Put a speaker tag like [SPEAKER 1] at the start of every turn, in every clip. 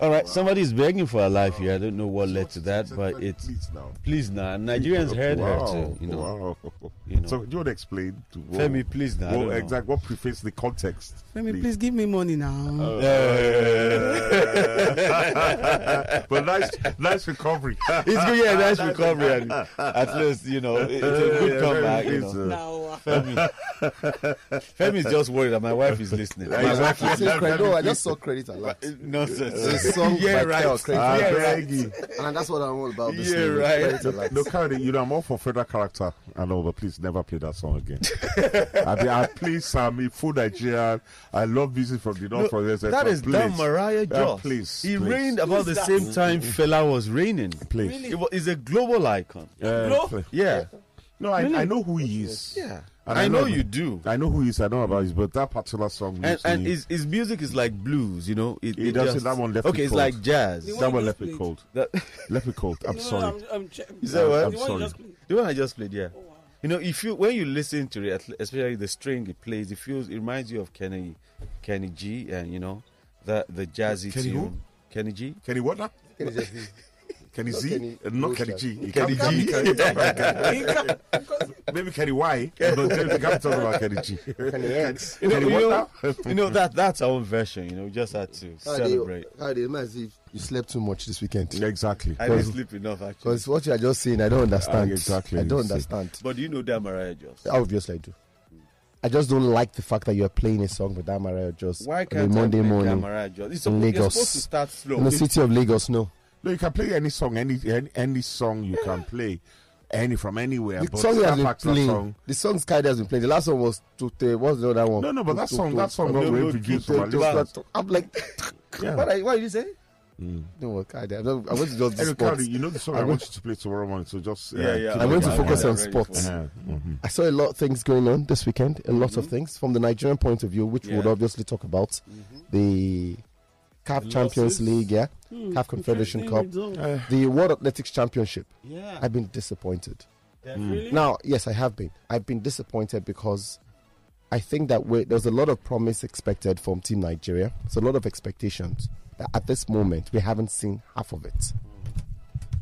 [SPEAKER 1] All right, somebody's begging for her life here. I don't know what led to that, but it's
[SPEAKER 2] Please now.
[SPEAKER 1] please now. Nigerians heard her too, you know.
[SPEAKER 2] Wow.
[SPEAKER 1] You know.
[SPEAKER 2] So do you want to explain to what,
[SPEAKER 1] Femi, please now, I don't
[SPEAKER 2] What,
[SPEAKER 1] know.
[SPEAKER 2] exact, what preface the context?
[SPEAKER 3] Femi, please give me money
[SPEAKER 2] Oh.
[SPEAKER 3] now.
[SPEAKER 2] but nice, nice recovery.
[SPEAKER 1] It's good, yeah, that's recovery. And at least, you know, it- it's a
[SPEAKER 2] Yeah,
[SPEAKER 1] good comeback.
[SPEAKER 2] very
[SPEAKER 1] You
[SPEAKER 2] uh, good,
[SPEAKER 1] know.
[SPEAKER 2] sir.
[SPEAKER 3] Now,
[SPEAKER 1] Femi. Femi's just worried that my wife is listening.
[SPEAKER 4] My
[SPEAKER 1] Like,
[SPEAKER 4] wife is saying credit. No, I just saw credit alert. It's a
[SPEAKER 1] Nonsense.
[SPEAKER 4] song
[SPEAKER 1] Yeah,
[SPEAKER 4] by
[SPEAKER 1] right.
[SPEAKER 4] Kel, Craig.
[SPEAKER 2] Ah,
[SPEAKER 1] Yeah, right.
[SPEAKER 2] Craigie.
[SPEAKER 4] And that's what I'm all about. This
[SPEAKER 1] Yeah,
[SPEAKER 4] evening,
[SPEAKER 1] right.
[SPEAKER 4] Credit alert.
[SPEAKER 2] No, Karen, you know, I'm all for further character and all, but please never play that song again. I, be, I please, I'm a full Nigerian. I love music from the North. from the West,
[SPEAKER 1] That
[SPEAKER 2] but
[SPEAKER 1] is
[SPEAKER 2] please,
[SPEAKER 1] damn Mariah
[SPEAKER 2] uh,
[SPEAKER 1] Joss.
[SPEAKER 2] please. Mm-hmm.
[SPEAKER 1] He
[SPEAKER 2] please,
[SPEAKER 1] reigned about the same time Fela was reigning.
[SPEAKER 2] Please.
[SPEAKER 1] It wa- He's a global icon.
[SPEAKER 2] Uh,
[SPEAKER 3] Bro.
[SPEAKER 2] please.
[SPEAKER 1] Yeah.
[SPEAKER 2] No, I, I know who he is.
[SPEAKER 1] Yeah.
[SPEAKER 2] And
[SPEAKER 1] I know you do.
[SPEAKER 2] I know who he is. I know about his, but that particular song.
[SPEAKER 1] and,
[SPEAKER 2] used to
[SPEAKER 1] and
[SPEAKER 2] me-
[SPEAKER 1] his, his music is like blues, you know. It,
[SPEAKER 2] He
[SPEAKER 1] it
[SPEAKER 2] does
[SPEAKER 1] just-
[SPEAKER 2] it, that one left
[SPEAKER 1] Okay,
[SPEAKER 2] me
[SPEAKER 1] it's
[SPEAKER 2] cold.
[SPEAKER 1] like jazz.
[SPEAKER 3] The one-
[SPEAKER 2] that one
[SPEAKER 3] you
[SPEAKER 2] left me
[SPEAKER 3] played.
[SPEAKER 2] cold.
[SPEAKER 1] That-
[SPEAKER 2] Left me cold. I'm
[SPEAKER 3] No, no,
[SPEAKER 2] sorry.
[SPEAKER 3] I'm, I'm Oh, che-
[SPEAKER 1] Is that what?
[SPEAKER 2] I'm
[SPEAKER 3] The one you
[SPEAKER 2] sorry.
[SPEAKER 3] just played.
[SPEAKER 1] the one I just played, yeah. You know, if you when you listen to it, at- especially the string it plays, it feels it reminds you of Kenny, Kenny G, and you know, that the jazzy
[SPEAKER 2] Kenny
[SPEAKER 1] tune.
[SPEAKER 2] who?
[SPEAKER 1] Kenny G.
[SPEAKER 2] Kenny what now?
[SPEAKER 4] Can you just-
[SPEAKER 2] Kenny Z?
[SPEAKER 4] Kenny-
[SPEAKER 2] Uh, not
[SPEAKER 4] Ghost
[SPEAKER 2] Kenny
[SPEAKER 4] Dad.
[SPEAKER 2] G. He
[SPEAKER 1] Kenny
[SPEAKER 2] can't be
[SPEAKER 1] G.
[SPEAKER 2] Maybe Kenny Y. but then we can't talk about Kenny G.
[SPEAKER 4] Can you X?
[SPEAKER 1] You know,
[SPEAKER 2] Kenny
[SPEAKER 1] you know,
[SPEAKER 2] what
[SPEAKER 1] you know, that that's our own version. You know, we just had to
[SPEAKER 4] Ah,
[SPEAKER 1] celebrate.
[SPEAKER 4] they- ah, they might as if you slept too much this weekend.
[SPEAKER 2] Exactly.
[SPEAKER 1] I didn't sleep enough actually.
[SPEAKER 4] Because what you are just saying, I don't understand.
[SPEAKER 2] Ah, exactly.
[SPEAKER 4] I don't
[SPEAKER 2] See.
[SPEAKER 4] understand.
[SPEAKER 1] But do you know that Mariah Jones?
[SPEAKER 4] Obviously, I do. I just don't like the fact that you are playing a song with Amara just
[SPEAKER 1] Why
[SPEAKER 4] on a
[SPEAKER 1] can't
[SPEAKER 4] Monday
[SPEAKER 1] I play
[SPEAKER 4] morning
[SPEAKER 1] Mariah Jones? It's
[SPEAKER 4] in
[SPEAKER 1] supposed, you're
[SPEAKER 4] Lagos.
[SPEAKER 1] supposed to start slow.
[SPEAKER 4] in the city of Lagos. No,
[SPEAKER 2] No, you can play any song, any any, any song you can play, any from anywhere.
[SPEAKER 4] the
[SPEAKER 2] but
[SPEAKER 4] song we
[SPEAKER 2] that
[SPEAKER 4] have been
[SPEAKER 2] particular
[SPEAKER 4] playing,
[SPEAKER 2] song-
[SPEAKER 4] the song Skyder has been playing. The last one was Tute. What's the other one?
[SPEAKER 2] No, no, but that
[SPEAKER 4] Tute-
[SPEAKER 2] song, that song got
[SPEAKER 1] no, no,
[SPEAKER 2] reproduced
[SPEAKER 1] Tute-
[SPEAKER 2] from our
[SPEAKER 1] Tute-
[SPEAKER 2] listeners.
[SPEAKER 4] Tute- I'm like,
[SPEAKER 2] Yeah.
[SPEAKER 4] what, are, what did you say? No, Skyder. I'm not- I want to just
[SPEAKER 2] Eric Cardi,
[SPEAKER 4] sport.
[SPEAKER 2] you know the song I, want you to play tomorrow morning, so just uh,
[SPEAKER 1] Yeah, yeah. Mm-hmm.
[SPEAKER 2] keep
[SPEAKER 4] I'm going
[SPEAKER 2] it
[SPEAKER 4] to
[SPEAKER 2] down.
[SPEAKER 4] focus
[SPEAKER 1] Yeah,
[SPEAKER 4] on
[SPEAKER 1] ready for
[SPEAKER 4] sports.
[SPEAKER 1] it.
[SPEAKER 2] Yeah, mhm.
[SPEAKER 4] I saw a lot of things going on this weekend, a lot of things from the Nigerian point of view, which we would
[SPEAKER 1] Yeah.
[SPEAKER 4] obviously talk about the CAF Champions League, yeah, CAF Confederation Cup,
[SPEAKER 1] Eh.
[SPEAKER 4] the World Athletics Championship.
[SPEAKER 3] Yeah.
[SPEAKER 4] I've been disappointed.
[SPEAKER 1] Hmm.
[SPEAKER 3] Really?
[SPEAKER 4] Now, yes, I have been. I've been disappointed because I think that we there's a lot of promise expected from Team Nigeria. There's a lot of expectations that at this moment we haven't seen half of it.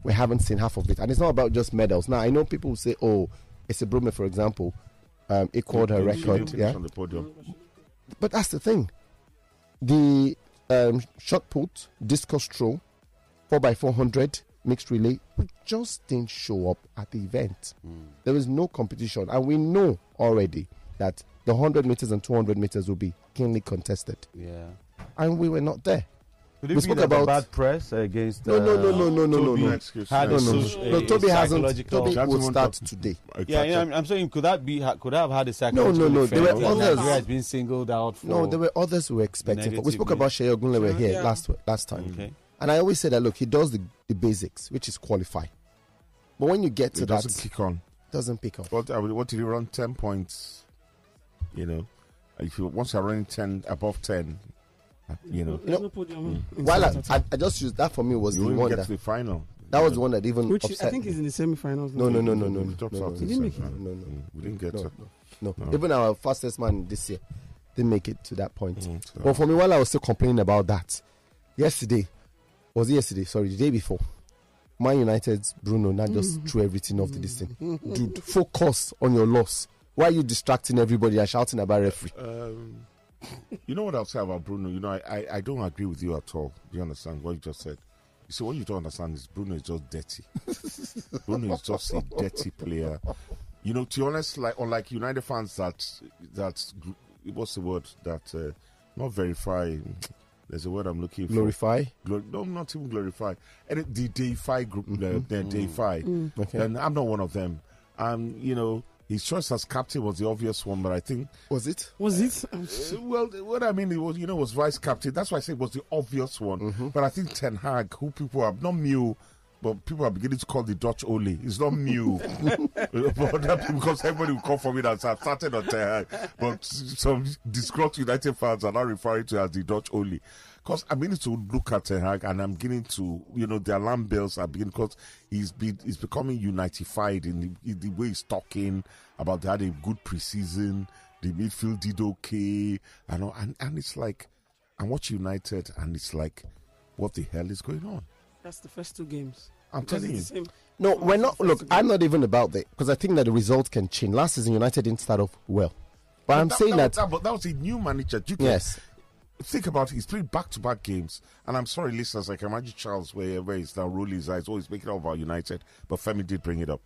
[SPEAKER 4] We haven't seen half of it, and it's not about just medals. Now, I know people will say, "Oh, it's a Brume, for example." Um, equaled her
[SPEAKER 2] She didn't
[SPEAKER 4] record,
[SPEAKER 2] finish
[SPEAKER 4] yeah.
[SPEAKER 2] on the podium.
[SPEAKER 4] But that's the thing. The um, shot put, discus throw, 4x400, mixed relay, we just didn't show up at the event.
[SPEAKER 1] Hmm.
[SPEAKER 4] There is no competition. And we know already that the 100 meters and 200 meters will be keenly contested.
[SPEAKER 1] Yeah.
[SPEAKER 4] And we were not there.
[SPEAKER 1] Could it
[SPEAKER 4] We
[SPEAKER 1] be
[SPEAKER 4] spoke
[SPEAKER 1] that the
[SPEAKER 4] about-
[SPEAKER 1] bad press against.
[SPEAKER 4] No, no, no,
[SPEAKER 1] uh,
[SPEAKER 4] no, no, no, no,
[SPEAKER 1] Toby
[SPEAKER 4] no.
[SPEAKER 2] Excuse
[SPEAKER 1] had
[SPEAKER 2] me.
[SPEAKER 4] No,
[SPEAKER 1] a
[SPEAKER 4] no,
[SPEAKER 1] soci-
[SPEAKER 4] no.
[SPEAKER 1] a
[SPEAKER 4] Toby hasn't.
[SPEAKER 1] psychological-
[SPEAKER 4] Toby
[SPEAKER 2] That's
[SPEAKER 4] will
[SPEAKER 2] one
[SPEAKER 4] start
[SPEAKER 2] talking.
[SPEAKER 4] today.
[SPEAKER 1] Yeah,
[SPEAKER 2] Exactly.
[SPEAKER 1] yeah I'm, I'm saying could that be ha- could that have had a psychological
[SPEAKER 4] no, no,
[SPEAKER 1] effect
[SPEAKER 4] there were
[SPEAKER 1] that
[SPEAKER 4] others.
[SPEAKER 1] Nigeria has been singled out for.
[SPEAKER 4] No, there were others who were expecting. for- We spoke
[SPEAKER 1] Negatively.
[SPEAKER 4] about Shea Ogunlewe here
[SPEAKER 3] Yeah.
[SPEAKER 4] last last time.
[SPEAKER 1] Okay.
[SPEAKER 4] And I always say that look, he does the, the basics, which is qualify. But when you get to
[SPEAKER 2] It
[SPEAKER 4] that,
[SPEAKER 2] doesn't kick on.
[SPEAKER 4] doesn't pick up.
[SPEAKER 2] What, I mean, what did he run? 10 points. You know, if you once you're running 10, above 10, you know,
[SPEAKER 4] You know, Mm. While I, I, I just used that for me was
[SPEAKER 2] you
[SPEAKER 4] the
[SPEAKER 2] won't
[SPEAKER 4] one
[SPEAKER 2] get
[SPEAKER 4] that
[SPEAKER 2] to the final.
[SPEAKER 4] that was the one that even
[SPEAKER 3] Which
[SPEAKER 4] upset.
[SPEAKER 3] I think
[SPEAKER 4] me.
[SPEAKER 3] is in the semi-finals.
[SPEAKER 4] no,
[SPEAKER 3] now.
[SPEAKER 4] no, no, no, no,
[SPEAKER 2] We
[SPEAKER 4] no,
[SPEAKER 2] dropped
[SPEAKER 4] no,
[SPEAKER 2] out
[SPEAKER 4] no,
[SPEAKER 2] in
[SPEAKER 4] no,
[SPEAKER 2] the
[SPEAKER 4] no,
[SPEAKER 2] semifinal.
[SPEAKER 4] no, no,
[SPEAKER 2] Mm, We didn't get
[SPEAKER 4] no,
[SPEAKER 2] to.
[SPEAKER 4] no, no.
[SPEAKER 2] No.
[SPEAKER 4] Even our fastest man this year didn't make it to that point.
[SPEAKER 2] Mm, so-
[SPEAKER 4] But for me, while I was still complaining about that, yesterday was it yesterday? Sorry, the day before. Man United's Bruno now just
[SPEAKER 3] Mm.
[SPEAKER 4] threw everything off the distance. Dude, focus on your loss. Why are you distracting everybody and shouting about referee?
[SPEAKER 2] Um, you know what I'll say about Bruno? You know, I, I, I don't agree with you at all. Do you understand what you just said? You see, what you don't understand is Bruno is just dirty. Bruno is just a dirty player. You know, to be honest, like unlike United fans that that gr- what's the word that uh, not verify. There's a word I'm looking for.
[SPEAKER 4] Glorify.
[SPEAKER 2] Glor- no, not even glorify. And it- the deify group, uh, they deify.
[SPEAKER 4] Mm. Okay.
[SPEAKER 2] And I'm not one of them. Um, you know, his choice as captain was the obvious one, but I think
[SPEAKER 4] Was it?
[SPEAKER 3] Was it?
[SPEAKER 2] uh, Well, what I mean it was, you know,
[SPEAKER 4] Mm-hmm.
[SPEAKER 2] was vice captain. That's why I said it was the obvious one. But I think Ten Hag, who people are not new, But people are beginning to call the Dutch Ole. It's not new. because everybody will come for me and say, I started on Tehran. But some disgruntled United fans are now referring to it as the Dutch Ole. Because I'm beginning to look at Ten Hag and I'm beginning to, you know, the alarm bells are beginning because he's, be, he's becoming unitified in the, in the way he's talking about they had a good preseason, the midfield did okay, and, all- and, and it's like, I watch United and it's like, what the hell is going on?
[SPEAKER 3] That's the first two games.
[SPEAKER 2] I'm
[SPEAKER 3] Because
[SPEAKER 2] telling
[SPEAKER 3] it's the same.
[SPEAKER 4] No, we're
[SPEAKER 3] it's
[SPEAKER 4] not.
[SPEAKER 3] the
[SPEAKER 4] Look,
[SPEAKER 3] first
[SPEAKER 4] I'm not even about that because I think that the result can change. Last season, United didn't start off well, but I'm
[SPEAKER 2] that,
[SPEAKER 4] saying
[SPEAKER 2] that,
[SPEAKER 4] that.
[SPEAKER 2] was- but that was a new manager. You can
[SPEAKER 4] yes,
[SPEAKER 2] think about it. He's played back to back games, and I'm sorry, listeners. I can imagine Charles wherever he's now rolling his uh, eyes, always making up about United. But Femi did bring it up.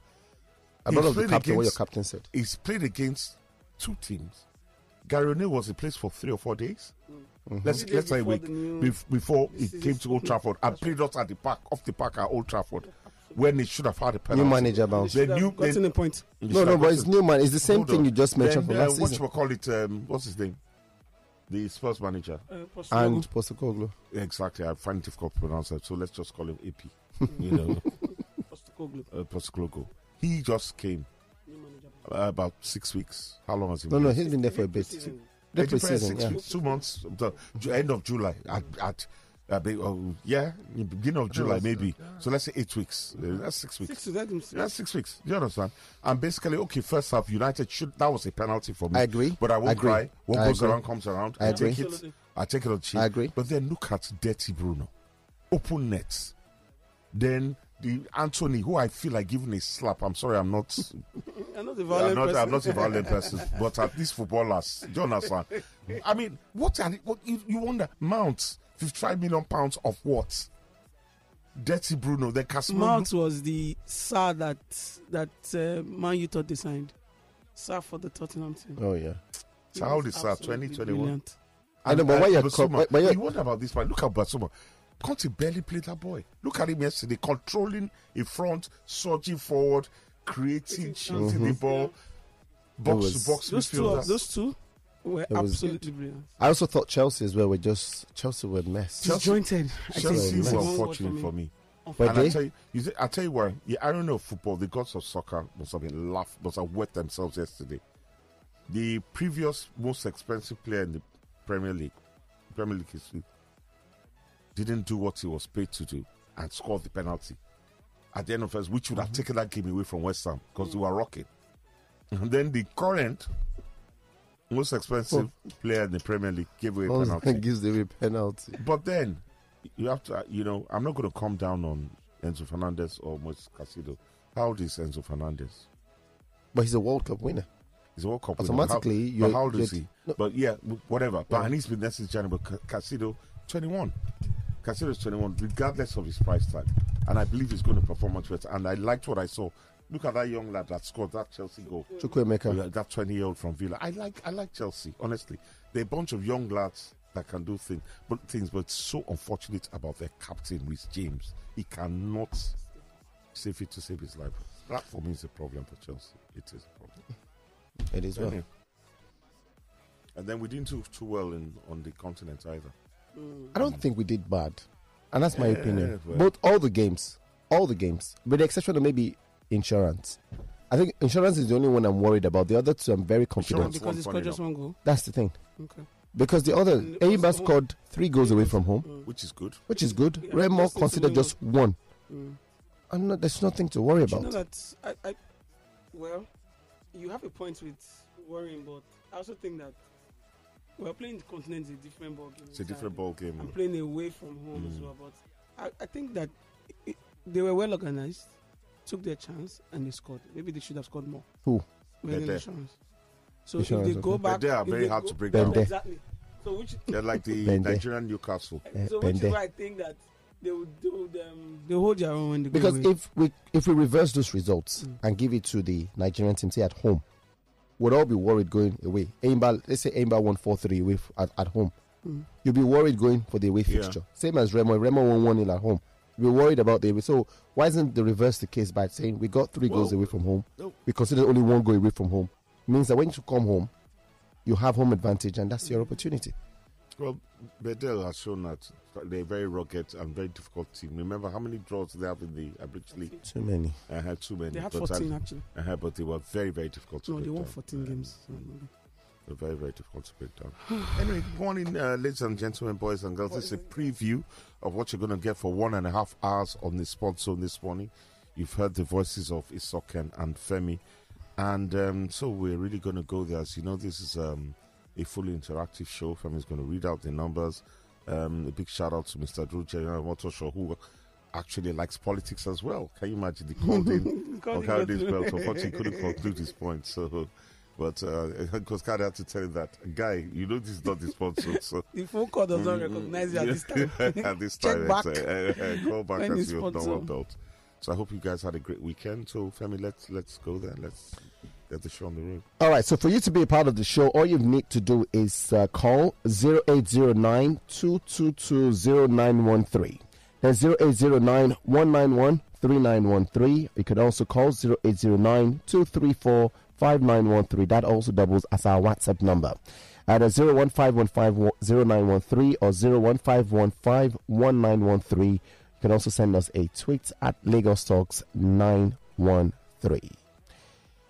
[SPEAKER 4] I
[SPEAKER 2] He's
[SPEAKER 4] brought up the
[SPEAKER 2] played
[SPEAKER 4] captain. What your
[SPEAKER 2] against-
[SPEAKER 4] captain said.
[SPEAKER 2] He's played against two teams. Gary O'Neill was in place for three or four days. Let's
[SPEAKER 4] Mm-hmm.
[SPEAKER 3] Three days
[SPEAKER 2] let's say a
[SPEAKER 3] before
[SPEAKER 2] week
[SPEAKER 3] the new-
[SPEAKER 2] bef- before he
[SPEAKER 3] This is-
[SPEAKER 2] came to Old Trafford and played us at the park, off the park at Old Trafford, when he should have had a penalty.
[SPEAKER 4] New manager
[SPEAKER 3] They
[SPEAKER 4] bounce.
[SPEAKER 3] should have
[SPEAKER 2] new-
[SPEAKER 3] gotten
[SPEAKER 2] they-
[SPEAKER 3] a point.
[SPEAKER 4] No, no, but it's new man. It's the same
[SPEAKER 2] Hold
[SPEAKER 4] thing
[SPEAKER 2] on.
[SPEAKER 4] you just mentioned
[SPEAKER 2] then,
[SPEAKER 4] from last
[SPEAKER 2] uh,
[SPEAKER 4] season.
[SPEAKER 2] What call it? Um, what's his name? The Spurs manager.
[SPEAKER 3] Uh, Postecoglou.
[SPEAKER 4] And Postecoglou.
[SPEAKER 2] Exactly. I find it difficult to pronounce that, so let's just call him AP. you know,
[SPEAKER 3] Postecoglou,
[SPEAKER 2] uh, Postecoglou. He just came
[SPEAKER 3] new manager.
[SPEAKER 2] uh, about six weeks. How long has he
[SPEAKER 4] No,
[SPEAKER 2] been?
[SPEAKER 4] no,
[SPEAKER 2] here?
[SPEAKER 4] he's been there for a bit.
[SPEAKER 3] Preseason.
[SPEAKER 4] The
[SPEAKER 2] He played
[SPEAKER 4] preseason,
[SPEAKER 2] six
[SPEAKER 4] yeah.
[SPEAKER 2] weeks, two months, the Ju- end of July at. at uh, be- oh, yeah, beginning of July maybe. So let's say eight weeks. Uh, that's six weeks.
[SPEAKER 3] Six to that himself.
[SPEAKER 2] That's six weeks. You understand? And basically, okay, first half, United should. That was a penalty for me.
[SPEAKER 4] I agree.
[SPEAKER 2] But I won't
[SPEAKER 4] I agree.
[SPEAKER 2] cry. What
[SPEAKER 4] I
[SPEAKER 2] goes
[SPEAKER 4] agree.
[SPEAKER 2] around comes around.
[SPEAKER 4] I agree.
[SPEAKER 2] Take it,
[SPEAKER 3] Absolutely.
[SPEAKER 2] I take it on cheap.
[SPEAKER 4] I agree.
[SPEAKER 2] But then look at Dirty Bruno. Open nets. Then the Anthony, who I feel like giving a slap. I'm sorry, I'm not.
[SPEAKER 3] I'm not a
[SPEAKER 2] I'm
[SPEAKER 3] violent
[SPEAKER 2] not, I'm
[SPEAKER 3] person.
[SPEAKER 2] not a violent person. But at least footballers, do you understand? I mean, what are the- what you, you wonder? Mount, 55 million pounds of what? Dirty Bruno, then Casemiro.
[SPEAKER 3] Mount was the SAR that that uh, Man U thought they signed. SAR for the Tottenham team.
[SPEAKER 4] Oh yeah.
[SPEAKER 3] He
[SPEAKER 2] So how
[SPEAKER 3] was
[SPEAKER 2] old is SAR?
[SPEAKER 3] absolutely
[SPEAKER 2] 20, 21?
[SPEAKER 3] brilliant.
[SPEAKER 4] I know, but why you're co-
[SPEAKER 2] Basuma,
[SPEAKER 4] why- why you're-
[SPEAKER 2] you wonder about this man. Look at Basuma. Conte barely played that boy. Look at him yesterday, controlling in front, surging forward, creating, shooting the ball,
[SPEAKER 4] Mm-hmm.
[SPEAKER 2] box
[SPEAKER 4] was-
[SPEAKER 2] to box
[SPEAKER 3] Those two,
[SPEAKER 2] midfielder.
[SPEAKER 3] of- those two were
[SPEAKER 4] was-
[SPEAKER 3] absolutely brilliant.
[SPEAKER 4] I also thought Chelsea as well were just Chelsea were a mess.
[SPEAKER 2] Chelsea-
[SPEAKER 3] Disjointed. I
[SPEAKER 2] Chelsea
[SPEAKER 3] think
[SPEAKER 2] were
[SPEAKER 3] it's one word
[SPEAKER 2] unfortunate for me.
[SPEAKER 4] Were
[SPEAKER 2] And I
[SPEAKER 4] they?
[SPEAKER 2] tell you, you see, I tell you why. The irony of football, the gods of soccer must have been laughed, must have wet themselves yesterday. The previous most expensive player in the Premier League, Premier League history, didn't do what he was paid to do and scored the penalty at the end of first, which would have taken that game away from West Ham because they were rocking. And then the current most expensive player in the Premier League gave away a
[SPEAKER 4] Chelsea
[SPEAKER 2] penalty.
[SPEAKER 4] gives the way penalty.
[SPEAKER 2] But then you have to, uh, you know, I'm not going to come down on Enzo Fernandez or Moises Casido. How old is Enzo Fernandez?
[SPEAKER 4] But he's a World Cup winner.
[SPEAKER 2] He's a World Cup winner.
[SPEAKER 4] Automatically,
[SPEAKER 2] How,
[SPEAKER 4] you're-
[SPEAKER 2] but how old is
[SPEAKER 4] you're-
[SPEAKER 2] he?
[SPEAKER 4] no.
[SPEAKER 2] But yeah, w- whatever. But and he's been there since January. Ca- Casido, 21. Casido's 21, regardless of his price tag. And I believe he's going to perform much better. And I liked what I saw. Look at that young lad that scored that Chelsea goal.
[SPEAKER 4] Chukwuemeka.
[SPEAKER 2] Yeah, that 20 year old from Villa. I like I like Chelsea, honestly. They're a bunch of young lads that can do things but things, but it's so unfortunate about their captain, Rhys James. He cannot save it to save his life. That for me is a problem for Chelsea. It is a problem.
[SPEAKER 4] It is well.
[SPEAKER 2] Anyway. And then we didn't do too well in on the continent either.
[SPEAKER 3] Mm.
[SPEAKER 4] I don't think we did bad, and that's my
[SPEAKER 2] Yeah,
[SPEAKER 4] opinion.
[SPEAKER 2] well.
[SPEAKER 4] Both all the games, all the games, with the exception of maybe insurance. I think insurance is the only one I'm worried about. The other two, I'm very confident.
[SPEAKER 2] Insurance.
[SPEAKER 3] Because
[SPEAKER 2] One
[SPEAKER 3] he
[SPEAKER 2] funny
[SPEAKER 3] scored just
[SPEAKER 2] enough.
[SPEAKER 3] one goal.
[SPEAKER 4] That's the thing,
[SPEAKER 3] Okay.
[SPEAKER 4] because the other
[SPEAKER 3] And it was
[SPEAKER 4] Aiba
[SPEAKER 3] one- Mm.
[SPEAKER 4] scored three goals away from home,
[SPEAKER 2] Which is good.
[SPEAKER 4] which is good.
[SPEAKER 3] Yeah,
[SPEAKER 4] Remo
[SPEAKER 3] just
[SPEAKER 4] considered
[SPEAKER 3] one goal.
[SPEAKER 4] just one,
[SPEAKER 3] Mm.
[SPEAKER 4] and no, there's nothing to worry
[SPEAKER 3] Do you know
[SPEAKER 4] about.
[SPEAKER 3] that I, I, well, you have a point with worrying, but I also think that we're playing the continent is a different ball game.
[SPEAKER 2] It's a different ball game. oh. Mm.
[SPEAKER 3] I'm playing away from home as well, but I, I think that it, it- they were well organized, took their chance, and they scored. Maybe they should have scored more.
[SPEAKER 4] Who?
[SPEAKER 3] Well,
[SPEAKER 2] Bede.
[SPEAKER 3] insurance. So
[SPEAKER 4] Insurance,
[SPEAKER 3] if they go
[SPEAKER 4] okay.
[SPEAKER 3] back,
[SPEAKER 2] Bede are
[SPEAKER 3] if
[SPEAKER 2] very
[SPEAKER 3] they
[SPEAKER 2] hard
[SPEAKER 3] go-
[SPEAKER 2] to break
[SPEAKER 4] Bede. down.
[SPEAKER 3] Exactly. So which
[SPEAKER 2] They're like the
[SPEAKER 4] Bende.
[SPEAKER 2] Nigerian Newcastle.
[SPEAKER 4] Eh,
[SPEAKER 3] so which is
[SPEAKER 4] Bende.
[SPEAKER 3] why I think that they would they would um, they hold their own when they
[SPEAKER 4] Because
[SPEAKER 3] go away.
[SPEAKER 4] if we if we reverse those results
[SPEAKER 3] Mm.
[SPEAKER 4] and give it to the Nigerian team, say at home, we'd all be worried going away. Aimba, let's say Aimba won four three away f- at, at home.
[SPEAKER 3] Mm.
[SPEAKER 4] You'll be worried going for the away
[SPEAKER 2] Yeah.
[SPEAKER 4] fixture. Same as Remo. Remo won one nil at home. You'll be worried about the away. So why isn't the reverse the case by saying we got three goals
[SPEAKER 2] Well,
[SPEAKER 4] away from home?
[SPEAKER 2] no.
[SPEAKER 4] We consider only one goal away from home. Means that when you come home, you have home advantage and that's your opportunity.
[SPEAKER 2] Well, Bedell has shown that they're a very rugged and very difficult team. Remember how many draws they have in the Abridged League?
[SPEAKER 4] Too many.
[SPEAKER 2] I had too many.
[SPEAKER 3] They had
[SPEAKER 2] but
[SPEAKER 3] 14
[SPEAKER 2] I-
[SPEAKER 3] actually.
[SPEAKER 2] Uh-huh, but they were very, very difficult to
[SPEAKER 3] No,
[SPEAKER 2] break
[SPEAKER 3] they won
[SPEAKER 2] down.
[SPEAKER 3] 14 games.
[SPEAKER 2] They're very, very difficult to break down. anyway, good morning, uh, ladies and gentlemen, boys and girls. This is a preview of what you're going to get for one and a half hours on the Sports Zone this morning. You've heard the voices of Isoken and Femi. And um, so we're really going to go there. As you know, this is um, a fully interactive show. Femi's going to read out the numbers. Um, a big shout out to Mr. Drew General Motosho, who actually likes politics as well. Can you imagine the called in
[SPEAKER 3] Called
[SPEAKER 2] on
[SPEAKER 3] in
[SPEAKER 2] Cardi's
[SPEAKER 3] got-
[SPEAKER 2] belt? Unfortunately, he couldn't conclude his point. So, but because uh, Cardi had to tell him that, guy, you know this is not the sponsor. So.
[SPEAKER 3] The phone call does not recognize you at this time.
[SPEAKER 2] at this
[SPEAKER 3] Check
[SPEAKER 2] time,
[SPEAKER 3] back.
[SPEAKER 2] it's, uh, uh, uh, call back
[SPEAKER 3] When
[SPEAKER 2] as
[SPEAKER 3] it's
[SPEAKER 2] you have
[SPEAKER 3] sponsor.
[SPEAKER 2] normal belt. So I hope you guys had a great weekend. So, family, let's let's go there. Let's get the show on the road.
[SPEAKER 4] All right, so for you to be a part of the show, all you need to do is uh, call 0809 222 0913. That's 0809 191 3913. You could also call 0809 234 5913. That also doubles as our WhatsApp number. At 015150913 or 015151913. You can also send us a tweet at Lagos Talks 913.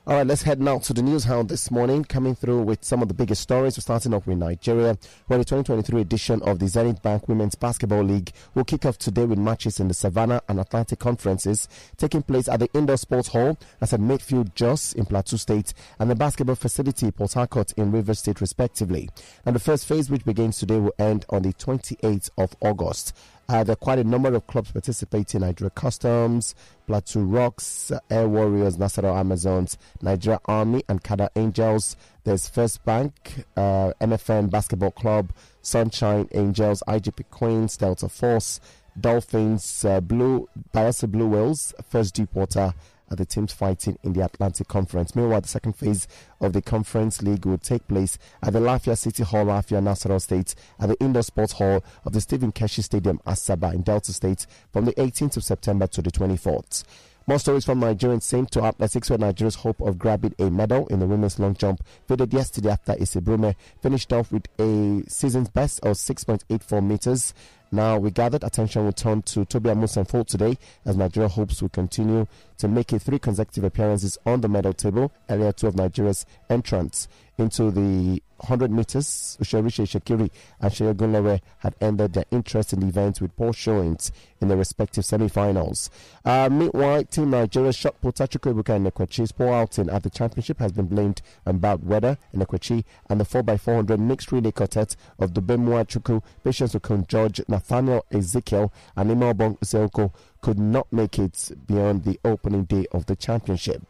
[SPEAKER 4] All right, let's head now to the news hound this morning, coming through with some of the biggest stories. We're starting off with Nigeria, where the 2023 edition of the Zenit Bank Women's Basketball League will kick off today with matches in the Savannah and Atlantic conferences taking place at the Indoor Sports Hall as at Midfield Jos in Plateau State and the basketball facility Port Harcourt in Rivers State, respectively. And the first phase, which begins today, will end on the 28th of August. Uh, there are quite a number of clubs participating Nigeria Customs, Plateau Rocks, uh, Air Warriors, Nassau Amazons, Nigeria Army, and Kada Angels. There's First Bank, uh, NFN Basketball Club, Sunshine Angels, IGP Queens, Delta Force, Dolphins, uh, Blue, Bielsa Blue Whales, First Deepwater, are the teams fighting in the Atlantic Conference. Meanwhile, the second phase of the Conference League will take place at the Lafia City Hall, Lafia Nassau State, at the Indoor Sports Hall of the Stephen Keshi Stadium, Asaba, in Delta State, from the 18th of September to the 24th. More stories from Nigerian Saint to Athletics, where Nigeria's hope of grabbing a medal in the women's long jump faded yesterday after Issy Brume finished off with a season's best of 6.84 meters. Now we gathered attention will turn to Tobia Musenfo today as Nigeria hopes will continue to make it three consecutive appearances on the medal table, area two of Nigeria's entrance into the 100 meters. Usherisha Shakiri and Shea Gunlere had ended their interest in the event with poor showings in their respective semi-finals. Uh, meanwhile, Team Nigeria shot putter Chukwuebuka and Nekwechi's poor outing at the championship has been blamed on bad weather. Nekwechi and the 4x400 mixed relay quartet of Dubemwa Chukwu, Patience Okon George, Nathaniel Ezekiel, and Imelbong Useoko could not make it beyond the opening day of the championship.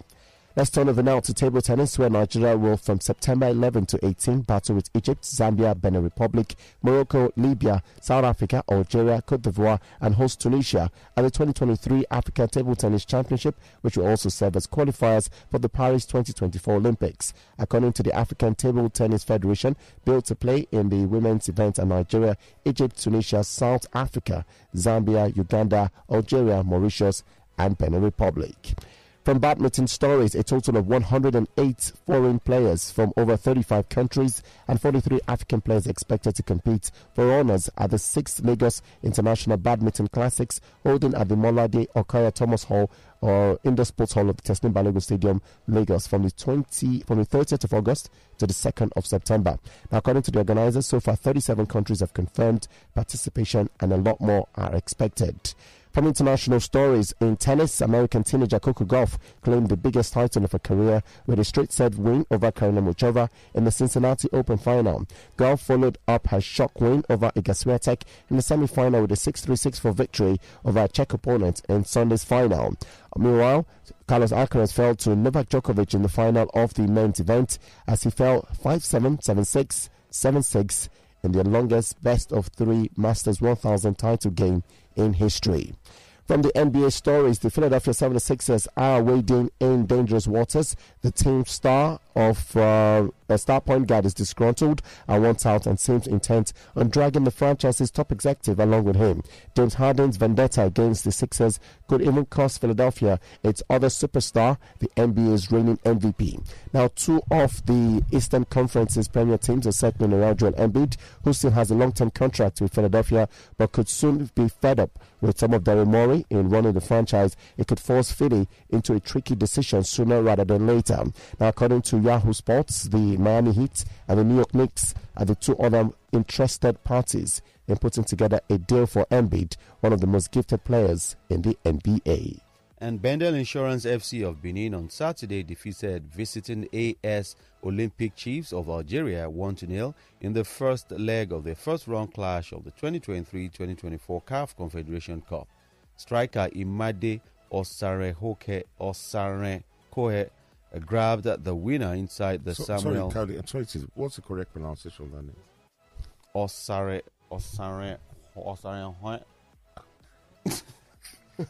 [SPEAKER 4] Let's turn over now to table tennis, where Nigeria will, from September 11 to 18, battle with Egypt, Zambia, Benin Republic, Morocco, Libya, South Africa, Algeria, Cote d'Ivoire, and host Tunisia at the 2023 Africa Table Tennis Championship, which will also serve as qualifiers for the Paris 2024 Olympics. According to the African Table Tennis Federation, built to play in the women's events are Nigeria, Egypt, Tunisia, South Africa, Zambia, Uganda, Algeria, Mauritius, and Benin Republic. From badminton stories, a total of 108 foreign players from over 35 countries and 43 African players expected to compete for honors at the 6th Lagos International Badminton Classics holding at the Molade Okaya Thomas Hall or Indoor Sports Hall of uh, the Teslim Balogun Stadium, Lagos, from the 20 from the 30th of August to the 2nd of September. Now, according to the organizers, so far 37 countries have confirmed participation, and a lot more are expected. From international stories in tennis, American teenager Coco Golf claimed the biggest title of her career with a straight set win over Karina Muchova in the Cincinnati Open final. Golf followed up her shock win over Iga Swiatek in the semi-final with a 6-3-6-4 victory over her Czech opponent in Sunday's final. Meanwhile, Carlos Alcaraz fell to Novak Djokovic in the final of the men's event as he fell 5-7, 7-6, 7-6 in the longest best of three Masters 1000 title game in history. From the NBA stories, the Philadelphia 76ers are wading in dangerous waters. The team star of uh, a star point guard is disgruntled and wants out and seems intent on dragging the franchise's top executive along with him. James Harden's vendetta against the Sixers could even cost Philadelphia its other superstar, the NBA's reigning MVP. Now, two of the Eastern Conference's premier teams are circling around Joel Embiid, who still has a long-term contract with Philadelphia, but could soon be fed up with some of Daryl Morey in running the franchise. It could force Philly into a tricky decision sooner rather than later. Now, according to Yahoo Sports, the Miami Heat and the New York Knicks are the two other interested parties in putting together a deal for Embiid, one of the most gifted players in the NBA.
[SPEAKER 1] And Bendel Insurance FC of Benin on Saturday defeated visiting AS Olympic Chiefs of Algeria 1 0 in the first leg of the first round clash of the 2023 2024 CAF Confederation Cup. Striker Imade Osarehoke Osarekohe grabbed the winner inside the
[SPEAKER 2] So-
[SPEAKER 1] Samuel
[SPEAKER 2] Sorry, Kali, I'm sorry, it is- what's the correct pronunciation of that name?
[SPEAKER 1] Osare Osare Osare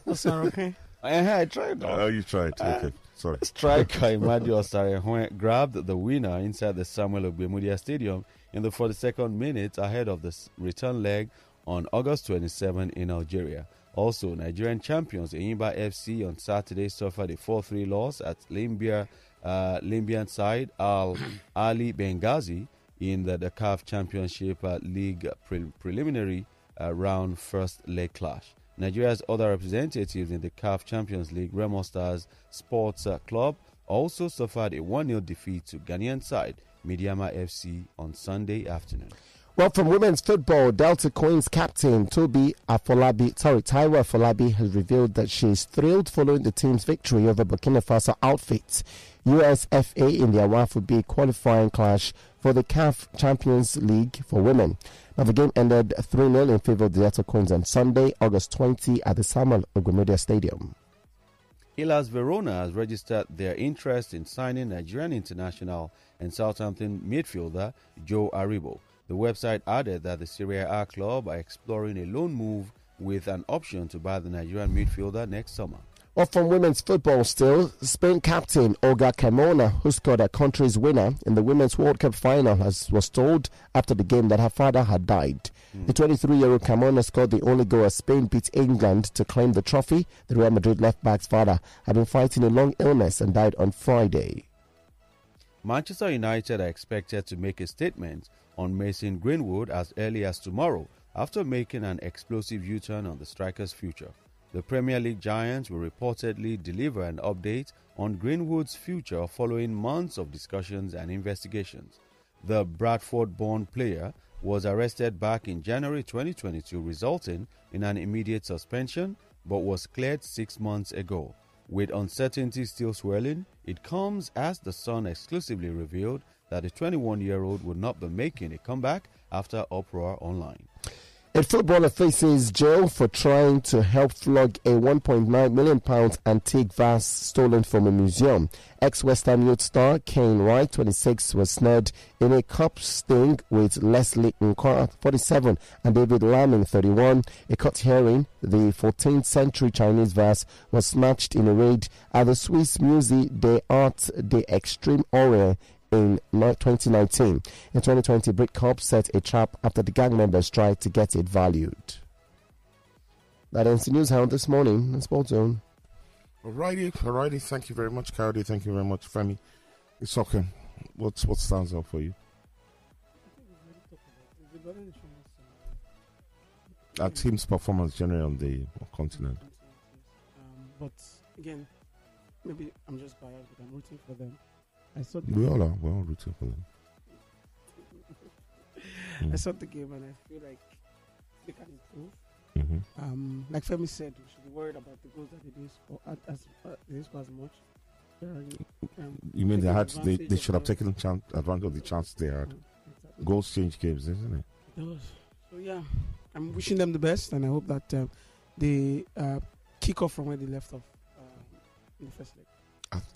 [SPEAKER 1] Osare.
[SPEAKER 3] Okay.
[SPEAKER 1] Uh-huh, I tried. that.
[SPEAKER 2] Oh, you tried. Okay, sorry.
[SPEAKER 1] Striker Imadi Osarehwen grabbed the winner inside the Samuel Ogbemudia Stadium in the 42nd minute ahead of the s- return leg on August 27 in Algeria. Also, Nigerian champions Enyimba FC on Saturday suffered a 4-3 loss at Limbia, uh, Libyan side Al Ali Benghazi in the, the CAF Championship uh, League pre- preliminary uh, round first leg clash. Nigeria's other representatives in the CAF Champions League, Remo Stars Sports uh, Club, also suffered a 1 0 defeat to Ghanaian side Midiama FC on Sunday afternoon.
[SPEAKER 4] Well, from women's football, Delta Queens captain Toby Afolabi, sorry, Taiwa Afolabi has revealed that she is thrilled following the team's victory over Burkina Faso outfit USFA in the Awafu B qualifying clash for the CAF Champions League for women. Now, the game ended 3 0 in favor of the Delta Queens on Sunday, August 20, at the Samuel Ogbemudia Stadium.
[SPEAKER 1] Hellas Verona has registered their interest in signing Nigerian international and Southampton midfielder Joe Aribo. The website added that the Serie A club are exploring a loan move with an option to buy the Nigerian midfielder next summer.
[SPEAKER 4] Well, from women's football still, Spain captain Olga Carmona, who scored her country's winner in the Women's World Cup final, has, was told after the game that her father had died. The 23-year-old Carmona scored the only goal as Spain beat England to claim the trophy. The Real Madrid left-back's father had been fighting a long illness and died on Friday.
[SPEAKER 1] Manchester United are expected to make a statement on Mason Greenwood as early as tomorrow after making an explosive U turn on the striker's future. The Premier League Giants will reportedly deliver an update on Greenwood's future following months of discussions and investigations. The Bradford born player was arrested back in January 2022, resulting in an immediate suspension but was cleared six months ago. With uncertainty still swirling, it comes as The Sun exclusively revealed that the 21 year old would not be making a comeback after uproar online.
[SPEAKER 4] A footballer faces jail for trying to help flog a 1.9 million pounds antique vase stolen from a museum. Ex-West Ham youth star Kane Wright, 26, was snared in a cup sting with Leslie Nkwar, 47, and David Laming, 31. A court hearing, the 14th century Chinese vase was smashed in a raid at the Swiss Musée des Arts de Extreme Orient in ni- 2019. In 2020, Britcop set a trap after the gang members tried to get it valued. That ends the news hound this morning in Sports Zone.
[SPEAKER 2] Alrighty, alrighty. Thank you very much, Cowdy. Thank you very much, Femi. It's okay. What's what stands out for you? Our team's performance generally on the continent.
[SPEAKER 3] Um, but again, maybe I'm just biased, but I'm rooting for them. I saw the,
[SPEAKER 2] We all are. We're all rooting for them. Mm.
[SPEAKER 3] I saw the game and I feel like they can improve.
[SPEAKER 2] hmm
[SPEAKER 3] Um, like Femi said, we should be worried about the goals that they didn't score at- as, uh, they didn't score as much. They're already, um,
[SPEAKER 2] You mean they
[SPEAKER 3] taking
[SPEAKER 2] had? They,
[SPEAKER 3] advantage
[SPEAKER 2] they
[SPEAKER 3] of
[SPEAKER 2] should have
[SPEAKER 3] the-
[SPEAKER 2] taken chan- advantage of the chance they had.
[SPEAKER 3] exactly.
[SPEAKER 2] Goals change games, isn't it?
[SPEAKER 3] Those. So yeah, I'm wishing them the best, and I hope that uh, they uh, kick off from where they left off uh, in the first leg.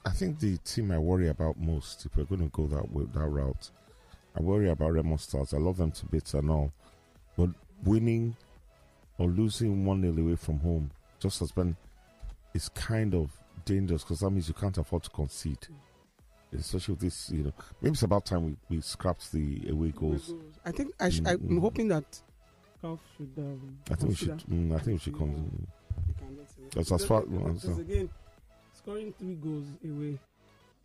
[SPEAKER 2] I, I think the team I worry about most, if we're going to go that way, that route, I worry about Remo Stars. I love them to bits and all, but winning or losing one nil away from home just has been is kind of dangerous because that means you can't afford to concede. especially with this, you know, maybe it's about time we, we scrapped the away goals.
[SPEAKER 3] I think I sh- I'm
[SPEAKER 2] Mm.
[SPEAKER 3] hoping that Calf should. Um,
[SPEAKER 2] I think we
[SPEAKER 3] consider
[SPEAKER 2] should. Mm, I think we should come.
[SPEAKER 3] he can get away.
[SPEAKER 2] That's as far- well,
[SPEAKER 3] Because
[SPEAKER 2] so-
[SPEAKER 3] again, scoring three goals away,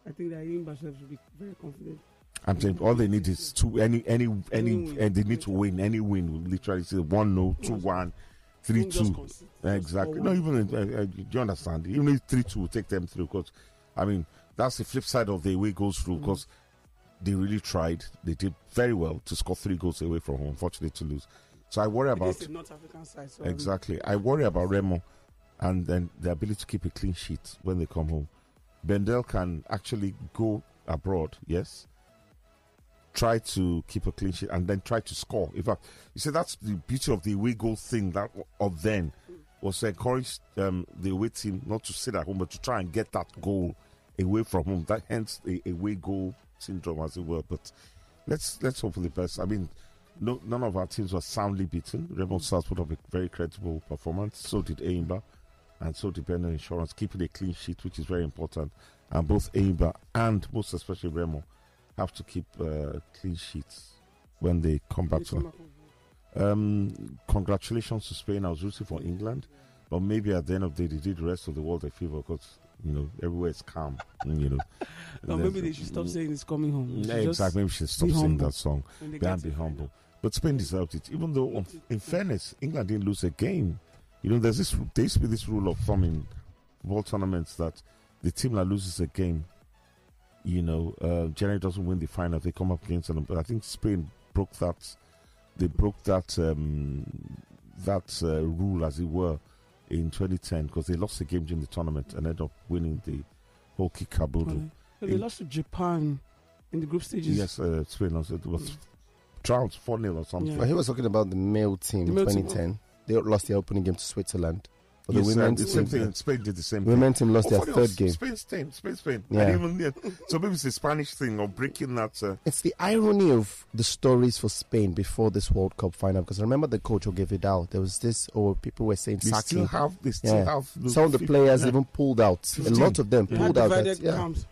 [SPEAKER 3] I think that even Bashir should be very confident.
[SPEAKER 2] I'm saying all they need is two. Any any any,
[SPEAKER 3] win.
[SPEAKER 2] and they need to win. Any win will literally say one no, two one, three
[SPEAKER 3] Don't just
[SPEAKER 2] two.
[SPEAKER 3] concede.
[SPEAKER 2] Exactly.
[SPEAKER 3] Just
[SPEAKER 2] No,
[SPEAKER 3] score
[SPEAKER 2] even uh, uh, do you understand? Even if three two will take them through, because I mean that's the flip side of the away goals rule. Because
[SPEAKER 3] Mm.
[SPEAKER 2] they really tried. They did very well to score three goals away from home. Unfortunately, to lose. So I worry
[SPEAKER 3] one.
[SPEAKER 2] about
[SPEAKER 3] Against the North African side. So um,
[SPEAKER 2] Exactly. I worry about Remo and then the ability to keep a clean sheet when they come home. Bendel can actually go abroad, yes, try to keep a clean sheet and then try to score. In fact, you see, that's the beauty of the away goal thing that of then was to encourage um, the away team not to sit at home but to try and get that goal away from home. That hence the away goal syndrome, as it were. But let's let's hope for the best. I mean, no, none of our teams were soundly beaten. Rebel South put up a very creditable performance. So did Aimba, and so did Bender Insurance, keeping a clean sheet, which is very important. And both Aimba and most especially Remo have to keep uh, clean sheets when they come back
[SPEAKER 3] they
[SPEAKER 2] to
[SPEAKER 3] come up with-
[SPEAKER 2] um, congratulations to Spain. I was rooting for England, but maybe at the end of the day, they did the rest of the world a favor because you know everywhere is calm. You know, Mm.
[SPEAKER 3] Or maybe they should stop saying it's coming home. They
[SPEAKER 2] Yeah,
[SPEAKER 3] should just-
[SPEAKER 2] exactly. Maybe we should stop singing
[SPEAKER 3] humble
[SPEAKER 2] that song
[SPEAKER 3] when they get
[SPEAKER 2] and
[SPEAKER 3] to
[SPEAKER 2] be
[SPEAKER 3] the
[SPEAKER 2] humble. But Spain deserved it, even though, um, in fairness, England didn't lose a game. You know, there's this there used to be this rule of thumb in football tournaments that the team that loses a game, you know, uh, generally doesn't win the final. They come up against them. But I think Spain broke that. They broke that um, that uh, rule, as it were, in 2010 because they lost the game during the tournament and ended up winning the whole
[SPEAKER 3] final.
[SPEAKER 2] kikaboodle.
[SPEAKER 3] Alright. So They
[SPEAKER 2] In-
[SPEAKER 3] lost to Japan in the group stages.
[SPEAKER 2] Yes, uh, Spain also it was trounced four 0 or something.
[SPEAKER 3] Yeah.
[SPEAKER 4] Well, he was talking about the male team
[SPEAKER 3] The
[SPEAKER 4] in
[SPEAKER 3] male team.
[SPEAKER 4] 2010. They lost their opening game to Switzerland. But
[SPEAKER 2] oh.
[SPEAKER 4] the
[SPEAKER 2] Yes, uh,
[SPEAKER 4] women's
[SPEAKER 2] the
[SPEAKER 4] team,
[SPEAKER 2] same thing. Spain did the same thing.
[SPEAKER 4] women team lost
[SPEAKER 2] Oh,
[SPEAKER 4] their
[SPEAKER 2] funny,
[SPEAKER 4] third
[SPEAKER 2] oh,
[SPEAKER 4] game.
[SPEAKER 2] Spain, Spain, Spain, Spain.
[SPEAKER 4] Yeah. Mm,
[SPEAKER 2] And even yet, so maybe it's the Spanish thing of breaking that. Uh,
[SPEAKER 4] It's the irony of the stories for Spain before this World Cup final. Because I remember the coach who gave it out. There was this, or people were saying
[SPEAKER 2] they
[SPEAKER 4] sacking.
[SPEAKER 2] still have. They still
[SPEAKER 4] Yeah.
[SPEAKER 2] have. the
[SPEAKER 4] Some of the
[SPEAKER 2] fif-
[SPEAKER 4] players
[SPEAKER 2] yeah.
[SPEAKER 4] even pulled out. A lot of them
[SPEAKER 3] They had
[SPEAKER 4] pulled out. that-
[SPEAKER 3] divided
[SPEAKER 4] yeah.
[SPEAKER 3] camps.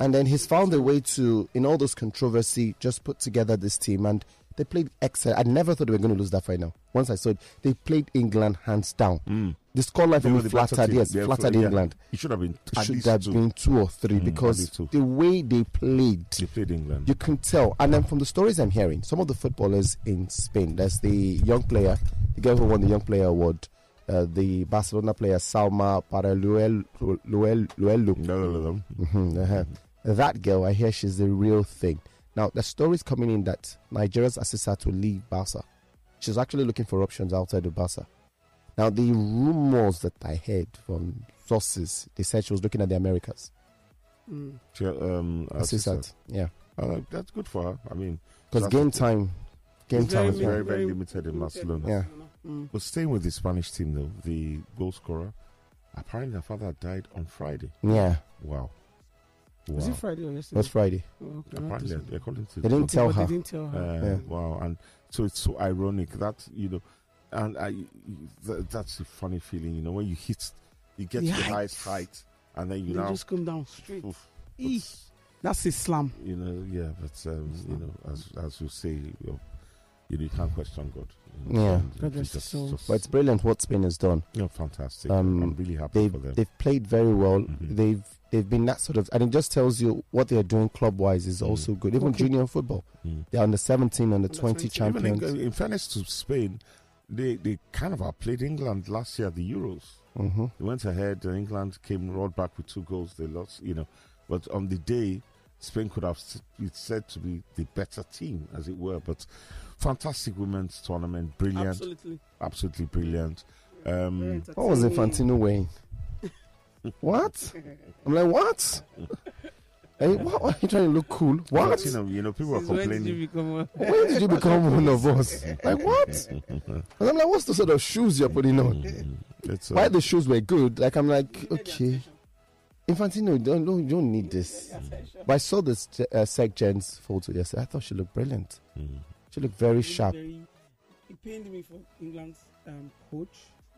[SPEAKER 4] And then he's found a way to, in all those controversy, just put together this team. And they played excellent. I never thought they were going to lose that final. Once I saw it, they played England hands down. The scoreline for
[SPEAKER 2] Mm. They were
[SPEAKER 4] me
[SPEAKER 2] the better
[SPEAKER 4] flattered,
[SPEAKER 2] team.
[SPEAKER 4] yes,
[SPEAKER 2] They were
[SPEAKER 4] flattered
[SPEAKER 2] fl- yeah.
[SPEAKER 4] England.
[SPEAKER 2] It should have been at
[SPEAKER 4] Should
[SPEAKER 2] least
[SPEAKER 4] have
[SPEAKER 2] two.
[SPEAKER 4] been two or three
[SPEAKER 2] Mm, at
[SPEAKER 4] because
[SPEAKER 2] least two.
[SPEAKER 4] the way they played,
[SPEAKER 2] They played England.
[SPEAKER 4] you can tell. And then from the stories I'm hearing, some of the footballers in Spain, there's the young player, the girl who won the Young Player Award, uh, the Barcelona player Salma Paraluelu.
[SPEAKER 2] No, no, no, no.
[SPEAKER 4] Mhm, uh-huh. That girl, I hear she's the real thing. Now, the story's coming in that Nigeria's assistant to leave Barca. She's actually looking for options outside of Barca. Now, the rumors that I heard from sources, they said she was looking at the Americas.
[SPEAKER 3] Mm.
[SPEAKER 2] She, um,
[SPEAKER 4] Assistant. Yeah.
[SPEAKER 2] Uh, that's good for her. I mean,
[SPEAKER 4] Because
[SPEAKER 2] That's
[SPEAKER 4] game
[SPEAKER 2] it.
[SPEAKER 4] time, game
[SPEAKER 3] It's
[SPEAKER 4] time
[SPEAKER 2] very
[SPEAKER 4] is
[SPEAKER 3] mi-
[SPEAKER 4] very.
[SPEAKER 2] very limited in Barcelona.
[SPEAKER 4] Yeah.
[SPEAKER 3] Mm.
[SPEAKER 2] but staying with the Spanish team though, the goal scorer, apparently her father died on Friday.
[SPEAKER 4] Yeah.
[SPEAKER 2] Wow. Wow.
[SPEAKER 3] Was it Friday or
[SPEAKER 4] It
[SPEAKER 3] yesterday?
[SPEAKER 4] was Friday.
[SPEAKER 3] Oh, okay.
[SPEAKER 2] apparently, according to
[SPEAKER 4] They didn't tell
[SPEAKER 3] But
[SPEAKER 4] her.
[SPEAKER 3] They didn't tell her.
[SPEAKER 2] Uh,
[SPEAKER 4] Yeah.
[SPEAKER 2] Wow, and so it's so ironic that you know, and I th- that's a funny feeling, you know, when you hit, you get
[SPEAKER 3] The
[SPEAKER 2] to the
[SPEAKER 3] height.
[SPEAKER 2] highest height, and then you
[SPEAKER 3] They
[SPEAKER 2] now,
[SPEAKER 3] just come down straight.
[SPEAKER 2] oof, but,
[SPEAKER 3] Eesh. That's Islam.
[SPEAKER 2] you know, yeah, but um, you know, as as you say, you know, you, know, you can't question God. you know,
[SPEAKER 4] Yeah.
[SPEAKER 2] and
[SPEAKER 3] God
[SPEAKER 2] it's
[SPEAKER 3] rest his soul.
[SPEAKER 4] But it's brilliant what Spain has done.
[SPEAKER 2] you know, fantastic.
[SPEAKER 4] Um,
[SPEAKER 2] I'm really happy
[SPEAKER 4] They've
[SPEAKER 2] for them.
[SPEAKER 4] they've played very well.
[SPEAKER 2] Mhm.
[SPEAKER 4] They've they've been that sort of, and it just tells you what they are doing club wise is
[SPEAKER 2] Mhm.
[SPEAKER 4] also good. Even
[SPEAKER 3] Okay.
[SPEAKER 4] junior football,
[SPEAKER 2] Mm.
[SPEAKER 4] they're under seventeen, under
[SPEAKER 3] Under
[SPEAKER 4] twenty
[SPEAKER 3] 20.
[SPEAKER 2] Even
[SPEAKER 4] champions.
[SPEAKER 2] in, in fairness to Spain, they they kind of outplayed England last year at the Euros.
[SPEAKER 4] hmm
[SPEAKER 2] They went ahead, and England came rolled back with two goals. They lost, you know. But on the day, Spain could have s- it's said to be the better team, as it were. But fantastic women's tournament, brilliant, absolutely,
[SPEAKER 3] Absolutely.
[SPEAKER 2] brilliant. Um,
[SPEAKER 4] What was Infantino wearing? what? I'm like, what? hey, what? Why are you trying to look cool? What?
[SPEAKER 2] You know, you know, people are
[SPEAKER 3] Since when did
[SPEAKER 2] complaining.
[SPEAKER 3] you become a-
[SPEAKER 4] When did you become one of us? Like what? And I'm like, what's the sort of shoes you're putting on?
[SPEAKER 2] It's, uh,
[SPEAKER 4] Why the shoes were good? Like I'm like, okay. Infantino, you don't you don't need this. But I saw this uh, Seg Jen's photo yesterday. I thought she looked brilliant.
[SPEAKER 2] mm.
[SPEAKER 4] She looked very
[SPEAKER 3] Really
[SPEAKER 4] sharp.
[SPEAKER 3] very- it pained me for England's um, coach.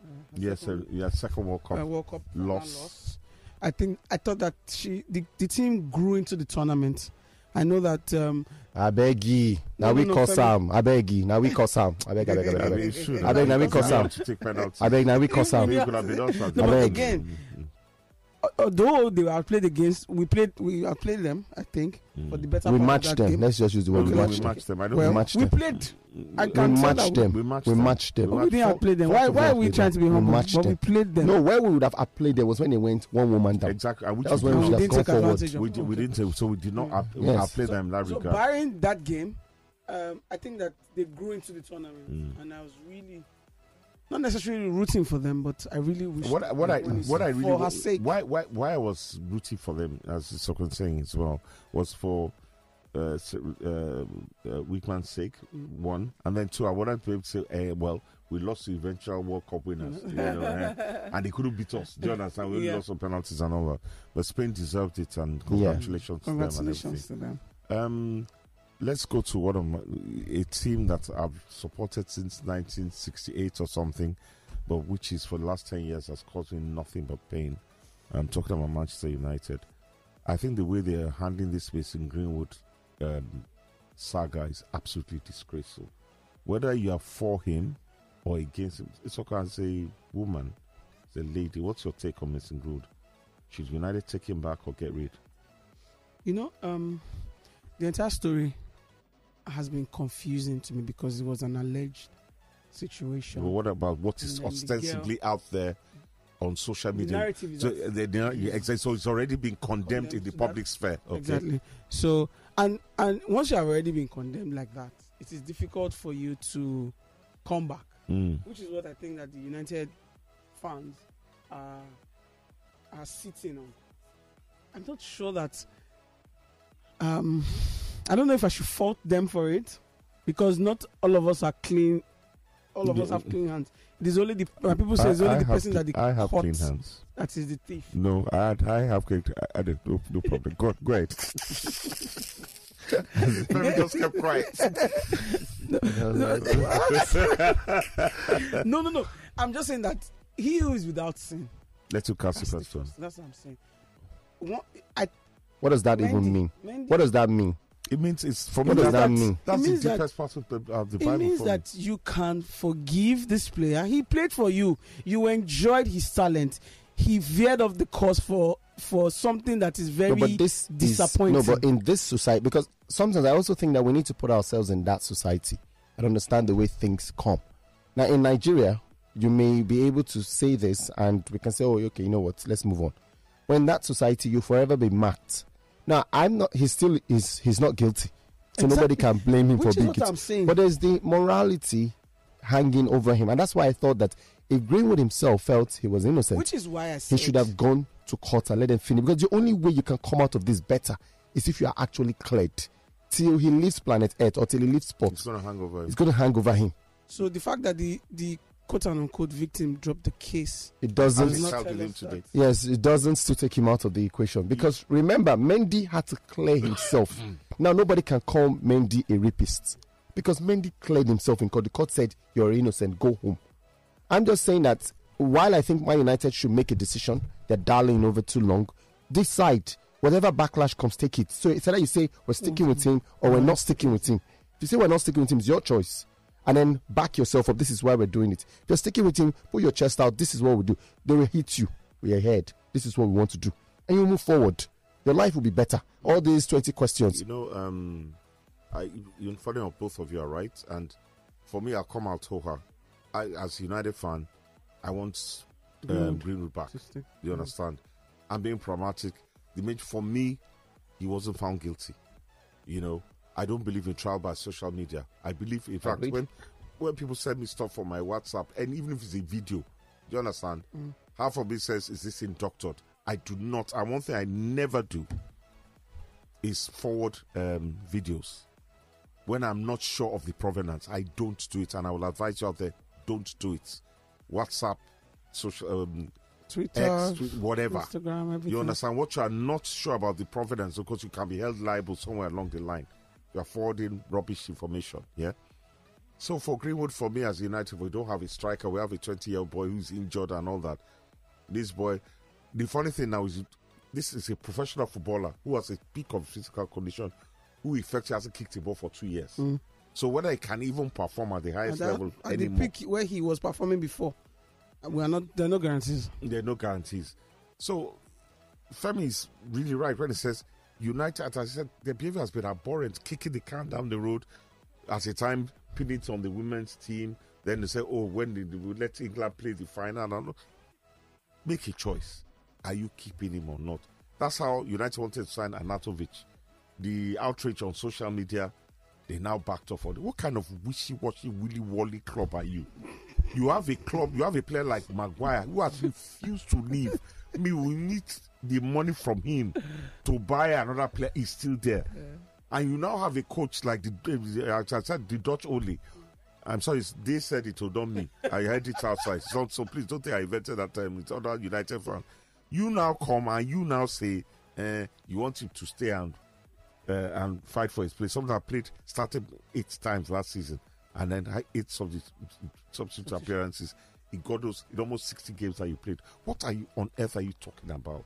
[SPEAKER 3] Uh, her
[SPEAKER 2] yes, uh,
[SPEAKER 3] second,
[SPEAKER 2] yeah, second World Cup
[SPEAKER 3] uh, World Cup final
[SPEAKER 2] loss.
[SPEAKER 3] loss I think I thought that she the, the team grew into the tournament. I know that um,
[SPEAKER 4] I beg ye. Now
[SPEAKER 3] No, no,
[SPEAKER 4] we
[SPEAKER 3] no,
[SPEAKER 4] call
[SPEAKER 3] Femi.
[SPEAKER 4] Sam. I beg ye. Now we call Sam. I beg, I beg, I beg, I
[SPEAKER 2] I mean,
[SPEAKER 4] beg.
[SPEAKER 2] it should.
[SPEAKER 4] I beg, now we call Sam.
[SPEAKER 2] To take penalty.
[SPEAKER 4] I beg, now we call Sam.
[SPEAKER 2] Maybe it could have been us that
[SPEAKER 3] No,
[SPEAKER 4] but
[SPEAKER 2] did it.
[SPEAKER 3] again- although they were played against, we played we have played them. I think for the better
[SPEAKER 4] We
[SPEAKER 3] part of
[SPEAKER 4] matched
[SPEAKER 3] that
[SPEAKER 4] them.
[SPEAKER 3] game.
[SPEAKER 4] Let's just use the
[SPEAKER 2] No,
[SPEAKER 4] word
[SPEAKER 2] no,
[SPEAKER 4] we
[SPEAKER 2] we
[SPEAKER 4] matched them.
[SPEAKER 2] matched them. I don't
[SPEAKER 3] well,
[SPEAKER 4] we matched
[SPEAKER 3] we
[SPEAKER 4] them.
[SPEAKER 3] played. I
[SPEAKER 4] We
[SPEAKER 3] can tell
[SPEAKER 4] matched
[SPEAKER 3] that
[SPEAKER 4] them.
[SPEAKER 2] We
[SPEAKER 4] We
[SPEAKER 2] matched
[SPEAKER 4] matched
[SPEAKER 2] them.
[SPEAKER 4] them.
[SPEAKER 2] We
[SPEAKER 3] We didn't
[SPEAKER 2] Four-
[SPEAKER 3] outplay them.
[SPEAKER 4] four
[SPEAKER 3] Why?
[SPEAKER 4] to
[SPEAKER 3] Why
[SPEAKER 4] five
[SPEAKER 3] are we
[SPEAKER 4] played
[SPEAKER 3] trying
[SPEAKER 4] them.
[SPEAKER 3] to be
[SPEAKER 4] We
[SPEAKER 3] humble?
[SPEAKER 4] matched
[SPEAKER 3] But we
[SPEAKER 4] them.
[SPEAKER 3] played them.
[SPEAKER 4] No, where we would have played there was when they went one woman down.
[SPEAKER 2] Exactly. and which
[SPEAKER 4] That was
[SPEAKER 2] we
[SPEAKER 4] when
[SPEAKER 2] did
[SPEAKER 4] we
[SPEAKER 2] not-
[SPEAKER 4] should have
[SPEAKER 3] didn't
[SPEAKER 4] gone
[SPEAKER 3] take
[SPEAKER 4] forward.
[SPEAKER 3] advantage of- Mm.
[SPEAKER 2] we, did, we didn't say so we did not up, we
[SPEAKER 4] Yes.
[SPEAKER 2] outplay them in that
[SPEAKER 3] So
[SPEAKER 2] regard.
[SPEAKER 3] barring that game, um, I think that they grew into the tournament,
[SPEAKER 2] Mm.
[SPEAKER 3] and I was really not necessarily rooting for them, but I really wish
[SPEAKER 2] What, what I
[SPEAKER 3] they won it
[SPEAKER 2] what I really
[SPEAKER 3] for
[SPEAKER 2] wa-
[SPEAKER 3] her sake.
[SPEAKER 2] why why why I was rooting for them as Sokon saying as well was for uh, s- uh, uh, Weakman's sake
[SPEAKER 3] Mm.
[SPEAKER 2] one and then two I wanted to be able to say eh, well we lost to eventual World Cup winners you know, eh, and they couldn't beat us do you understand we only
[SPEAKER 3] Yeah.
[SPEAKER 2] lost on penalties and all that but Spain deserved it and
[SPEAKER 4] Yeah.
[SPEAKER 2] congratulations, to them and
[SPEAKER 3] Congratulations
[SPEAKER 2] everything.
[SPEAKER 3] to them.
[SPEAKER 2] Um, let's go to one of my, a team that I've supported since 1968 or something, but which is for the last 10 years has caused me nothing but pain. I'm talking about Manchester United. I think the way they are handling this space in Greenwood um, saga is absolutely disgraceful. Whether you are for him or against him, it's okay as a woman, as a lady. What's your take on Missing Greenwood? Should United take him back or get rid?
[SPEAKER 3] You know, um, the entire story has been confusing to me because it was an alleged situation.
[SPEAKER 2] But what about what is
[SPEAKER 3] And then the
[SPEAKER 2] ostensibly out there on social
[SPEAKER 3] The
[SPEAKER 2] media?
[SPEAKER 3] narrative is
[SPEAKER 2] So,
[SPEAKER 3] that-
[SPEAKER 2] uh, they, they are, yeah, exactly, so it's already been condemned in
[SPEAKER 3] Condemned
[SPEAKER 2] the
[SPEAKER 3] to
[SPEAKER 2] public sphere. Okay.
[SPEAKER 3] exactly. So, and and once you have already been condemned like that, it is difficult for you to come back.
[SPEAKER 2] Mm.
[SPEAKER 3] which is what I think that the United fans are are sitting on. I'm not sure that. Um, I don't know if I should fault them for it because not all of us are clean. All of us have clean hands. It is only the my people say it's only the
[SPEAKER 2] have
[SPEAKER 3] person
[SPEAKER 2] cl-
[SPEAKER 3] that the
[SPEAKER 2] I have
[SPEAKER 3] caught
[SPEAKER 2] clean hands.
[SPEAKER 3] that is the thief.
[SPEAKER 2] No, I had- I have clean. I, I don't- no, no problem. Go, go ahead. Let me just keep quiet.
[SPEAKER 3] no, no, no. I'm just saying that he who is without sin.
[SPEAKER 2] Let's look at
[SPEAKER 3] That's, the
[SPEAKER 2] the first one.
[SPEAKER 3] first- that's what I'm saying. One, I,
[SPEAKER 4] What does that even
[SPEAKER 3] Mendy-
[SPEAKER 4] mean?
[SPEAKER 3] Mendy-
[SPEAKER 4] What does that mean?
[SPEAKER 2] It means it's for
[SPEAKER 4] What
[SPEAKER 2] me.
[SPEAKER 4] does
[SPEAKER 2] that-
[SPEAKER 4] that mean?
[SPEAKER 2] That's
[SPEAKER 3] It
[SPEAKER 2] the
[SPEAKER 3] means that-
[SPEAKER 2] deepest part of the, of the
[SPEAKER 3] It
[SPEAKER 2] Bible.
[SPEAKER 3] means
[SPEAKER 2] for
[SPEAKER 3] that you can forgive this player. He played for you. You enjoyed his talent. He veered off the course for for something that is
[SPEAKER 4] No,
[SPEAKER 3] very
[SPEAKER 4] but this is-
[SPEAKER 3] disappointing.
[SPEAKER 4] no, but in this society, because sometimes I also think that we need to put ourselves in that society and understand the way things come. Now, in Nigeria, you may be able to say this, and we can say, "Oh, okay, you know what? Let's move on." But in that society, you will forever be marked. Now, I'm not. He's still is. He's not guilty, so nobody
[SPEAKER 3] Exactly.
[SPEAKER 4] can blame him
[SPEAKER 3] Which
[SPEAKER 4] for
[SPEAKER 3] is
[SPEAKER 4] being
[SPEAKER 3] what
[SPEAKER 4] guilty.
[SPEAKER 3] I'm saying.
[SPEAKER 4] But there's the morality hanging over him, and that's why I thought that if Greenwood himself felt he was innocent,
[SPEAKER 3] Which is why I said
[SPEAKER 4] he should have gone to court and let them finish because the only way you can come out of this better is if you are actually cleared till he leaves planet earth or till he leaves
[SPEAKER 2] me. It's
[SPEAKER 4] spot
[SPEAKER 2] going to hang over.
[SPEAKER 4] it's going to hang over him
[SPEAKER 3] So the fact that the the quote unquote victim dropped the case
[SPEAKER 4] it
[SPEAKER 2] And
[SPEAKER 4] doesn't
[SPEAKER 3] does
[SPEAKER 2] it's
[SPEAKER 3] not
[SPEAKER 2] out
[SPEAKER 3] tell
[SPEAKER 2] with him
[SPEAKER 3] us
[SPEAKER 2] today.
[SPEAKER 4] yes it doesn't still take him out of the equation because remember mendy had to clear himself now nobody can call mendy a rapist because mendy cleared himself in court the court said you're innocent go home I'm just saying that while I think Man United should make a decision, they're darling over too long. Decide whatever backlash comes, take it. So it's either you say we're sticking with him or we're not sticking with him. If you say we're not sticking with him, it's your choice. And then back yourself up. This is why we're doing it. If you're sticking with him, put your chest out. This is what we do. They will hit you with your head. This is what we want to do. And you move forward. Your life will be better. All these 20 questions.
[SPEAKER 2] You know, um, I you funny of both of you are right, and for me, I'll come out to her. I, as a United fan, I want um, Greenwood back. You understand? I'm being pragmatic. The main for me, he wasn't found guilty. You know, I don't believe in trial by social media. I believe, in fact,
[SPEAKER 4] Agreed.
[SPEAKER 2] when when people send me stuff on my WhatsApp, and even if it's a video, do you understand?
[SPEAKER 3] Mm.
[SPEAKER 2] Half of it says, "Is this inducted?" I do not. And one thing I never do is forward um, videos. When I'm not sure of the provenance, I don't do it, and I will advise you out there: don't do it. WhatsApp, social, um,
[SPEAKER 3] Twitter,
[SPEAKER 2] X, Twitter, whatever.
[SPEAKER 3] Instagram, everything.
[SPEAKER 2] You understand what you are not sure about the provenance because you can be held liable somewhere along the line. You are forwarding rubbish information. Yeah. So for Greenwood, for me as United, we don't have a striker. We have a 20 year old boy who's injured and all that. This boy, The funny thing now is, this is a professional footballer who has a peak of physical condition, who effectively hasn't kicked a ball for two years. So whether he can even perform at the
[SPEAKER 3] At, Mm.
[SPEAKER 2] highest
[SPEAKER 3] that-
[SPEAKER 2] level
[SPEAKER 3] at the
[SPEAKER 2] anymore,
[SPEAKER 3] peak where he was performing before, uh, we are not. There are no guarantees.
[SPEAKER 2] there are no guarantees. So Femi is really right when he says United, as I said, their behavior has been abhorrent, kicking the can down the road. At a time, pinning it on the women's team. Then they say, oh, when did we let England play the final? And all. Make a choice. Are you keeping him or not? That's how United wanted to sign Anatovic. The outrage on social media, they now backed off on it. What kind of wishy-washy, willy-wally club are you? You have a club, you have a player like Maguire who has refused to leave. Me, we need the money from him to buy another player. He's still there, and you now have a coach like the eh, I said the Dutch only. I'm sorry, it's- they said it, oh, not me. I heard it outside. So, so please don't think I invented that time. It's other United fan. You now come and you now say eh, you want him to stay and uh, and fight for his place. Something I played started eight times last season, and then I eight substitute, substitute appearances. He got those in almost sixty games that you played. What are you on earth are you talking about?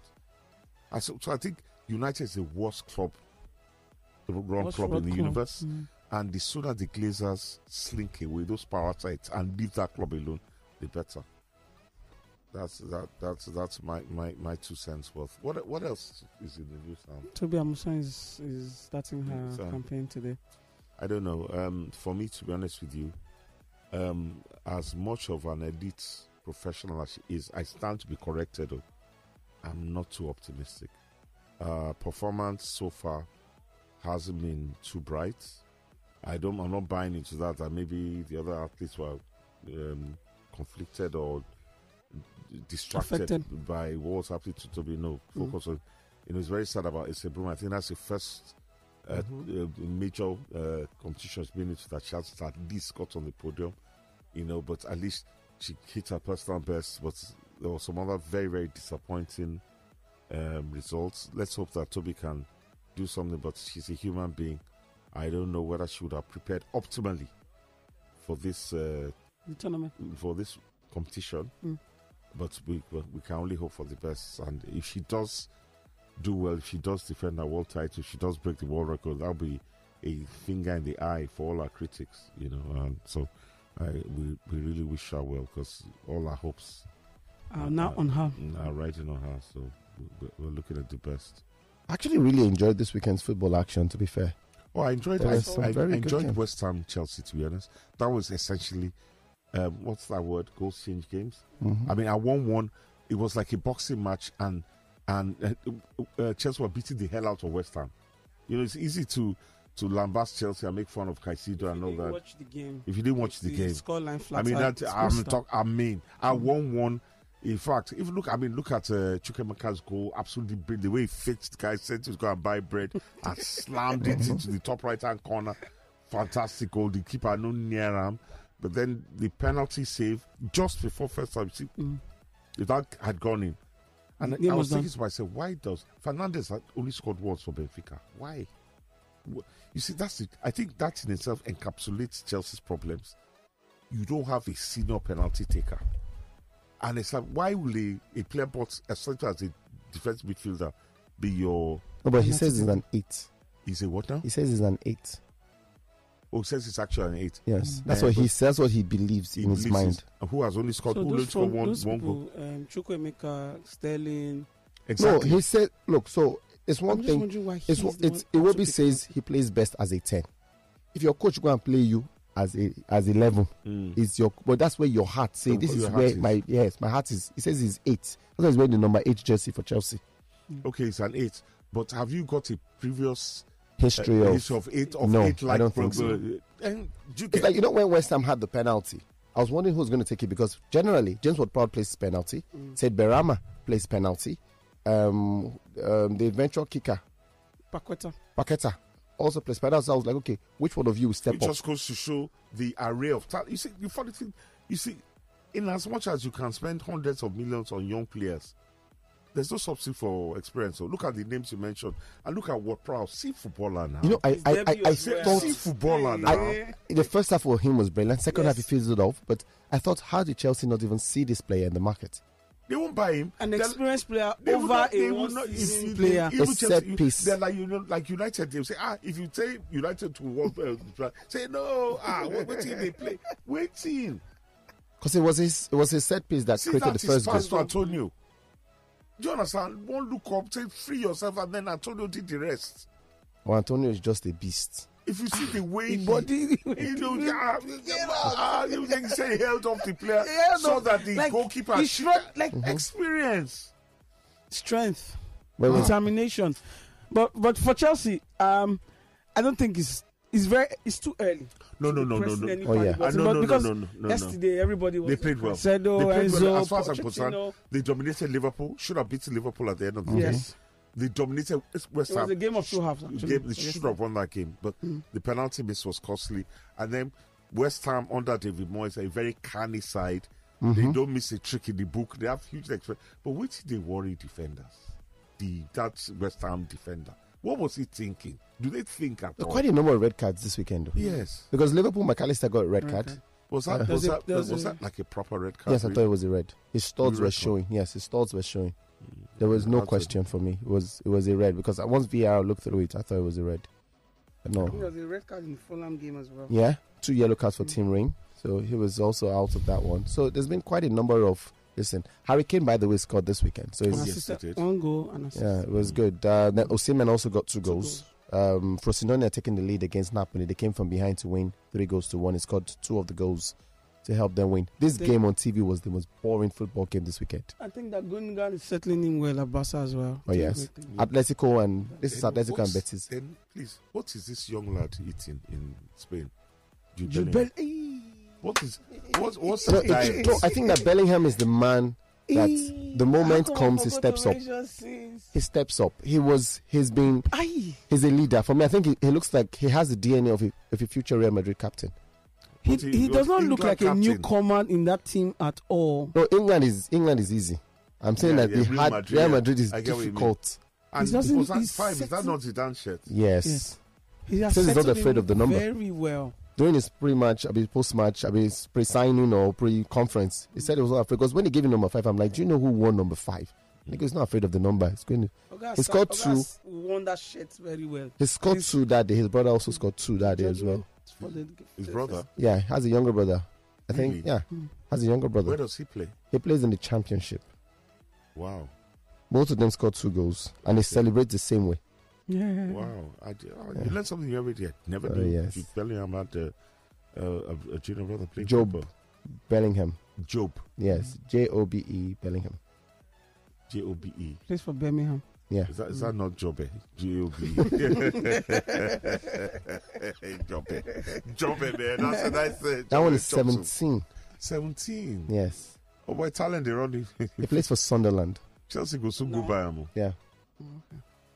[SPEAKER 2] And so, so I think United is the worst club, the wrong
[SPEAKER 3] Worst
[SPEAKER 2] club in
[SPEAKER 3] road
[SPEAKER 2] the
[SPEAKER 3] club. Hmm.
[SPEAKER 2] universe. And the sooner the Glazers slink away those parasites and leave that club alone, the better. That's that. That's that's my my, my two cents worth. What what else is in the news now?
[SPEAKER 3] Toby Amusan is, is starting her
[SPEAKER 2] Yes, sir.
[SPEAKER 3] campaign today.
[SPEAKER 2] I don't know. Um, for me, to be honest with you, um, as much of an elite professional as she is, I stand to be corrected. oh. I'm not too optimistic. Uh, performance so far hasn't been too bright. I don't. I'm not buying into that. That maybe the other athletes were um, conflicted or distracted
[SPEAKER 3] Affected.
[SPEAKER 2] by what's happening to Toby. No,
[SPEAKER 3] Mm.
[SPEAKER 2] focus on. You know, it's very sad about Issa Bruma. I think that's the first uh,
[SPEAKER 3] Mm-hmm.
[SPEAKER 2] uh, major uh, competitions been into that she has at least got on the podium, you know, but at least she hit her personal best. But there was some other very, very disappointing um, results. Let's hope that Toby can do something, but she's a human being. I don't know whether she would have prepared optimally for this uh,
[SPEAKER 3] The tournament.
[SPEAKER 2] for this competition,
[SPEAKER 3] Mm.
[SPEAKER 2] but we we we can only hope for the best. And if she does do well, if she does defend her world title, if she does break the world record, that'll be a finger in the eye for all our critics, you know. And so, I we, we really wish her well because all our hopes
[SPEAKER 3] Uh, now on her.
[SPEAKER 2] are riding on her. So we- we're looking at the best.
[SPEAKER 4] I actually really enjoyed this weekend's football action, to be fair.
[SPEAKER 2] Oh, I enjoyed.
[SPEAKER 4] There
[SPEAKER 2] I,
[SPEAKER 4] were some
[SPEAKER 2] I,
[SPEAKER 4] very
[SPEAKER 2] I
[SPEAKER 4] good
[SPEAKER 2] enjoyed
[SPEAKER 4] games.
[SPEAKER 2] West Ham Chelsea. To be honest, that was essentially um, what's that word? Goal change games.
[SPEAKER 4] Mm-hmm.
[SPEAKER 2] I mean, I won one. It was like a boxing match, and and uh, uh, Chelsea were beating the hell out of West Ham. You know, it's easy to to lambast Chelsea and make fun of Caicedo and all that.
[SPEAKER 3] Watch the game.
[SPEAKER 2] if you didn't watch the game,
[SPEAKER 3] Scoreline
[SPEAKER 2] I mean that I'm talk, I mean I won one. In fact, if you look, I mean look at uh, Chukwemeka's goal, absolutely brilliant. The way he faked the guy, sent him to go and buy bread and slammed it into the top right hand corner. Fantastic goal. The keeper no near him, but then the penalty save just before first time. See, if that had gone in, and
[SPEAKER 3] Mm. Game
[SPEAKER 2] I
[SPEAKER 3] was
[SPEAKER 2] was
[SPEAKER 3] done.
[SPEAKER 2] thinking to myself, why does Fernandez had only scored once for Benfica? Why? Wh- You see, that's it. I think that in itself encapsulates Chelsea's problems. You don't have a senior penalty taker. And it's like, why will a, a player, but as such as a defense midfielder, be your.
[SPEAKER 4] No, but he says it's an eight.
[SPEAKER 2] Is a what now?
[SPEAKER 4] He says it's an eight.
[SPEAKER 2] Oh, it says it's actually an eight.
[SPEAKER 4] Yes,
[SPEAKER 2] Mm.
[SPEAKER 4] that's
[SPEAKER 2] Yeah,
[SPEAKER 4] what he
[SPEAKER 2] but-
[SPEAKER 4] says. What he believes in his
[SPEAKER 2] believes
[SPEAKER 4] mind.
[SPEAKER 2] he's- Who has only scored,
[SPEAKER 3] so
[SPEAKER 2] who only
[SPEAKER 3] those,
[SPEAKER 2] scored
[SPEAKER 3] from,
[SPEAKER 2] one,
[SPEAKER 3] those
[SPEAKER 2] one goal.
[SPEAKER 3] people, um, Chukwuemeka, Sterling.
[SPEAKER 2] Exactly.
[SPEAKER 4] No, he said. Look, so it's one
[SPEAKER 3] I'm just
[SPEAKER 4] thing.
[SPEAKER 3] wondering why he's
[SPEAKER 4] It's
[SPEAKER 3] the
[SPEAKER 4] what
[SPEAKER 3] one
[SPEAKER 4] it's
[SPEAKER 3] who took
[SPEAKER 4] Iwobi
[SPEAKER 3] it
[SPEAKER 4] says
[SPEAKER 3] out.
[SPEAKER 4] he plays best as a ten. If your coach go and play you as a as eleven,
[SPEAKER 2] Mm.
[SPEAKER 4] is your but that's where your heart say
[SPEAKER 2] Oh,
[SPEAKER 4] this is
[SPEAKER 2] your
[SPEAKER 4] where
[SPEAKER 2] heart is.
[SPEAKER 4] my yes my heart is. He says he's eight. That's where the number eight jersey for Chelsea
[SPEAKER 2] Okay, it's an eight. But have you got a previous
[SPEAKER 4] history
[SPEAKER 2] uh,
[SPEAKER 4] of.
[SPEAKER 2] history of eight of
[SPEAKER 4] No,
[SPEAKER 2] eight
[SPEAKER 4] I
[SPEAKER 2] like
[SPEAKER 4] don't think so.
[SPEAKER 2] Brogdon? And do you
[SPEAKER 4] It's
[SPEAKER 2] get
[SPEAKER 4] like you know when West Ham had the penalty. I was wondering who's going to take it because generally James Ward-Prowse plays penalty,
[SPEAKER 3] Mm.
[SPEAKER 4] Ted Berama plays penalty, um, um, the eventual kicker
[SPEAKER 3] Paqueta.
[SPEAKER 4] Paqueta also plays penalty. So I was like, okay, which one of you will step
[SPEAKER 2] it
[SPEAKER 4] up?
[SPEAKER 2] just goes to show the array of talent. You see, the funny thing, you see, in as much as you can spend hundreds of millions on young players, there's no substitute for experience. So look at the names you mentioned, and look at what proud see footballer now.
[SPEAKER 4] You know, I
[SPEAKER 3] His
[SPEAKER 4] I, I,
[SPEAKER 3] debut
[SPEAKER 4] I
[SPEAKER 3] as well.
[SPEAKER 4] thought
[SPEAKER 2] see footballer now.
[SPEAKER 4] I, the first half for him was brilliant. Second half he fizzled off, but I thought, how did Chelsea not even see this player in the market?
[SPEAKER 2] They won't buy him.
[SPEAKER 3] An
[SPEAKER 2] They'll-
[SPEAKER 3] experienced player
[SPEAKER 2] they will
[SPEAKER 3] over
[SPEAKER 2] not- they
[SPEAKER 3] a
[SPEAKER 2] will
[SPEAKER 3] one
[SPEAKER 2] not- if
[SPEAKER 3] season
[SPEAKER 2] you-
[SPEAKER 3] player.
[SPEAKER 2] even
[SPEAKER 4] A set
[SPEAKER 2] you-
[SPEAKER 4] piece.
[SPEAKER 2] They're like you know, like United. They'll say, ah, if you say United to walk, uh, say no. Ah, wait, wait till they play. Wait till.
[SPEAKER 4] Because it was his it was his set piece that
[SPEAKER 2] See,
[SPEAKER 4] created
[SPEAKER 2] that
[SPEAKER 4] the
[SPEAKER 2] is
[SPEAKER 4] first goal.
[SPEAKER 2] past to Antonio. Do you understand? One look up, say free yourself, and then Antonio did the rest.
[SPEAKER 4] Oh, Antonio is just a beast.
[SPEAKER 2] If you see the way he,
[SPEAKER 3] Ah, body-
[SPEAKER 2] you know, yeah, yeah, ah, you can say he held up the player
[SPEAKER 3] He held
[SPEAKER 2] so
[SPEAKER 3] up,
[SPEAKER 2] that the
[SPEAKER 3] like,
[SPEAKER 2] goalkeeper
[SPEAKER 3] he
[SPEAKER 2] should-
[SPEAKER 3] shrugged, like-
[SPEAKER 4] Mm-hmm.
[SPEAKER 2] experience.
[SPEAKER 3] strength,
[SPEAKER 4] Well, well,
[SPEAKER 3] determination. But but for Chelsea, um, I don't think it's it's very it's too early.
[SPEAKER 2] No, no, no, no,
[SPEAKER 3] Pressing
[SPEAKER 2] no.
[SPEAKER 3] anybody,
[SPEAKER 4] Oh, yeah.
[SPEAKER 3] but-
[SPEAKER 2] Ah, no,
[SPEAKER 3] but
[SPEAKER 2] no, no,
[SPEAKER 3] because
[SPEAKER 2] no, no, no, no.
[SPEAKER 3] yesterday everybody was
[SPEAKER 2] They played well.
[SPEAKER 3] Caicedo,
[SPEAKER 2] they played
[SPEAKER 3] Enzo,
[SPEAKER 2] well. As far as I'm concerned,
[SPEAKER 3] Pochettino.
[SPEAKER 2] they dominated Liverpool. Should have beaten Liverpool at the end of the
[SPEAKER 3] Yes.
[SPEAKER 2] day. They dominated West
[SPEAKER 3] It
[SPEAKER 2] Ham.
[SPEAKER 3] was a game of two halves, actually.
[SPEAKER 2] Game- they
[SPEAKER 3] Yes. Hmm.
[SPEAKER 2] should have won that game, but the penalty miss was costly. And then West Ham under David Moyes, a very canny side.
[SPEAKER 4] Mm-hmm.
[SPEAKER 2] They don't miss a trick in the book. They have huge experience. But which they worry defenders? The that West Ham defender. What was he thinking? Do they think at all?
[SPEAKER 4] quite a number of red cards this weekend. though.
[SPEAKER 2] Oh. yes.
[SPEAKER 4] Because Liverpool McAllister got a red card. Uh,
[SPEAKER 2] Was that, was,
[SPEAKER 3] There's a-
[SPEAKER 2] that,
[SPEAKER 3] there's
[SPEAKER 2] was
[SPEAKER 3] a-
[SPEAKER 2] that like a proper red card?
[SPEAKER 4] Yes, I
[SPEAKER 2] really?
[SPEAKER 4] thought it was a red. His studs were
[SPEAKER 2] Red card. Mm.
[SPEAKER 4] showing. Yes, his studs were showing. There was no
[SPEAKER 2] That's a-
[SPEAKER 4] question for me. It was it was a red because I- once VR looked through it, I thought it was a red. But
[SPEAKER 3] There
[SPEAKER 4] no,
[SPEAKER 3] was a red card in the Fulham game as well.
[SPEAKER 4] yeah, two yellow cards for Tim Ring, so he was also out of that one. So there's been quite a number of. Listen, Harry Kane, by the way, scored this weekend. So
[SPEAKER 3] An
[SPEAKER 4] it's,
[SPEAKER 2] yes,
[SPEAKER 3] assist-
[SPEAKER 2] he did. Mm.
[SPEAKER 3] one goal and assist.
[SPEAKER 4] Yeah, it was good. Uh, then Osimhen also got two goals. Um, Frosinone are taking the lead against Napoli. They came from behind to win three goals to one. He scored two of the goals to help them win. This
[SPEAKER 3] They-
[SPEAKER 4] game on TV was the most boring football game this weekend.
[SPEAKER 3] I think that Gundogan is settling in well at Barca as well.
[SPEAKER 4] Oh
[SPEAKER 3] Doing
[SPEAKER 4] yes,
[SPEAKER 3] great things.
[SPEAKER 4] Atletico and this is
[SPEAKER 2] Then
[SPEAKER 4] Atletico
[SPEAKER 2] what's-
[SPEAKER 4] and Betis.
[SPEAKER 2] Then please, what is this young lad eating in Spain? Jude
[SPEAKER 3] Jude
[SPEAKER 2] Bellingham.
[SPEAKER 3] Bellingham.
[SPEAKER 2] What is what, what's
[SPEAKER 4] No,
[SPEAKER 2] his diet?
[SPEAKER 4] it- no, I think that Bellingham is the man that the moment
[SPEAKER 3] How come I
[SPEAKER 4] comes, he
[SPEAKER 3] forgot
[SPEAKER 4] steps
[SPEAKER 3] to
[SPEAKER 4] up.
[SPEAKER 3] mention since?
[SPEAKER 4] He steps up. He was. He's been.
[SPEAKER 3] Aye.
[SPEAKER 4] He's a leader for me. I think he, he looks like he has the DNA of a, of a future Real Madrid captain.
[SPEAKER 3] He,
[SPEAKER 2] What he-
[SPEAKER 3] he
[SPEAKER 2] what
[SPEAKER 3] does not
[SPEAKER 2] England
[SPEAKER 3] look like a
[SPEAKER 2] captain.
[SPEAKER 3] newcomer in that team at all.
[SPEAKER 4] No, England is England is easy. I'm saying
[SPEAKER 2] Yeah,
[SPEAKER 4] that
[SPEAKER 2] yeah,
[SPEAKER 4] the
[SPEAKER 2] Real
[SPEAKER 4] hard
[SPEAKER 2] Madrid,
[SPEAKER 4] Real
[SPEAKER 2] yeah.
[SPEAKER 4] Madrid is
[SPEAKER 2] I get what you mean.
[SPEAKER 4] difficult.
[SPEAKER 2] And
[SPEAKER 3] He doesn't-
[SPEAKER 2] was that
[SPEAKER 3] he's
[SPEAKER 2] five? Is that
[SPEAKER 3] setting-
[SPEAKER 2] not Zidane shirt?
[SPEAKER 4] Yes.
[SPEAKER 3] Yes. He has
[SPEAKER 4] Says he's not
[SPEAKER 3] settled
[SPEAKER 4] afraid
[SPEAKER 3] in
[SPEAKER 4] of the number.
[SPEAKER 3] Very well.
[SPEAKER 4] During his pre-match, I mean post-match, I mean pre-signing or pre-conference, he said he was not afraid. Because when he gave him number five, I'm like, do you know who won number five?
[SPEAKER 2] Hmm.
[SPEAKER 4] He goes, not afraid of the number. He's going. To,
[SPEAKER 3] Oga
[SPEAKER 4] He
[SPEAKER 3] Sa-
[SPEAKER 4] scored
[SPEAKER 3] Oga
[SPEAKER 4] two.
[SPEAKER 3] S- Won that shit very well.
[SPEAKER 4] he scored
[SPEAKER 3] He's-
[SPEAKER 4] two that day. His brother also scored two that day as well.
[SPEAKER 3] For the-
[SPEAKER 2] His brother.
[SPEAKER 4] Yeah, he has a younger brother. I think.
[SPEAKER 2] Really?
[SPEAKER 4] Yeah,
[SPEAKER 3] Hmm.
[SPEAKER 4] has a younger brother.
[SPEAKER 2] Where does he play?
[SPEAKER 4] He plays in the championship.
[SPEAKER 2] Wow,
[SPEAKER 4] Both of them scored two goals, and they celebrate the same way.
[SPEAKER 3] Yeah.
[SPEAKER 2] wow! I, did- oh, You learn something every day. I never
[SPEAKER 4] Oh,
[SPEAKER 2] knew.
[SPEAKER 4] yes.
[SPEAKER 2] Jude Bellingham had uh, uh, a, a junior brother playing
[SPEAKER 4] Job.
[SPEAKER 2] football.
[SPEAKER 4] Bellingham,
[SPEAKER 2] Job,
[SPEAKER 4] yes, J O B E Bellingham.
[SPEAKER 2] J O B E.
[SPEAKER 3] Plays for Birmingham.
[SPEAKER 4] Yeah,
[SPEAKER 2] Is that is that not Jobe? J O B E. Jobe, Jobe, man. That's a nice. Uh,
[SPEAKER 4] that one
[SPEAKER 2] Jobe
[SPEAKER 4] is
[SPEAKER 2] Thompson.
[SPEAKER 4] 17.
[SPEAKER 2] Seventeen.
[SPEAKER 4] Yes,
[SPEAKER 2] Oh boy, talent they run. it.
[SPEAKER 4] he plays for Sunderland.
[SPEAKER 2] Chelsea go soon go by him.
[SPEAKER 4] Yeah,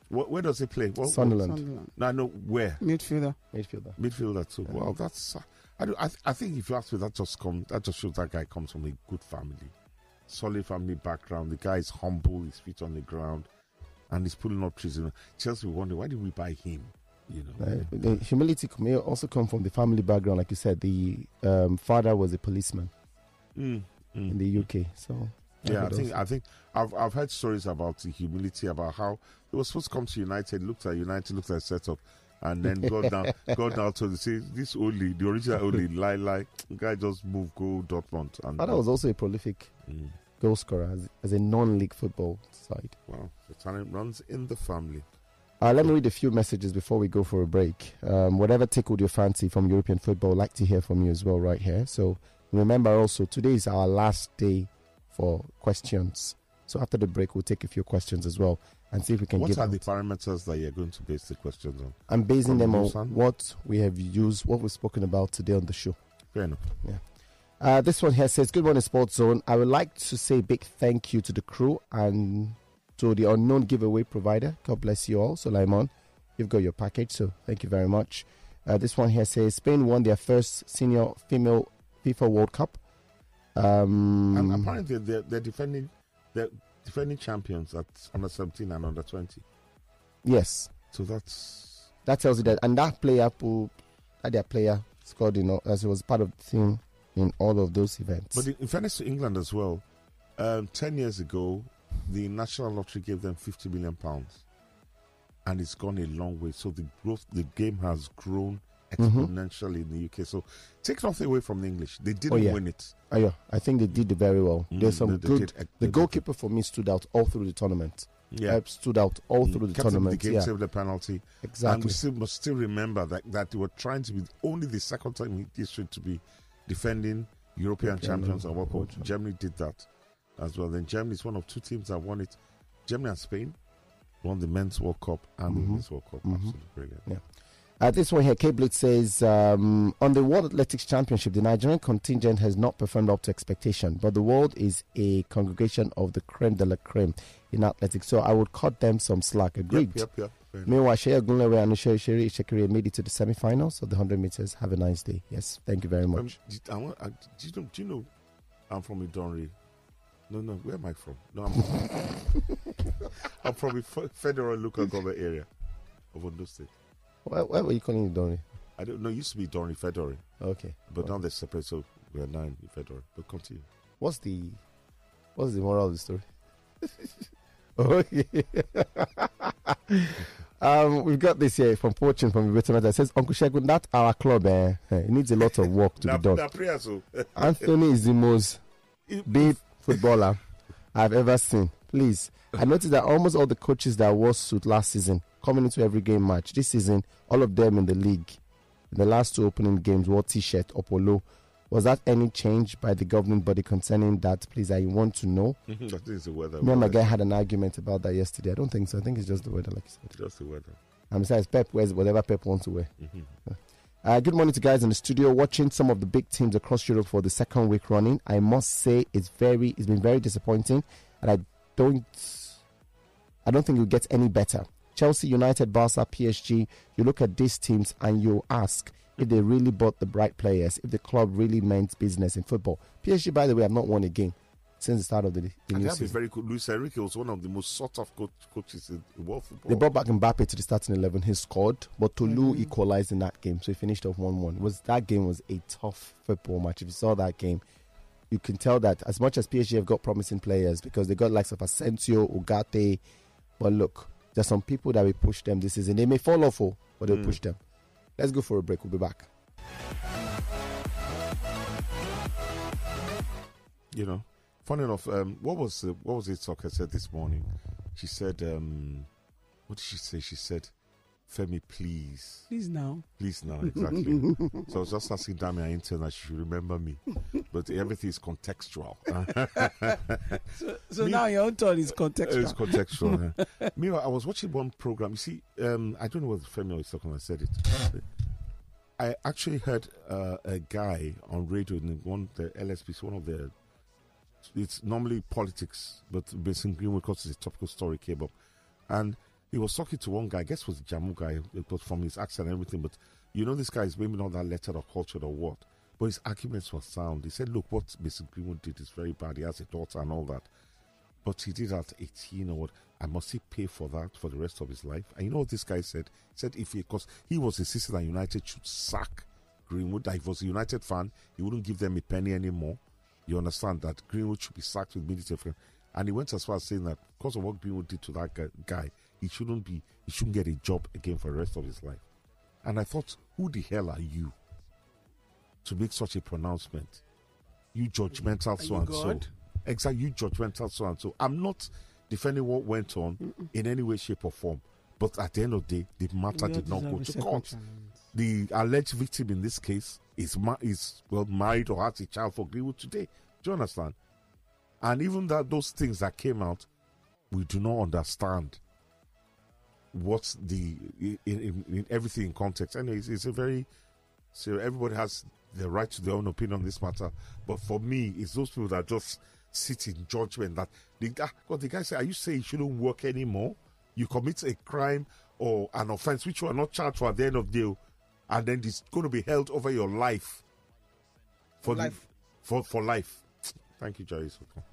[SPEAKER 2] Where, where does he play? What, what-
[SPEAKER 4] Sunderland
[SPEAKER 3] Sunderland.
[SPEAKER 2] No, no, where?
[SPEAKER 3] Midfielder.
[SPEAKER 4] midfielder.
[SPEAKER 2] midfielder too. Wow, that's. uh, I, do, I, th- I think if you ask me, that just comes. That just shows that guy comes from a good family, solid family background. The guy is humble. His feet on the ground, and he's pulling up trees. You know, Chelsea wonder why did we buy him? You know,
[SPEAKER 4] Uh, the humility may also come from the family background, like you said. The um, father was a policeman
[SPEAKER 2] Mm, mm.
[SPEAKER 4] in the UK, so that
[SPEAKER 2] Yeah, I
[SPEAKER 4] could
[SPEAKER 2] think
[SPEAKER 4] also-
[SPEAKER 2] I think I've I've heard stories about the humility about how he was supposed to come to United, looked at United, looked at setup, and then got down got down to the say this only the original only lie lie guy just moved go Dortmund and
[SPEAKER 4] father Oh, was also a prolific
[SPEAKER 2] Mm.
[SPEAKER 4] goal scorer as, as a non-league football side.
[SPEAKER 2] Wow, the talent runs in the family.
[SPEAKER 4] Uh, let me read a few messages before we go for a break. Um, whatever tickled your fancy from European football, like to hear from you as well, right here. So remember also, today is our last day for questions. So after the break, we'll take a few questions as well and see if we can
[SPEAKER 2] what
[SPEAKER 4] give.
[SPEAKER 2] are
[SPEAKER 4] out.
[SPEAKER 2] the parameters that you're going to base the questions on?
[SPEAKER 4] I'm basing
[SPEAKER 2] from
[SPEAKER 4] them on
[SPEAKER 2] Busan?
[SPEAKER 4] what we have used, what we've spoken about today on the show.
[SPEAKER 2] Fair enough.
[SPEAKER 4] Uh, this one here says, Good morning, Sports Zone. I would like to say a big thank you to the crew and to the unknown giveaway provider. God bless you all. So, Laimon, you've got your package, so thank you very much. Uh, this one here says, Spain won their first senior female FIFA World Cup. Um,
[SPEAKER 2] And apparently they're, they're defending they're defending champions at under 17 and under 20.
[SPEAKER 4] yes,
[SPEAKER 2] So that's
[SPEAKER 4] that tells you that. And that player, who, that their player scored, you know, as it was part of the team in all of those events.
[SPEAKER 2] But in, in fairness to England as well, Um, 10 years ago, the National Lottery gave them 50 million pounds. And it's gone a long way. So the growth, the game has grown
[SPEAKER 4] Mm-hmm.
[SPEAKER 2] exponentially in the UK. So take nothing away from the English. They didn't
[SPEAKER 4] yeah.
[SPEAKER 2] win it.
[SPEAKER 4] Oh, yeah, I think they did very well. There's
[SPEAKER 2] Mm,
[SPEAKER 4] some
[SPEAKER 2] they- they
[SPEAKER 4] good.
[SPEAKER 2] did, uh, they
[SPEAKER 4] the
[SPEAKER 2] did.
[SPEAKER 4] goalkeeper for me stood out all through the tournament.
[SPEAKER 2] Yeah.
[SPEAKER 4] Help stood out all
[SPEAKER 2] Mm.
[SPEAKER 4] through the
[SPEAKER 2] Kept them in
[SPEAKER 4] tournament.
[SPEAKER 2] game,
[SPEAKER 4] yeah,
[SPEAKER 2] saved the penalty. And
[SPEAKER 4] Exactly.
[SPEAKER 2] we still must still remember that, that they were trying to be only the second time in history to be defending European champions and World Cup. Germany did that as well. Then Germany is one of two teams that won it. Germany and Spain won the men's World Cup and
[SPEAKER 4] Mm-hmm.
[SPEAKER 2] the women's World Cup. Absolutely brilliant.
[SPEAKER 4] Yeah. Uh, this one here, Cablet says um, on the World Athletics Championship, the Nigerian contingent has not performed up to expectation, but the world is a congregation of the creme de la creme in athletics, so I would cut them some slack. Agreed.
[SPEAKER 2] Yep, yep, yep. Fair enough.
[SPEAKER 4] Meanwhile, Shea Agunlewe and Isheri Ishekiri made it to the semi-finals of the 100 meters. Have a nice day. Yes, thank you very
[SPEAKER 2] Um,
[SPEAKER 4] much.
[SPEAKER 2] did- I want- I- do, you know, do you know I'm from Idonri? No, no, where am I from? No, I'm, I'm from the fe- federal local government area of Ondo State.
[SPEAKER 4] Why, why were you calling it Donny?
[SPEAKER 2] I don't know, it used to be Idonri Federal.
[SPEAKER 4] Okay.
[SPEAKER 2] But now they're separate, so we are now in Fedor. But continue.
[SPEAKER 4] What's the what's the moral of the story? okay. Oh, um, we've got this here from Fortune from Ibeto that says Uncle Shegun, that our club, eh, eh, it needs a lot of work to be done.
[SPEAKER 2] oh.
[SPEAKER 4] Anthony is the most big footballer I've ever seen. Please, I noticed that almost all the coaches that wore suit last season coming into every game match this season, all of them in the league, in the last two opening games wore t-shirt or polo. Was that any change by the governing body concerning that? Please, I want to know.
[SPEAKER 2] I think it's the weather.
[SPEAKER 4] Me and my guy had an argument about that yesterday. I don't think so. I think it's just the weather, like you said.
[SPEAKER 2] Just the weather.
[SPEAKER 4] And besides, Pep wears whatever Pep wants to wear. Uh, good morning to guys in the studio watching some of the big teams across Europe for the second week running. I must say it's very it's been very disappointing, and I don't I don't think it gets any better. Chelsea, United, Barca, PSG. You look at these teams and you ask if they really bought the bright players, if the club really meant business in football. PSG, by the way, have not won a game since the start of the, the
[SPEAKER 2] And
[SPEAKER 4] new
[SPEAKER 2] that'd be
[SPEAKER 4] season.
[SPEAKER 2] very good. Luis Enrique was one of the most sought of coach, coaches in in world football.
[SPEAKER 4] They brought back Mbappe to the starting eleven. He scored, but Tolu equalized in that game, so he finished off one-one. Was that game was a tough football match? If you saw that game, you can tell that as much as PSG have got promising players because they got likes of Asensio, Ugarte, but look, there's some people that will push them this season. They may fall off, oh, but they'll push them. Let's go for a break. We'll be back.
[SPEAKER 2] you know, funny enough, um, what was uh, what was it? Soccer said this morning. She said, um, "What did she say?" She said, "Femi, please."
[SPEAKER 3] Please now.
[SPEAKER 2] Please now, exactly. so I was just asking Dami, I intern that she should remember me. But everything is contextual.
[SPEAKER 3] So, so
[SPEAKER 2] Me-
[SPEAKER 3] now your own turn is
[SPEAKER 2] Uh, It's
[SPEAKER 3] contextual.
[SPEAKER 2] contextual. yeah. Meanwhile, I was watching one program. You see, um, I don't know whether Femi was talking. I said it. I actually heard uh, a guy on radio in one the LSPs, one of the. It's normally politics, but based in Greenwood because it's a topical story came up, and he was talking to one guy. I guess it was a Jammu guy. It was from his accent and everything, but you know this guy is maybe not that lettered or cultured or what. But his arguments were sound. He said, "Look, what Mason Greenwood did is very bad. He has a daughter and all that." but he did at 18 or what i must he pay for that for the rest of his life and you know what this guy said he said if he because he was insisting that united should sack greenwood that he was a united fan he wouldn't give them a penny anymore you understand that greenwood should be sacked with military friend and he went as far as saying that because of what greenwood did to that guy, guy he shouldn't be he shouldn't get a job again for the rest of his life and i thought who the hell are you to make such a pronouncement you judgmental
[SPEAKER 3] Are you
[SPEAKER 2] so and
[SPEAKER 3] God?
[SPEAKER 2] so exactly you judgmental so and so i'm not defending what went on in any way shape or form but at the end of the day the matter
[SPEAKER 3] We all
[SPEAKER 2] did not go
[SPEAKER 3] deserve a
[SPEAKER 2] to
[SPEAKER 3] second
[SPEAKER 2] court
[SPEAKER 3] chance.
[SPEAKER 2] the alleged victim in this case is ma- is well married or has a child for greenwood today do you understand and even that those things that came out we do not understand what's the in, in, in everything in context and it's, it's a very so everybody has the right to their own opinion on this matter. But for me, it's those people that just sit in judgment that the guy, God, the guy said, Are you saying you shouldn't work anymore? You commit a crime or an offense which you are not charged for at the end of the day, and then it's going to be held over your life for the-
[SPEAKER 3] Life.
[SPEAKER 2] for, for life. Thank you, Jerry.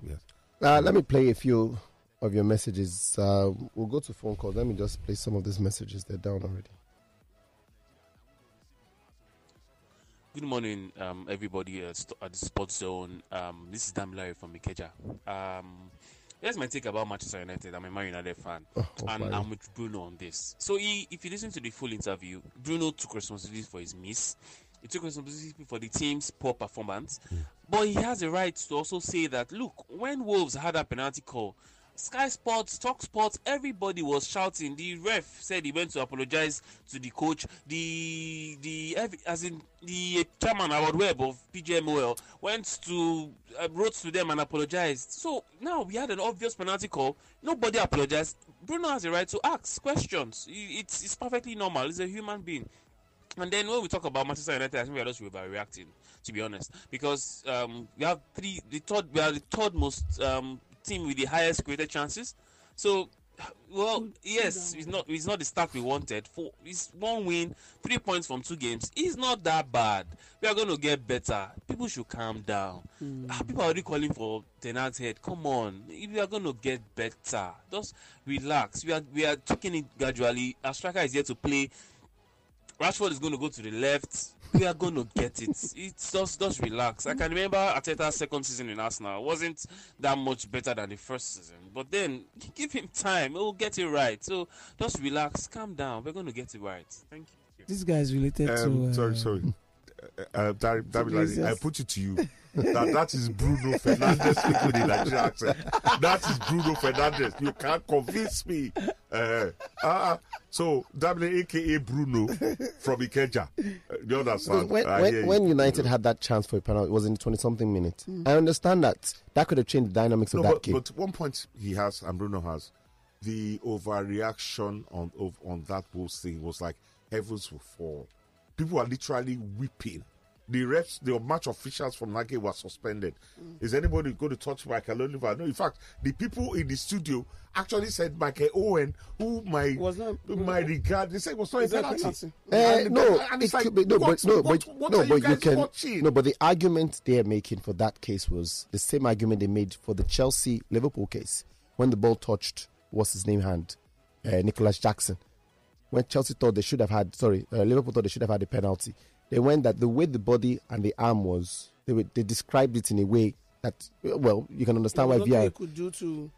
[SPEAKER 2] Yes.
[SPEAKER 4] Uh, let me play a few of your messages. Uh, we'll go to phone calls. Let me just play some of these messages. They're down already.
[SPEAKER 5] Good morning, um, everybody at, st- at the Sports Zone. Um, this is Dan Larry from Ikeja. Um, here's my take about Manchester United. I'm a Man United fan,
[SPEAKER 4] Oh,
[SPEAKER 5] and
[SPEAKER 4] fine.
[SPEAKER 5] I'm with Bruno on this. So, he, if you listen to the full interview, Bruno took responsibility for his miss. He took responsibility for the team's poor performance, but he has a right to also say that. Look, when Wolves had a penalty call, Sky Sports, Talk Sports, everybody was shouting. The ref said he went to apologize to the coach. The the ev- as in the chairman Howard Webb of PGMOL went to uh, wrote to them and apologized. So now we had an obvious penalty call. Nobody apologized. Bruno has a right to ask questions. I- It's it's perfectly normal. He's a human being. And then when we talk about Manchester United, I think we are just overreacting, to be honest, because um, we have three, the third, we are the third most um, team with the highest created chances. So, well, yes, it's not it's not the start we wanted. Four, it's one win, three points from two games. It's not that bad. We are going to get better. People should calm down.
[SPEAKER 4] Mm.
[SPEAKER 5] Ah, People are already calling for Tenant's head. Come on, we are going to get better. Just relax. We are we are taking it gradually. Our striker is here to play. Rashford is going to go to the left. We are going to get it. It's just just relax. I can remember Ateta's second season in Arsenal wasn't that much better than the first season, but then g- give him time. He will get it right. So just relax, calm down. We're going to get it right. Thank you.
[SPEAKER 3] This guy is related to.
[SPEAKER 2] Um,
[SPEAKER 3] Uh,
[SPEAKER 2] sorry, sorry. Uh, Uh, Dar- Dar-
[SPEAKER 3] Iglesias.
[SPEAKER 2] I put it to you that that is Bruno Fernandez speaking with a Nigerian accent. That is Bruno Fernandez. You can't convince me. Uh, uh, so, W aka Bruno from Ikeja. Uh, you understand?
[SPEAKER 4] When,
[SPEAKER 2] I hear
[SPEAKER 4] when,
[SPEAKER 2] you. Mm.
[SPEAKER 4] when United had that chance for a penalty, it was in the 20 something minute. I understand that. That could have changed the dynamics
[SPEAKER 2] No,
[SPEAKER 4] of that
[SPEAKER 2] but,
[SPEAKER 4] game.
[SPEAKER 2] but one point he has and Bruno has, the overreaction on of, on that whole thing was like heavens will fall. People are literally weeping. The reps, the match officials from that game were suspended.
[SPEAKER 3] Mm.
[SPEAKER 2] Is anybody going to touch Michael Oliver? No. In fact, the people in the studio actually said Michael Owen, who my
[SPEAKER 3] Was not- mm.
[SPEAKER 2] my regard, they said it was not a
[SPEAKER 3] Is that
[SPEAKER 2] penalty.
[SPEAKER 3] penalty?
[SPEAKER 4] Eh,
[SPEAKER 2] And-
[SPEAKER 4] no,
[SPEAKER 2] and
[SPEAKER 4] it
[SPEAKER 2] it's like,
[SPEAKER 4] could be, no,
[SPEAKER 2] what-
[SPEAKER 4] but no,
[SPEAKER 2] what-
[SPEAKER 4] but
[SPEAKER 2] what
[SPEAKER 4] no,
[SPEAKER 2] are you
[SPEAKER 4] but you
[SPEAKER 2] guys
[SPEAKER 4] can
[SPEAKER 2] watching?
[SPEAKER 4] no, but the argument they are making for that case was the same argument they made for the Chelsea Liverpool case when the ball touched what's his name hand, uh, Nicholas Jackson. When Chelsea thought they should have had, sorry, uh, Liverpool thought they should have had a penalty. They went that the way the body and the arm was, they were, they described it in a way that well, you can understand why
[SPEAKER 3] nothing
[SPEAKER 4] VR
[SPEAKER 3] you could do to.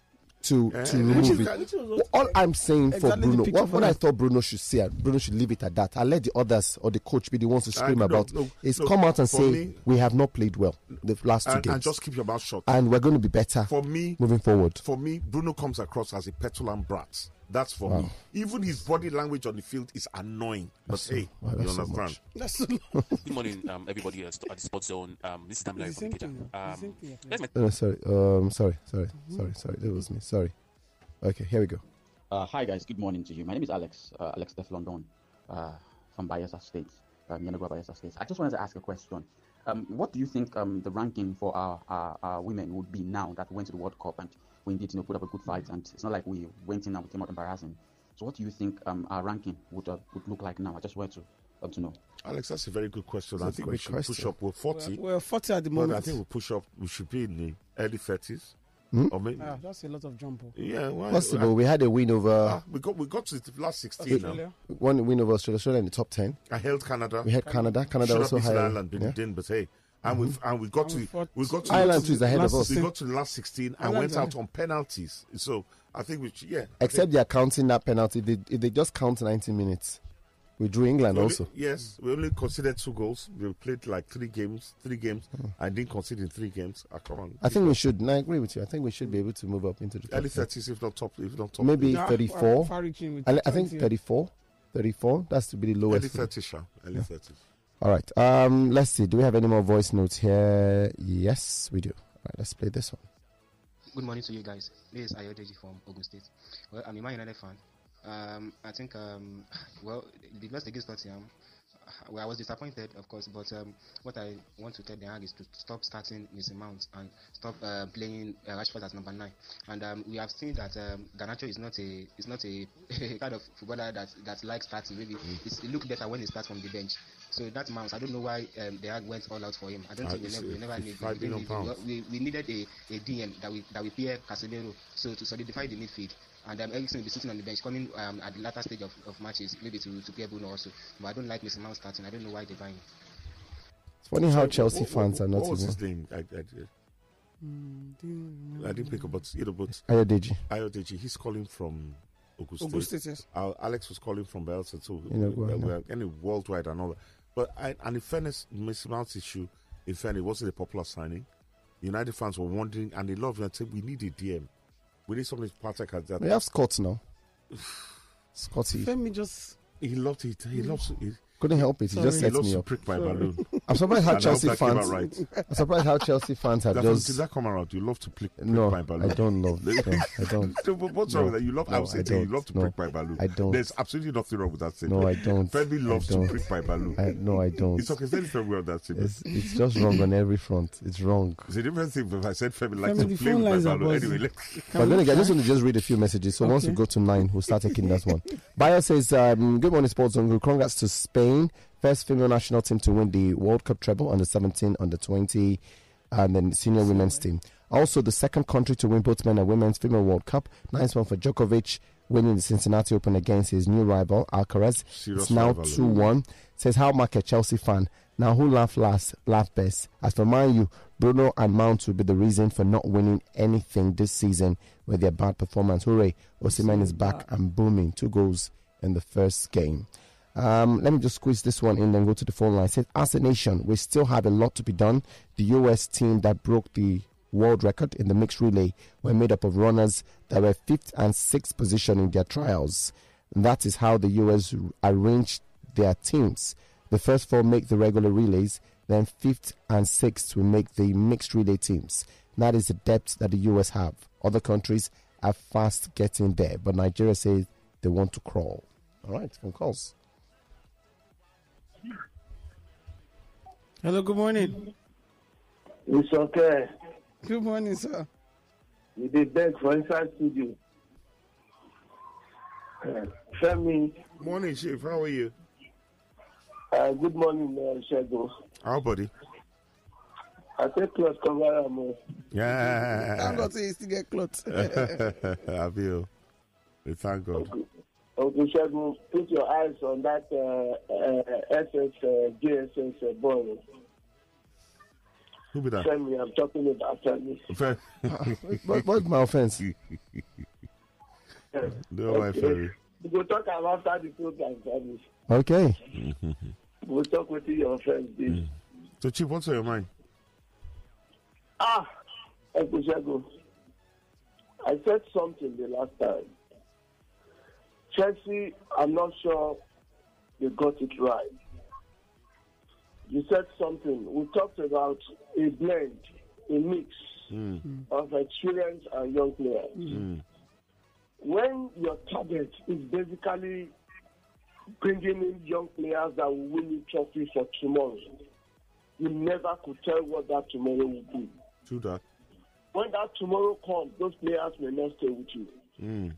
[SPEAKER 4] to
[SPEAKER 2] Eh,
[SPEAKER 4] to
[SPEAKER 2] eh,
[SPEAKER 4] remove
[SPEAKER 2] which is-
[SPEAKER 4] it.
[SPEAKER 2] which is
[SPEAKER 3] also-
[SPEAKER 4] All I'm saying
[SPEAKER 3] Exactly
[SPEAKER 4] for Bruno,
[SPEAKER 3] the
[SPEAKER 4] what,
[SPEAKER 3] picture
[SPEAKER 4] what
[SPEAKER 3] for
[SPEAKER 4] I
[SPEAKER 3] that.
[SPEAKER 4] thought Bruno should say, and Bruno should leave it at that. I let the others or the coach be the ones to scream
[SPEAKER 2] Ah, no,
[SPEAKER 4] about.
[SPEAKER 2] no,
[SPEAKER 4] is
[SPEAKER 2] no,
[SPEAKER 4] come out and
[SPEAKER 2] for
[SPEAKER 4] say
[SPEAKER 2] me-
[SPEAKER 4] we have not played well the last two
[SPEAKER 2] and,
[SPEAKER 4] games,
[SPEAKER 2] and just keep your mouth shut.
[SPEAKER 4] and we're going to be better
[SPEAKER 2] For me,
[SPEAKER 4] moving forward.
[SPEAKER 2] for me, Bruno comes across as a petulant brat. That's for
[SPEAKER 4] Wow.
[SPEAKER 2] me. Even his body language on the field is annoying. But hey,
[SPEAKER 4] wow,
[SPEAKER 2] you
[SPEAKER 4] that's so
[SPEAKER 2] understand?
[SPEAKER 4] much.
[SPEAKER 3] That's so long.
[SPEAKER 5] Good morning, um, everybody at, at the Sports Zone. Um, this is Dan Larry
[SPEAKER 3] It's the
[SPEAKER 5] from Ikeja.
[SPEAKER 3] same thing, it's the
[SPEAKER 5] Um,
[SPEAKER 3] same thing.
[SPEAKER 5] here's my
[SPEAKER 4] No, no, sorry, um, sorry, sorry, sorry, sorry. That was me. Sorry. Okay, here we go.
[SPEAKER 6] Uh, hi guys, good morning to you. My name is Alex, uh, Alex Def London, uh, from Bayelsa State, um, Yenagoa Bayelsa State. I just wanted to ask a question. Um, what do you think um, the ranking for our, our, our women would be now that we went to the World Cup and we indeed you know, put up a good fight and it's not like we went in and we came out embarrassing. So what do you think um, our ranking would uh, would look like now? I just wanted to um, to know.
[SPEAKER 2] Alex, that's a very good question.
[SPEAKER 4] It's
[SPEAKER 2] I
[SPEAKER 4] a
[SPEAKER 2] think
[SPEAKER 4] good
[SPEAKER 2] we should
[SPEAKER 4] question.
[SPEAKER 2] push up. We're 40.
[SPEAKER 3] We're, we're 40 at the
[SPEAKER 2] but
[SPEAKER 3] moment.
[SPEAKER 2] I think we'll push up. We should be in the early 30s. Or maybe.
[SPEAKER 3] ah, that's a lot of jump. oh.
[SPEAKER 2] yeah, Uh, why?
[SPEAKER 4] Possible. We had a win
[SPEAKER 2] Ah,
[SPEAKER 4] over uh,
[SPEAKER 2] we got we got to the last 16 now.
[SPEAKER 3] Australia.
[SPEAKER 4] one win over Australia, Australia in the top ten.
[SPEAKER 2] I held Canada.
[SPEAKER 4] We had Canada. Canada
[SPEAKER 2] should have
[SPEAKER 4] also
[SPEAKER 2] beaten
[SPEAKER 4] had.
[SPEAKER 2] Ireland, but we didn't. But hey, and we and we got
[SPEAKER 3] And we
[SPEAKER 2] to
[SPEAKER 3] fought-
[SPEAKER 2] we got to
[SPEAKER 4] Ireland too is ahead of
[SPEAKER 3] Last
[SPEAKER 4] us.
[SPEAKER 2] we
[SPEAKER 3] sixteen.
[SPEAKER 2] got to the last 16 and
[SPEAKER 3] Ireland,
[SPEAKER 2] went out
[SPEAKER 3] yeah.
[SPEAKER 2] on penalties. So I think we should, yeah. I think-
[SPEAKER 4] Except they are counting that penalty. If they, if they just count 90 minutes, we drew England
[SPEAKER 2] We only-
[SPEAKER 4] also.
[SPEAKER 2] yes, we only conceded two goals. We played like three games, three games, and didn't concede in three games. Ah, come on.
[SPEAKER 4] Hmm. I think we should. And I agree with you. I think we should be able to move up into the top
[SPEAKER 2] early
[SPEAKER 4] ten.
[SPEAKER 2] thirties, if not top, if not top,
[SPEAKER 4] Maybe
[SPEAKER 3] Yeah,
[SPEAKER 4] 34.
[SPEAKER 3] far reaching with
[SPEAKER 4] I, I think
[SPEAKER 3] 20.
[SPEAKER 4] 34. 34. That's to be the
[SPEAKER 2] early
[SPEAKER 4] lowest.
[SPEAKER 2] thirties, sure. early thirties.
[SPEAKER 4] All right. Um, let's see. Do we have any more voice notes here? Yes, we do. All right, let's play this one.
[SPEAKER 7] Good morning to you guys. This is Ayodeji from Ogun State. Well, I'm a Man United fan. Um, I think, um, well, the loss against Tottenham, well, I was disappointed, of course, but um, what I want to tell the Hag is to stop starting Mr. Mount and stop uh, playing uh, Rashford as number nine. And um, we have seen that um, Garnacho is not a is not a kind of footballer that, that likes starting. Maybe it's, it looks better when he starts from the bench. So that Mount, I don't know why um, the Hag went all out for him. I don't
[SPEAKER 2] Ah,
[SPEAKER 7] think we
[SPEAKER 2] it's
[SPEAKER 7] never, we
[SPEAKER 2] a
[SPEAKER 7] never need. we
[SPEAKER 2] 55
[SPEAKER 7] didn't
[SPEAKER 2] million
[SPEAKER 7] need-
[SPEAKER 2] pounds.
[SPEAKER 7] we, we needed a, a DM that we that we pair Casemiro so to solidify the midfield and um, Ericsson will be sitting on the bench coming um, at the latter stage of, of matches maybe to, to pair Bruno also but I don't like Mr. Mount starting I don't know why they're buying him.
[SPEAKER 4] Funny how
[SPEAKER 2] Sorry,
[SPEAKER 4] Chelsea
[SPEAKER 2] what-
[SPEAKER 4] fans
[SPEAKER 2] what-
[SPEAKER 4] are not
[SPEAKER 2] What was
[SPEAKER 4] even.
[SPEAKER 2] his name? I, I,
[SPEAKER 3] Mm, do you-
[SPEAKER 2] I didn't pick up, but you know, but
[SPEAKER 4] Ayodeji.
[SPEAKER 2] Ayodeji, he's calling from Ogun State.
[SPEAKER 3] Ogun State, yes.
[SPEAKER 2] Uh, Alex was calling from Belsa too.
[SPEAKER 4] You know, go
[SPEAKER 2] Uh,
[SPEAKER 4] on,
[SPEAKER 2] we're- any worldwide and all that. But I, and in fairness, Miss Mount's issue, in fairness, it wasn't a popular signing. United fans were wondering, and they love and said, "We need a DM. We need something Patek has that."
[SPEAKER 4] We have Scott now. Scotty
[SPEAKER 3] Femi just
[SPEAKER 2] He loved it. He
[SPEAKER 4] Mm.
[SPEAKER 2] loves it.
[SPEAKER 4] couldn't help it. He just
[SPEAKER 3] Sorry.
[SPEAKER 4] set
[SPEAKER 2] He loves
[SPEAKER 4] me
[SPEAKER 2] to
[SPEAKER 4] up.
[SPEAKER 2] prick my
[SPEAKER 3] Sorry.
[SPEAKER 2] balloon.
[SPEAKER 4] I'm surprised
[SPEAKER 2] And I
[SPEAKER 4] how
[SPEAKER 2] hope
[SPEAKER 4] Chelsea
[SPEAKER 2] that came out
[SPEAKER 4] fans.
[SPEAKER 2] right.
[SPEAKER 4] I'm surprised how Chelsea fans have
[SPEAKER 2] That did
[SPEAKER 4] just.
[SPEAKER 2] that come around? You love to prick, prick
[SPEAKER 4] No,
[SPEAKER 2] my balloon.
[SPEAKER 4] I don't love. them. I don't.
[SPEAKER 2] No, but what's
[SPEAKER 4] No.
[SPEAKER 2] wrong with that? You love.
[SPEAKER 4] No,
[SPEAKER 2] I'm
[SPEAKER 4] I
[SPEAKER 2] saying you
[SPEAKER 4] don't.
[SPEAKER 2] love to
[SPEAKER 4] No.
[SPEAKER 2] prick my balloon.
[SPEAKER 4] I don't.
[SPEAKER 2] There's absolutely nothing wrong with that statement.
[SPEAKER 4] No, I don't.
[SPEAKER 2] Femi
[SPEAKER 4] I
[SPEAKER 2] loves to
[SPEAKER 4] don't.
[SPEAKER 2] prick my balloon.
[SPEAKER 4] I, no, I don't.
[SPEAKER 2] It's okay. There's nothing wrong with that statement.
[SPEAKER 4] It's, it's just wrong on every front. It's wrong.
[SPEAKER 2] It's a different thing if I said Femi likes
[SPEAKER 3] Femi,
[SPEAKER 2] to
[SPEAKER 3] the
[SPEAKER 2] play
[SPEAKER 3] phone
[SPEAKER 2] with my
[SPEAKER 3] lines are
[SPEAKER 2] balloon.
[SPEAKER 3] buzzing.
[SPEAKER 2] Anyway, let's
[SPEAKER 3] Can
[SPEAKER 4] We're
[SPEAKER 3] we
[SPEAKER 4] gonna get, I just
[SPEAKER 3] try?
[SPEAKER 4] want to just read a few messages. So once we
[SPEAKER 3] Okay.
[SPEAKER 4] go to nine, we'll start taking that one. Bayer says, um, "Good morning, Sports Zone. Group. Congrats to Spain, first female national team to win the World Cup treble under 17, under 20, and then senior women's team. Also, the second country to win both men and women's female World Cup. Nice one for Djokovic, winning the Cincinnati Open against his new rival Alcaraz.
[SPEAKER 2] Serious
[SPEAKER 4] it's now
[SPEAKER 2] rivalry.
[SPEAKER 4] two one. Says how Mark a Chelsea fan. Now who laugh last, laugh best. As for Man U, Bruno and Mount will be the reason for not winning anything this season with their bad performance. Hooray! Osimhen is back and booming. Two goals in the first game. Um, let me just squeeze this one in, then go to the phone line. It says, as a nation, we still have a lot to be done. The US team that broke the world record in the mixed relay were made up of runners that were fifth and sixth position in their trials. And that is how the US arranged their teams. The first four make the regular relays, then fifth and sixth will make the mixed relay teams. That is the depth that the US have. Other countries are fast getting there, but Nigeria says they want to crawl. All right, phone calls.
[SPEAKER 3] Hello, good morning.
[SPEAKER 8] It's okay.
[SPEAKER 3] Good morning, sir.
[SPEAKER 8] You dey beg for inside studio. Uh, Femi,
[SPEAKER 2] Morning, Chief. How are you?
[SPEAKER 8] uh, good morning, uh, Shego.
[SPEAKER 2] How, buddy?
[SPEAKER 8] I take cloth cover am uh. o.
[SPEAKER 3] Thank
[SPEAKER 2] Yeah.
[SPEAKER 3] God say you still get clothes.
[SPEAKER 2] Abio. We Thank God.
[SPEAKER 8] Uncle Shego, put your eyes on that uh, uh, SS, uh, JSS uh, boy.
[SPEAKER 2] Who be that?
[SPEAKER 8] Femi, I'm talking about Femi.
[SPEAKER 2] Fe-
[SPEAKER 4] What, what's my offense?
[SPEAKER 2] no, my Femi.
[SPEAKER 8] We go talk am after the program, Femi.
[SPEAKER 4] Okay.
[SPEAKER 8] We go talk wetin your friend dey.
[SPEAKER 2] So, Chief, what's on your mind?
[SPEAKER 8] Ah, Uncle Shego, I said something the last time. Chelsea, I'm not sure they got it right. You said something. We talked about a blend, a mix
[SPEAKER 9] Mm.
[SPEAKER 8] of experienced and young players. When your target is basically bringing in young players that will win you trophy for tomorrow, you never could tell what that tomorrow will be
[SPEAKER 2] True that.
[SPEAKER 8] when that tomorrow comes, those players may not stay with you.
[SPEAKER 2] Mm.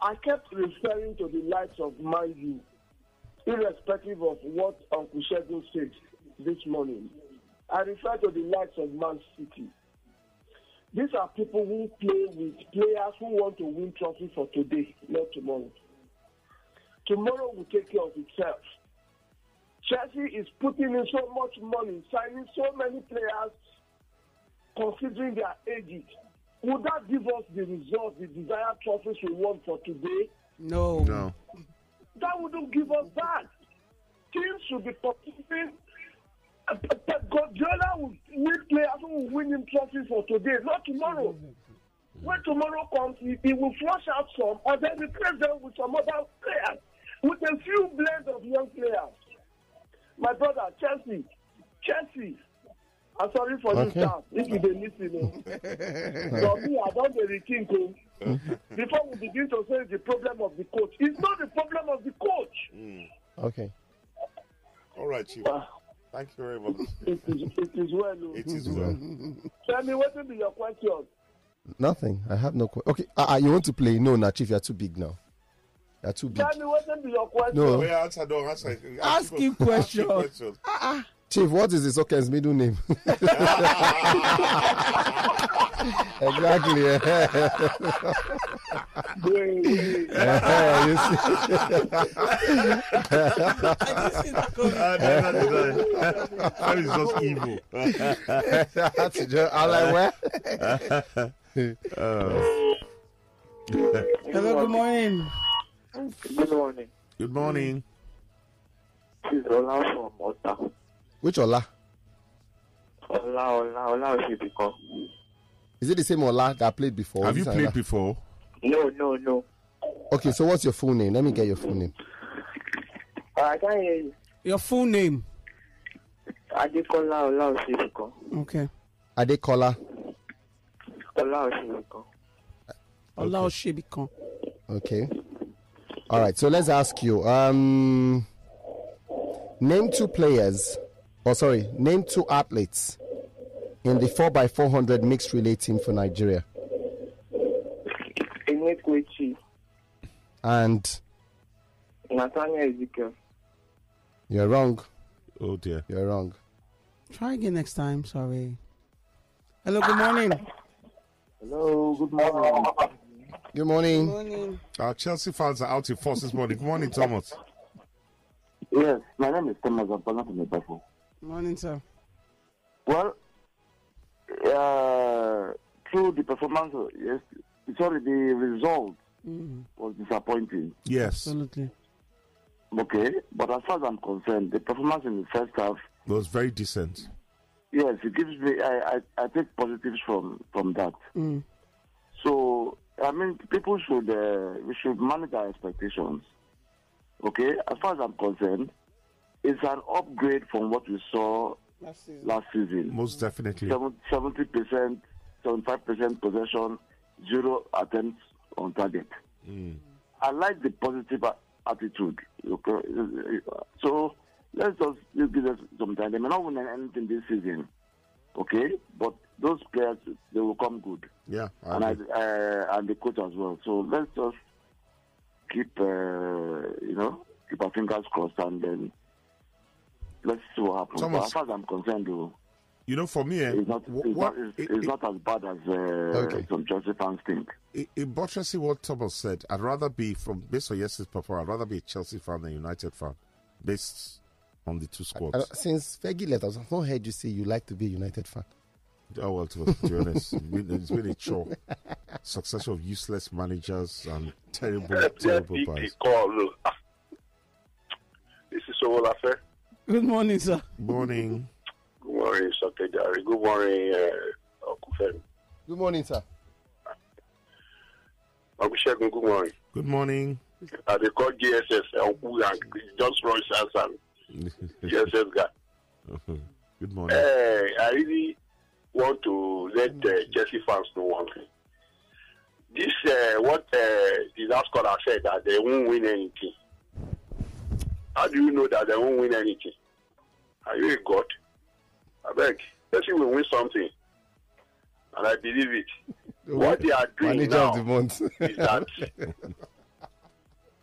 [SPEAKER 8] I kept referring to the likes of Man U, irrespective of what Uncle Sheldon said this morning. I refer to the likes of Man City. These are people who play with players who want to win trophy for today, not tomorrow. Tomorrow will take care of itself. Chelsea is putting in so much money, signing so many players, considering their ages, would that give us the result, the desired trophies we want for today?
[SPEAKER 3] No.
[SPEAKER 2] No.
[SPEAKER 8] That wouldn't give us that. Teams should be competing. Uh, Pep Pep Guardiola will win players who will win him trophies for today, not tomorrow. When tomorrow comes, he, he will flush out some and then replace them with some other players, with a few blends of young players. My brother, Chelsea, Chelsea, I'm sorry for this
[SPEAKER 4] Okay.
[SPEAKER 8] you, sir, if you dey lis ten o. But me, I don dey rethink o. oh. Before we begin to say it's the problem of the coach, it's not the problem of the coach.
[SPEAKER 4] Okay.
[SPEAKER 2] All right, Chief.
[SPEAKER 8] Ah,
[SPEAKER 2] Thank you very much.
[SPEAKER 8] It is, it is well o.
[SPEAKER 2] It is well.
[SPEAKER 8] Tell me wetin be your question.
[SPEAKER 4] Nothing. I have no. Que- okay. Uh, uh, you want to play? No, Nachif, you're too big now. You're too big.
[SPEAKER 2] Oh,
[SPEAKER 8] Tell me wetin be your question.
[SPEAKER 4] No.
[SPEAKER 2] Wait, answer, don't answer.
[SPEAKER 3] Ask him
[SPEAKER 2] Ask him
[SPEAKER 3] question.
[SPEAKER 2] questions. Ah,
[SPEAKER 4] Chief, what is Isoken's middle name? exactly. Eh, you
[SPEAKER 2] that is just evil.
[SPEAKER 4] see, that's just, I'm like, where?
[SPEAKER 10] Hello, good morning.
[SPEAKER 9] Good morning.
[SPEAKER 2] Good morning.
[SPEAKER 9] This is Ola from Ota.
[SPEAKER 4] Which Ola?
[SPEAKER 9] Ola, Ola, Ola Oshibiko.
[SPEAKER 4] Is it the same Ola that I played before?
[SPEAKER 2] Have you
[SPEAKER 4] Is it
[SPEAKER 2] played
[SPEAKER 4] another-
[SPEAKER 2] before?
[SPEAKER 9] No, no, no.
[SPEAKER 4] Okay, so what's your full name? Let me get your full name.
[SPEAKER 9] I can't hear you.
[SPEAKER 10] Your full name.
[SPEAKER 9] Adekola Ola Oshibiko.
[SPEAKER 10] Okay.
[SPEAKER 4] Adekola.
[SPEAKER 9] Ola Oshibiko.
[SPEAKER 10] Ola Oshibikan.
[SPEAKER 4] Okay. All right. So let's ask you. Um, name two players, or sorry, name two athletes in the four x four hundred mixed relay team for Nigeria.
[SPEAKER 9] Enekwechi.
[SPEAKER 4] And
[SPEAKER 9] Nathaniel Ezekiel.
[SPEAKER 4] you're wrong.
[SPEAKER 2] Oh dear.
[SPEAKER 4] You're wrong.
[SPEAKER 10] Try again next time. Sorry. Hello, good morning.
[SPEAKER 9] Hello, good morning.
[SPEAKER 3] Uh,
[SPEAKER 4] Good morning.
[SPEAKER 10] morning.
[SPEAKER 2] Our Uh, Chelsea fans are out in force this morning. Good morning, Thomas.
[SPEAKER 9] Yes, my name is Thomas Abdullah from Ibadan.
[SPEAKER 10] Morning, sir.
[SPEAKER 9] Well, uh, through the performance, yes, sorry, the result
[SPEAKER 10] Mm,
[SPEAKER 9] was disappointing.
[SPEAKER 2] Yes, it
[SPEAKER 10] absolutely.
[SPEAKER 9] Okay, but as far as I'm concerned, the performance in the first half,
[SPEAKER 2] was very decent.
[SPEAKER 9] yes, it gives me. I, I, I take positives from from that.
[SPEAKER 10] Mm,
[SPEAKER 9] So I mean, people should uh, we should manage our expectations. Okay, as far as I'm concerned, it's an upgrade from what we saw
[SPEAKER 10] that's it.
[SPEAKER 9] last season.
[SPEAKER 2] Most definitely.
[SPEAKER 9] seventy percent, seventy-five percent possession, zero attempts on target. I like the positive a- attitude. Okay, so let's just let's give us some time. They may not win anything this season, okay? But those players they will come good,
[SPEAKER 2] Yeah, I
[SPEAKER 9] and I,
[SPEAKER 2] agree.
[SPEAKER 9] uh, and the coach as well. So let's just keep uh, you know keep our fingers crossed, and then let's see what happens.
[SPEAKER 2] Thomas.
[SPEAKER 9] But as far as I'm concerned, though.
[SPEAKER 2] you know, for me, eh,
[SPEAKER 9] It's not,
[SPEAKER 2] wh-
[SPEAKER 9] it's
[SPEAKER 2] what-
[SPEAKER 9] not, it's,
[SPEAKER 2] it-
[SPEAKER 9] it's
[SPEAKER 2] it-
[SPEAKER 9] not as bad as uh,
[SPEAKER 4] Okay.
[SPEAKER 9] some Chelsea fans think.
[SPEAKER 2] it, it buttresses what Thomas said. I'd rather be from based on yesterday's performance. I'd rather be a Chelsea fan than a United fan, based on the two squads.
[SPEAKER 4] I don't- uh, since Fergie left, us, I've not heard you say you like to be a United fan.
[SPEAKER 2] oh well, to, to be honest, it's been, it's been a chore. Succession of useless managers and terrible, terrible buys.
[SPEAKER 9] call. Ah. This is Olafe.
[SPEAKER 10] Good morning, sir.
[SPEAKER 2] Morning.
[SPEAKER 9] Good morning, Sakejari. Good morning, uh, Okufemi.
[SPEAKER 4] Good morning, sir.
[SPEAKER 9] Ogusegun, good morning.
[SPEAKER 2] Good morning.
[SPEAKER 9] Uh, they call GSS, Oku, and just Roy Sansan, GSS guy.
[SPEAKER 2] Uh-huh. Good morning.
[SPEAKER 9] Eh, I really want to let uh, Chelsea fans know one thing. This, uh, what uh, the last caller said, that they won't win anything. How do you know that they won't win anything? Are you a god? I beg. Chelsea will win something. And I believe it. What they are doing
[SPEAKER 4] Manager
[SPEAKER 9] now
[SPEAKER 4] of the month.
[SPEAKER 9] is that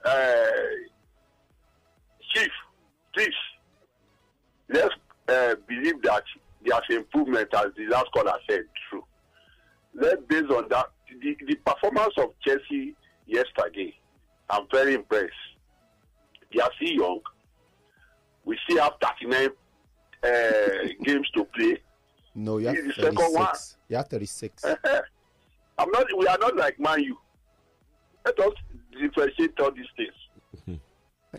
[SPEAKER 9] uh, chief, please let's uh, believe that there's improvement as the last caller said true. Let based on that the, the performance of Chelsea yesterday, I'm very impressed. They are still young. We still have 39 uh, games to play.
[SPEAKER 4] no, you have
[SPEAKER 9] This is the second one.
[SPEAKER 4] 36. You have 36.
[SPEAKER 9] I'm not. We are not like Man U. Let us differentiate all these things.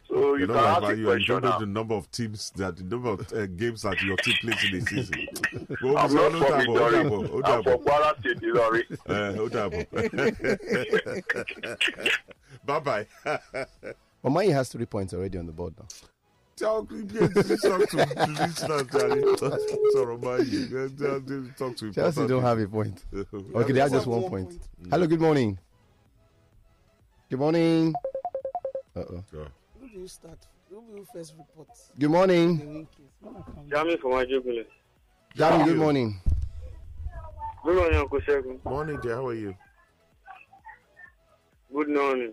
[SPEAKER 9] So you
[SPEAKER 2] You
[SPEAKER 9] can
[SPEAKER 2] know, like,
[SPEAKER 9] ask
[SPEAKER 2] like,
[SPEAKER 9] a
[SPEAKER 2] you
[SPEAKER 9] question
[SPEAKER 2] don't know
[SPEAKER 9] now.
[SPEAKER 2] the number of teams that the number of uh, games that your team plays in a season. Go
[SPEAKER 9] I'm
[SPEAKER 2] Obiso,
[SPEAKER 9] not
[SPEAKER 2] no
[SPEAKER 9] from
[SPEAKER 2] doubt, no
[SPEAKER 9] Idori. I'm
[SPEAKER 2] doubt,
[SPEAKER 9] from
[SPEAKER 2] no doubt.
[SPEAKER 9] Kwara State, Idori.
[SPEAKER 2] Uh, no doubt. Bye bye.
[SPEAKER 4] Omayi has three points already on the board now.
[SPEAKER 2] Talk, yeah, just talk to the listeners, Daddy. Sorry, man. You just- just Talk to
[SPEAKER 4] Chelsea don't have a point. Okay, they have just one point.
[SPEAKER 2] Mm.
[SPEAKER 4] Hello, good morning. Good morning. Uh oh.
[SPEAKER 2] Yeah.
[SPEAKER 10] Who do you start? Who will you first report?
[SPEAKER 4] Good morning.
[SPEAKER 10] The
[SPEAKER 9] Jami from Ajibule.
[SPEAKER 4] Jami, good morning.
[SPEAKER 9] Good morning, Uncle Segun.
[SPEAKER 2] Morning, dear. How are you?
[SPEAKER 9] Good morning.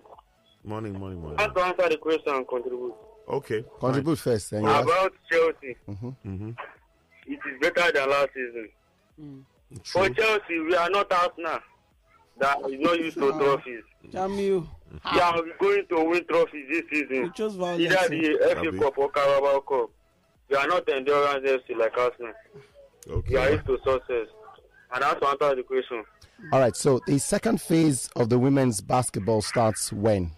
[SPEAKER 2] Morning, morning, morning.
[SPEAKER 9] Just to answer the question and contribute.
[SPEAKER 2] Okay. Ah,
[SPEAKER 4] Contribute first. Then you ask.
[SPEAKER 10] About Chelsea,
[SPEAKER 2] Mm-hmm.
[SPEAKER 10] it is better than last season.
[SPEAKER 3] Mm.
[SPEAKER 10] For Chelsea, we are not Arsenal that is not used
[SPEAKER 3] Ah.
[SPEAKER 10] to trophies.
[SPEAKER 3] Damn you.
[SPEAKER 2] Ah.
[SPEAKER 10] We are going to win trophies this
[SPEAKER 3] You
[SPEAKER 10] season.
[SPEAKER 3] chose
[SPEAKER 10] Either
[SPEAKER 3] violence. eh?
[SPEAKER 10] the
[SPEAKER 2] Abi.
[SPEAKER 10] FA Cup or Carabao Cup. We are not endurance FC like Arsenal. We are
[SPEAKER 2] Okay.
[SPEAKER 10] used to success. And that's to answer the question.
[SPEAKER 4] All right. So the second phase of the women's basketball starts when?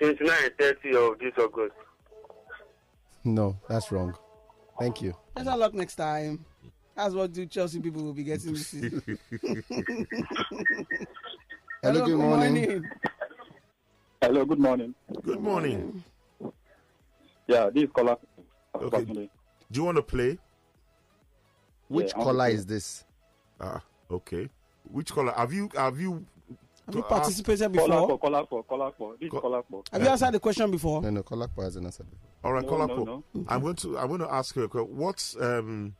[SPEAKER 10] 29 and 30 of this August.
[SPEAKER 4] No, that's wrong. Thank you.
[SPEAKER 3] Better luck next time. That's what do Chelsea people will be getting this season.
[SPEAKER 4] Hello. Good morning.
[SPEAKER 6] Hello, good morning.
[SPEAKER 2] Good morning.
[SPEAKER 6] Yeah, this is Kola.
[SPEAKER 2] Okay. Do you want to play?
[SPEAKER 4] Which
[SPEAKER 6] Yeah,
[SPEAKER 4] caller is this?
[SPEAKER 2] Ah, okay. Which color? Have you have you
[SPEAKER 3] Have you
[SPEAKER 2] Ah.
[SPEAKER 3] participated before?
[SPEAKER 6] Kola for, Kola for. This
[SPEAKER 2] Ko- Eh.
[SPEAKER 6] for.
[SPEAKER 3] Have you answered the question before?
[SPEAKER 4] No, no. Caller hasn't answered.
[SPEAKER 2] All right,
[SPEAKER 6] No,
[SPEAKER 2] call
[SPEAKER 6] no,
[SPEAKER 2] up. I'm going to. I'm going to ask you. a question. What's um,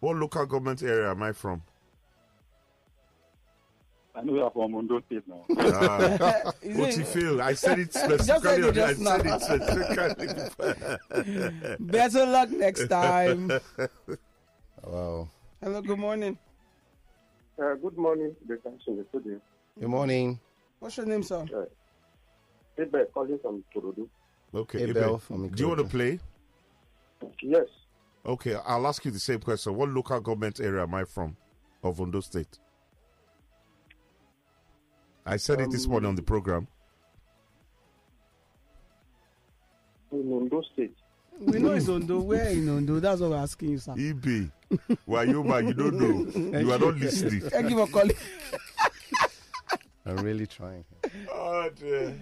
[SPEAKER 2] what local government area am I from?
[SPEAKER 6] I know you are from Mundo State now.
[SPEAKER 2] Ah,
[SPEAKER 3] Is
[SPEAKER 2] Oti
[SPEAKER 3] it
[SPEAKER 2] Phil. I said it
[SPEAKER 3] said
[SPEAKER 2] specifically.
[SPEAKER 3] it
[SPEAKER 2] on- I
[SPEAKER 3] just now.
[SPEAKER 2] said it specifically.
[SPEAKER 3] better luck next time?
[SPEAKER 4] Wow.
[SPEAKER 3] Hello, good morning.
[SPEAKER 10] Uh, good morning, the council. Good morning.
[SPEAKER 4] Good morning.
[SPEAKER 3] What's your name, sir?
[SPEAKER 10] People Uh, calling from Turudu.
[SPEAKER 2] okay,
[SPEAKER 4] Abel
[SPEAKER 2] Abel,
[SPEAKER 4] from
[SPEAKER 2] do you want to
[SPEAKER 4] Ikorodu.
[SPEAKER 2] play?
[SPEAKER 10] Yes.
[SPEAKER 2] Okay, I'll ask you the same question. What local government area am I from, of Ondo State? I said it this morning on the program.
[SPEAKER 10] In Ondo State.
[SPEAKER 3] We know it's Ondo. Where in Ondo? That's what we're asking you, sir.
[SPEAKER 2] EB, Wayoma, you don't know. You are not listening.
[SPEAKER 3] Thank you for calling.
[SPEAKER 4] I'm really trying.
[SPEAKER 2] Oh, dear.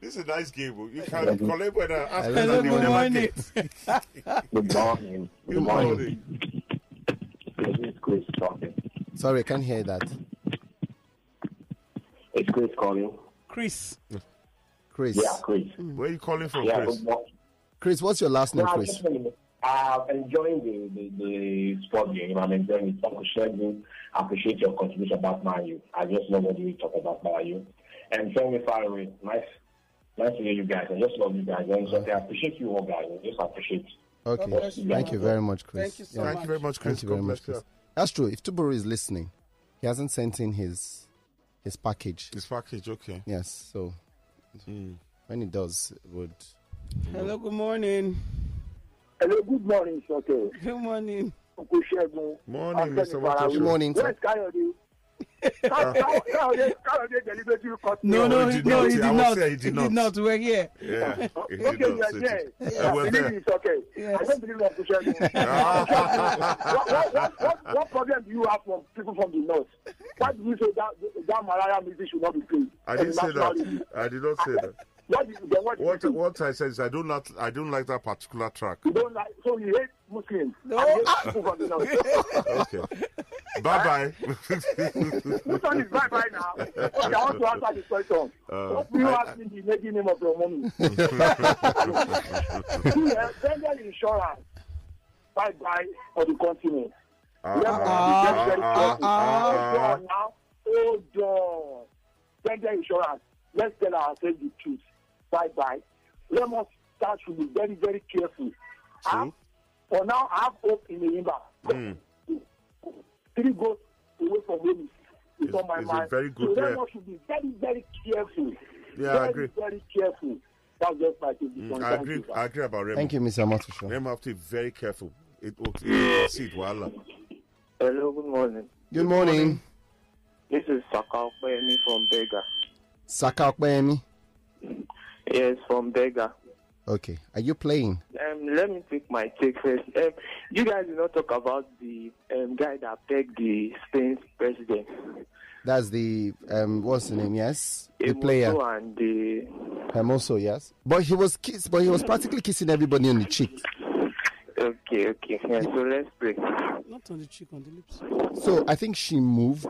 [SPEAKER 2] This is a nice game. oh. You can collect when I ask
[SPEAKER 4] Hello,
[SPEAKER 3] Hello,
[SPEAKER 2] and they will
[SPEAKER 3] good
[SPEAKER 2] never
[SPEAKER 3] morning.
[SPEAKER 2] get.
[SPEAKER 10] Good morning.
[SPEAKER 2] Good morning.
[SPEAKER 10] This is Chris talking.
[SPEAKER 4] Sorry, I can't hear that.
[SPEAKER 10] It's Chris calling.
[SPEAKER 3] Chris.
[SPEAKER 4] Chris.
[SPEAKER 10] Yeah, Chris.
[SPEAKER 2] Where are you calling from,
[SPEAKER 10] Yeah,
[SPEAKER 2] Chris?
[SPEAKER 10] good morning.
[SPEAKER 4] Chris, what's your last name,
[SPEAKER 10] No, I'm
[SPEAKER 4] Chris?
[SPEAKER 10] just saying, I'm enjoying the, the, the sport game. I'm enjoying it. Uncle Sheldon, I appreciate your contribution about Manu. I just love what you talk about Manu. And from me far away, nice, nice to hear you guys. I just love you guys. And so I appreciate you all guys. I just appreciate.
[SPEAKER 4] Okay.
[SPEAKER 3] bless you,
[SPEAKER 4] Thank
[SPEAKER 3] man.
[SPEAKER 4] you very much, Chris.
[SPEAKER 3] Thank you so
[SPEAKER 2] Thank you very much, Chris.
[SPEAKER 4] Thank you very
[SPEAKER 2] God
[SPEAKER 4] much,
[SPEAKER 2] bless you.
[SPEAKER 4] Chris. That's true. If Tuburu is listening, he hasn't sent in his his package.
[SPEAKER 2] This package, okay. Hmm.
[SPEAKER 4] Yes. So when he does, it would
[SPEAKER 3] Hello, good morning.
[SPEAKER 8] Hello, good morning, Shoke.
[SPEAKER 3] Good morning.
[SPEAKER 8] Uncle Shegun.
[SPEAKER 2] Morning,
[SPEAKER 8] Anthony
[SPEAKER 2] Mr.
[SPEAKER 8] Farawo.
[SPEAKER 4] Good
[SPEAKER 2] Watson.
[SPEAKER 4] morning, sir.
[SPEAKER 8] Where's Kayode? Ka- Ka- Kayode Kayode deliberately cut me
[SPEAKER 3] No,
[SPEAKER 8] off.
[SPEAKER 3] no,
[SPEAKER 2] Oh, he
[SPEAKER 3] he-
[SPEAKER 2] did
[SPEAKER 3] no, he
[SPEAKER 2] not.
[SPEAKER 3] did
[SPEAKER 2] I would
[SPEAKER 3] not.
[SPEAKER 2] say
[SPEAKER 3] He
[SPEAKER 2] he did
[SPEAKER 3] did
[SPEAKER 2] not.
[SPEAKER 3] not. We're here.
[SPEAKER 2] Yeah. He
[SPEAKER 8] Okay,
[SPEAKER 2] did
[SPEAKER 8] you
[SPEAKER 2] not
[SPEAKER 8] are
[SPEAKER 2] say
[SPEAKER 8] there.
[SPEAKER 2] this.
[SPEAKER 8] Yeah,
[SPEAKER 2] I was
[SPEAKER 8] believe
[SPEAKER 2] there.
[SPEAKER 8] it's okay. I
[SPEAKER 3] Yes.
[SPEAKER 8] don't believe Uncle Shegun. what, what, what, what, what problem do you have from people from the north? Why do you say that that Malaya music should not be played?
[SPEAKER 2] I didn't say
[SPEAKER 8] internationally?
[SPEAKER 2] that. I did not say that.
[SPEAKER 8] What is, then what,
[SPEAKER 2] What
[SPEAKER 8] you, do?
[SPEAKER 2] what I said is I don't like I don't like that particular track.
[SPEAKER 8] you don't like? So you hate Muslims.
[SPEAKER 3] No.
[SPEAKER 8] And you hate people from the north.
[SPEAKER 2] Okay. bye bye.
[SPEAKER 8] Which one is bye bye now? Okay, I want to answer this question.
[SPEAKER 2] Uh,
[SPEAKER 8] what do you
[SPEAKER 2] I-
[SPEAKER 8] ask in the lady name of your mommy? yeah, general insurance. Bye bye for the continent.
[SPEAKER 2] Ah, ah, ah,
[SPEAKER 8] Hold on now. Hold on. Gender insurance. Let's tell ourselves the truth. Bye bye. Let us start to be very, very careful. I, for now, I have hope in the river.
[SPEAKER 2] Hmm,
[SPEAKER 8] Three goats away from home is
[SPEAKER 2] It's-
[SPEAKER 8] on my
[SPEAKER 2] it's a
[SPEAKER 8] mind.
[SPEAKER 2] very good-
[SPEAKER 8] so let
[SPEAKER 2] yeah.
[SPEAKER 8] us should be very, very careful.
[SPEAKER 2] Yeah, I
[SPEAKER 8] very,
[SPEAKER 2] agree.
[SPEAKER 8] Very careful. That's just my take.
[SPEAKER 2] ah. I agree. I agree about Remo.
[SPEAKER 4] thank you, Mr. Matusho.
[SPEAKER 2] Remo have to be very careful. It will it see it voila.
[SPEAKER 10] Hello, good morning.
[SPEAKER 4] Good morning,
[SPEAKER 10] This is Saka Opeyemi from Bega.
[SPEAKER 4] Saka Okpeyemi.
[SPEAKER 10] Yes, from Bega.
[SPEAKER 4] Okay. Are you playing?
[SPEAKER 10] Um, let me pick my take first. Um, you guys did not talk about the um, guy that pegged the Spain's president.
[SPEAKER 4] That's the um. What's the name? Yes, the
[SPEAKER 10] Emoto
[SPEAKER 4] player.
[SPEAKER 10] And the,
[SPEAKER 4] Hermoso. Yes. But he was kiss. But he was practically kissing everybody on the cheek.
[SPEAKER 10] okay, okay. Yeah, so let's break.
[SPEAKER 3] Not on the cheek, on the lips.
[SPEAKER 4] So I think she moved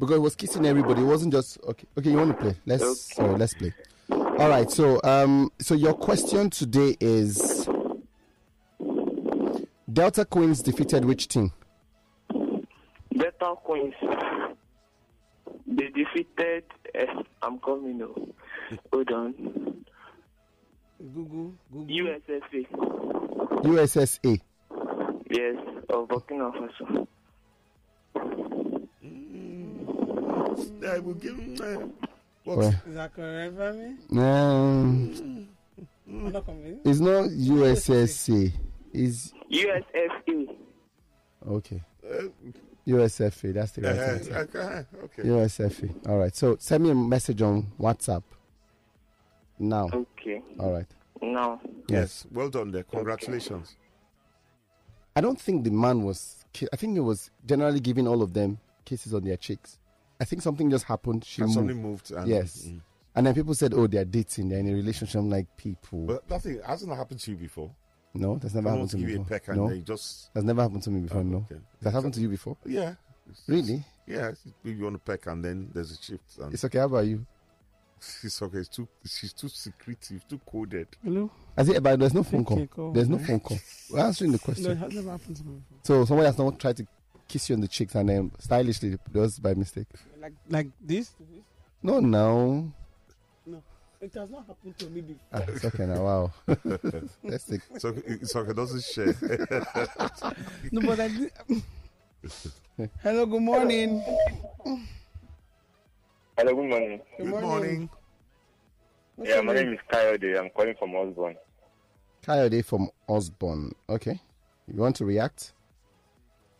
[SPEAKER 4] because it was kissing everybody. It wasn't just okay. Okay, you want to play? Let's sorry, let's play. All right. So um, so your question today is Delta Queens defeated which team?
[SPEAKER 10] Better Queens. They defeated. eh, I'm coming. oh. Hold on.
[SPEAKER 3] Google, Google.
[SPEAKER 11] USSA.
[SPEAKER 4] USSA.
[SPEAKER 11] Yes, of Burkina Faso.
[SPEAKER 2] I
[SPEAKER 3] Mm.
[SPEAKER 2] will give him. Uh, what?
[SPEAKER 4] Well,
[SPEAKER 3] Is that correct, Femi?
[SPEAKER 4] um,
[SPEAKER 3] I'm not convinced.
[SPEAKER 4] it's not USSA. Is
[SPEAKER 11] USSA.
[SPEAKER 4] okay. Uh, USFA. That's the right answer.
[SPEAKER 2] Uh, okay, okay.
[SPEAKER 4] USFA. All right. So send me a message on WhatsApp now.
[SPEAKER 11] Okay.
[SPEAKER 4] All right.
[SPEAKER 11] Now,
[SPEAKER 2] Yes. Well done there. Congratulations.
[SPEAKER 4] I don't think the man was. ki- I think he was generally giving all of them kisses on their cheeks. I think something just happened. She
[SPEAKER 2] And
[SPEAKER 4] moved.
[SPEAKER 2] somebody moved. And,
[SPEAKER 4] yes.
[SPEAKER 2] Mm.
[SPEAKER 4] And then people said, "Oh, they're dating. They're in a relationship." I'm like, people.
[SPEAKER 2] But that thing hasn't happened to you before.
[SPEAKER 4] no, that's never
[SPEAKER 2] Someone
[SPEAKER 4] happened to
[SPEAKER 2] give
[SPEAKER 4] me
[SPEAKER 2] you a
[SPEAKER 4] before.
[SPEAKER 2] peck and
[SPEAKER 4] no,
[SPEAKER 2] they just
[SPEAKER 4] that's never happened to me before.
[SPEAKER 2] Oh,
[SPEAKER 4] no,
[SPEAKER 2] okay.
[SPEAKER 4] that happened to you before.
[SPEAKER 2] yeah.
[SPEAKER 4] Really?
[SPEAKER 2] Yeah, give you on a peck and then there's a shift and
[SPEAKER 4] It's okay. How about you?
[SPEAKER 2] it's okay. It's too she's too secretive, too coded.
[SPEAKER 3] Hello?
[SPEAKER 4] I said, but there's no phone
[SPEAKER 3] Okay,
[SPEAKER 4] call.
[SPEAKER 3] cool.
[SPEAKER 4] There's no phone call. We're answering the
[SPEAKER 3] No, it
[SPEAKER 4] question.
[SPEAKER 3] has never happened to me before.
[SPEAKER 4] So someone has not tried to kiss you on the cheeks and then stylishly, just by mistake.
[SPEAKER 3] Like, like this? to this?
[SPEAKER 4] No, no.
[SPEAKER 3] It has not happened to me before.
[SPEAKER 4] Ah, it's okay now. Wow. Let's take.
[SPEAKER 2] So it's okay, doesn't share.
[SPEAKER 3] No, but I did. Hello, good morning.
[SPEAKER 10] Hello, good morning.
[SPEAKER 2] Good morning.
[SPEAKER 3] What's
[SPEAKER 10] Yeah,
[SPEAKER 3] your
[SPEAKER 10] my name is Coyote. I'm calling from Osborne.
[SPEAKER 4] Coyote from Osborne. Okay. You want to react?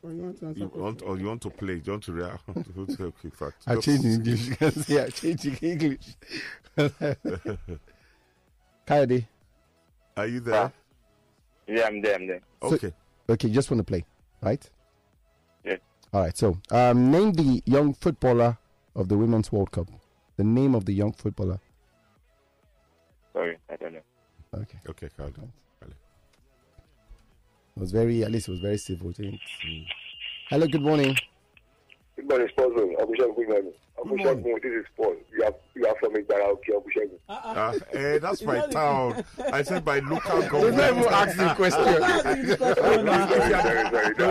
[SPEAKER 8] Oh,
[SPEAKER 3] Or you want to answer
[SPEAKER 2] You want or you want to play? Do you want to react? okay, fact.
[SPEAKER 4] I changed English. You can see I changed in English. Coyote.
[SPEAKER 2] Are you there?
[SPEAKER 10] Yeah, I'm there. I'm there.
[SPEAKER 4] So-
[SPEAKER 2] Okay.
[SPEAKER 4] Okay, you just want to play, right?
[SPEAKER 10] Yeah.
[SPEAKER 4] All right. So, um, name the young footballer of the Women's World Cup. The name of the young footballer.
[SPEAKER 10] Sorry, I don't know.
[SPEAKER 4] Okay.
[SPEAKER 2] Okay, Carl.
[SPEAKER 4] It was very, at least it was very civil. it didn't- Hello, good morning.
[SPEAKER 10] Good morning, Sponsor. Abushan, good morning.
[SPEAKER 2] morning.
[SPEAKER 10] Abushan, this is Paul. You are, you are from Idaraoke, Abushan.
[SPEAKER 2] Ah, eh, that's my town. I said by local
[SPEAKER 4] You've not
[SPEAKER 2] government.
[SPEAKER 4] even asked the question.
[SPEAKER 10] sorry, sorry, sorry. No, I, don't know. I, I,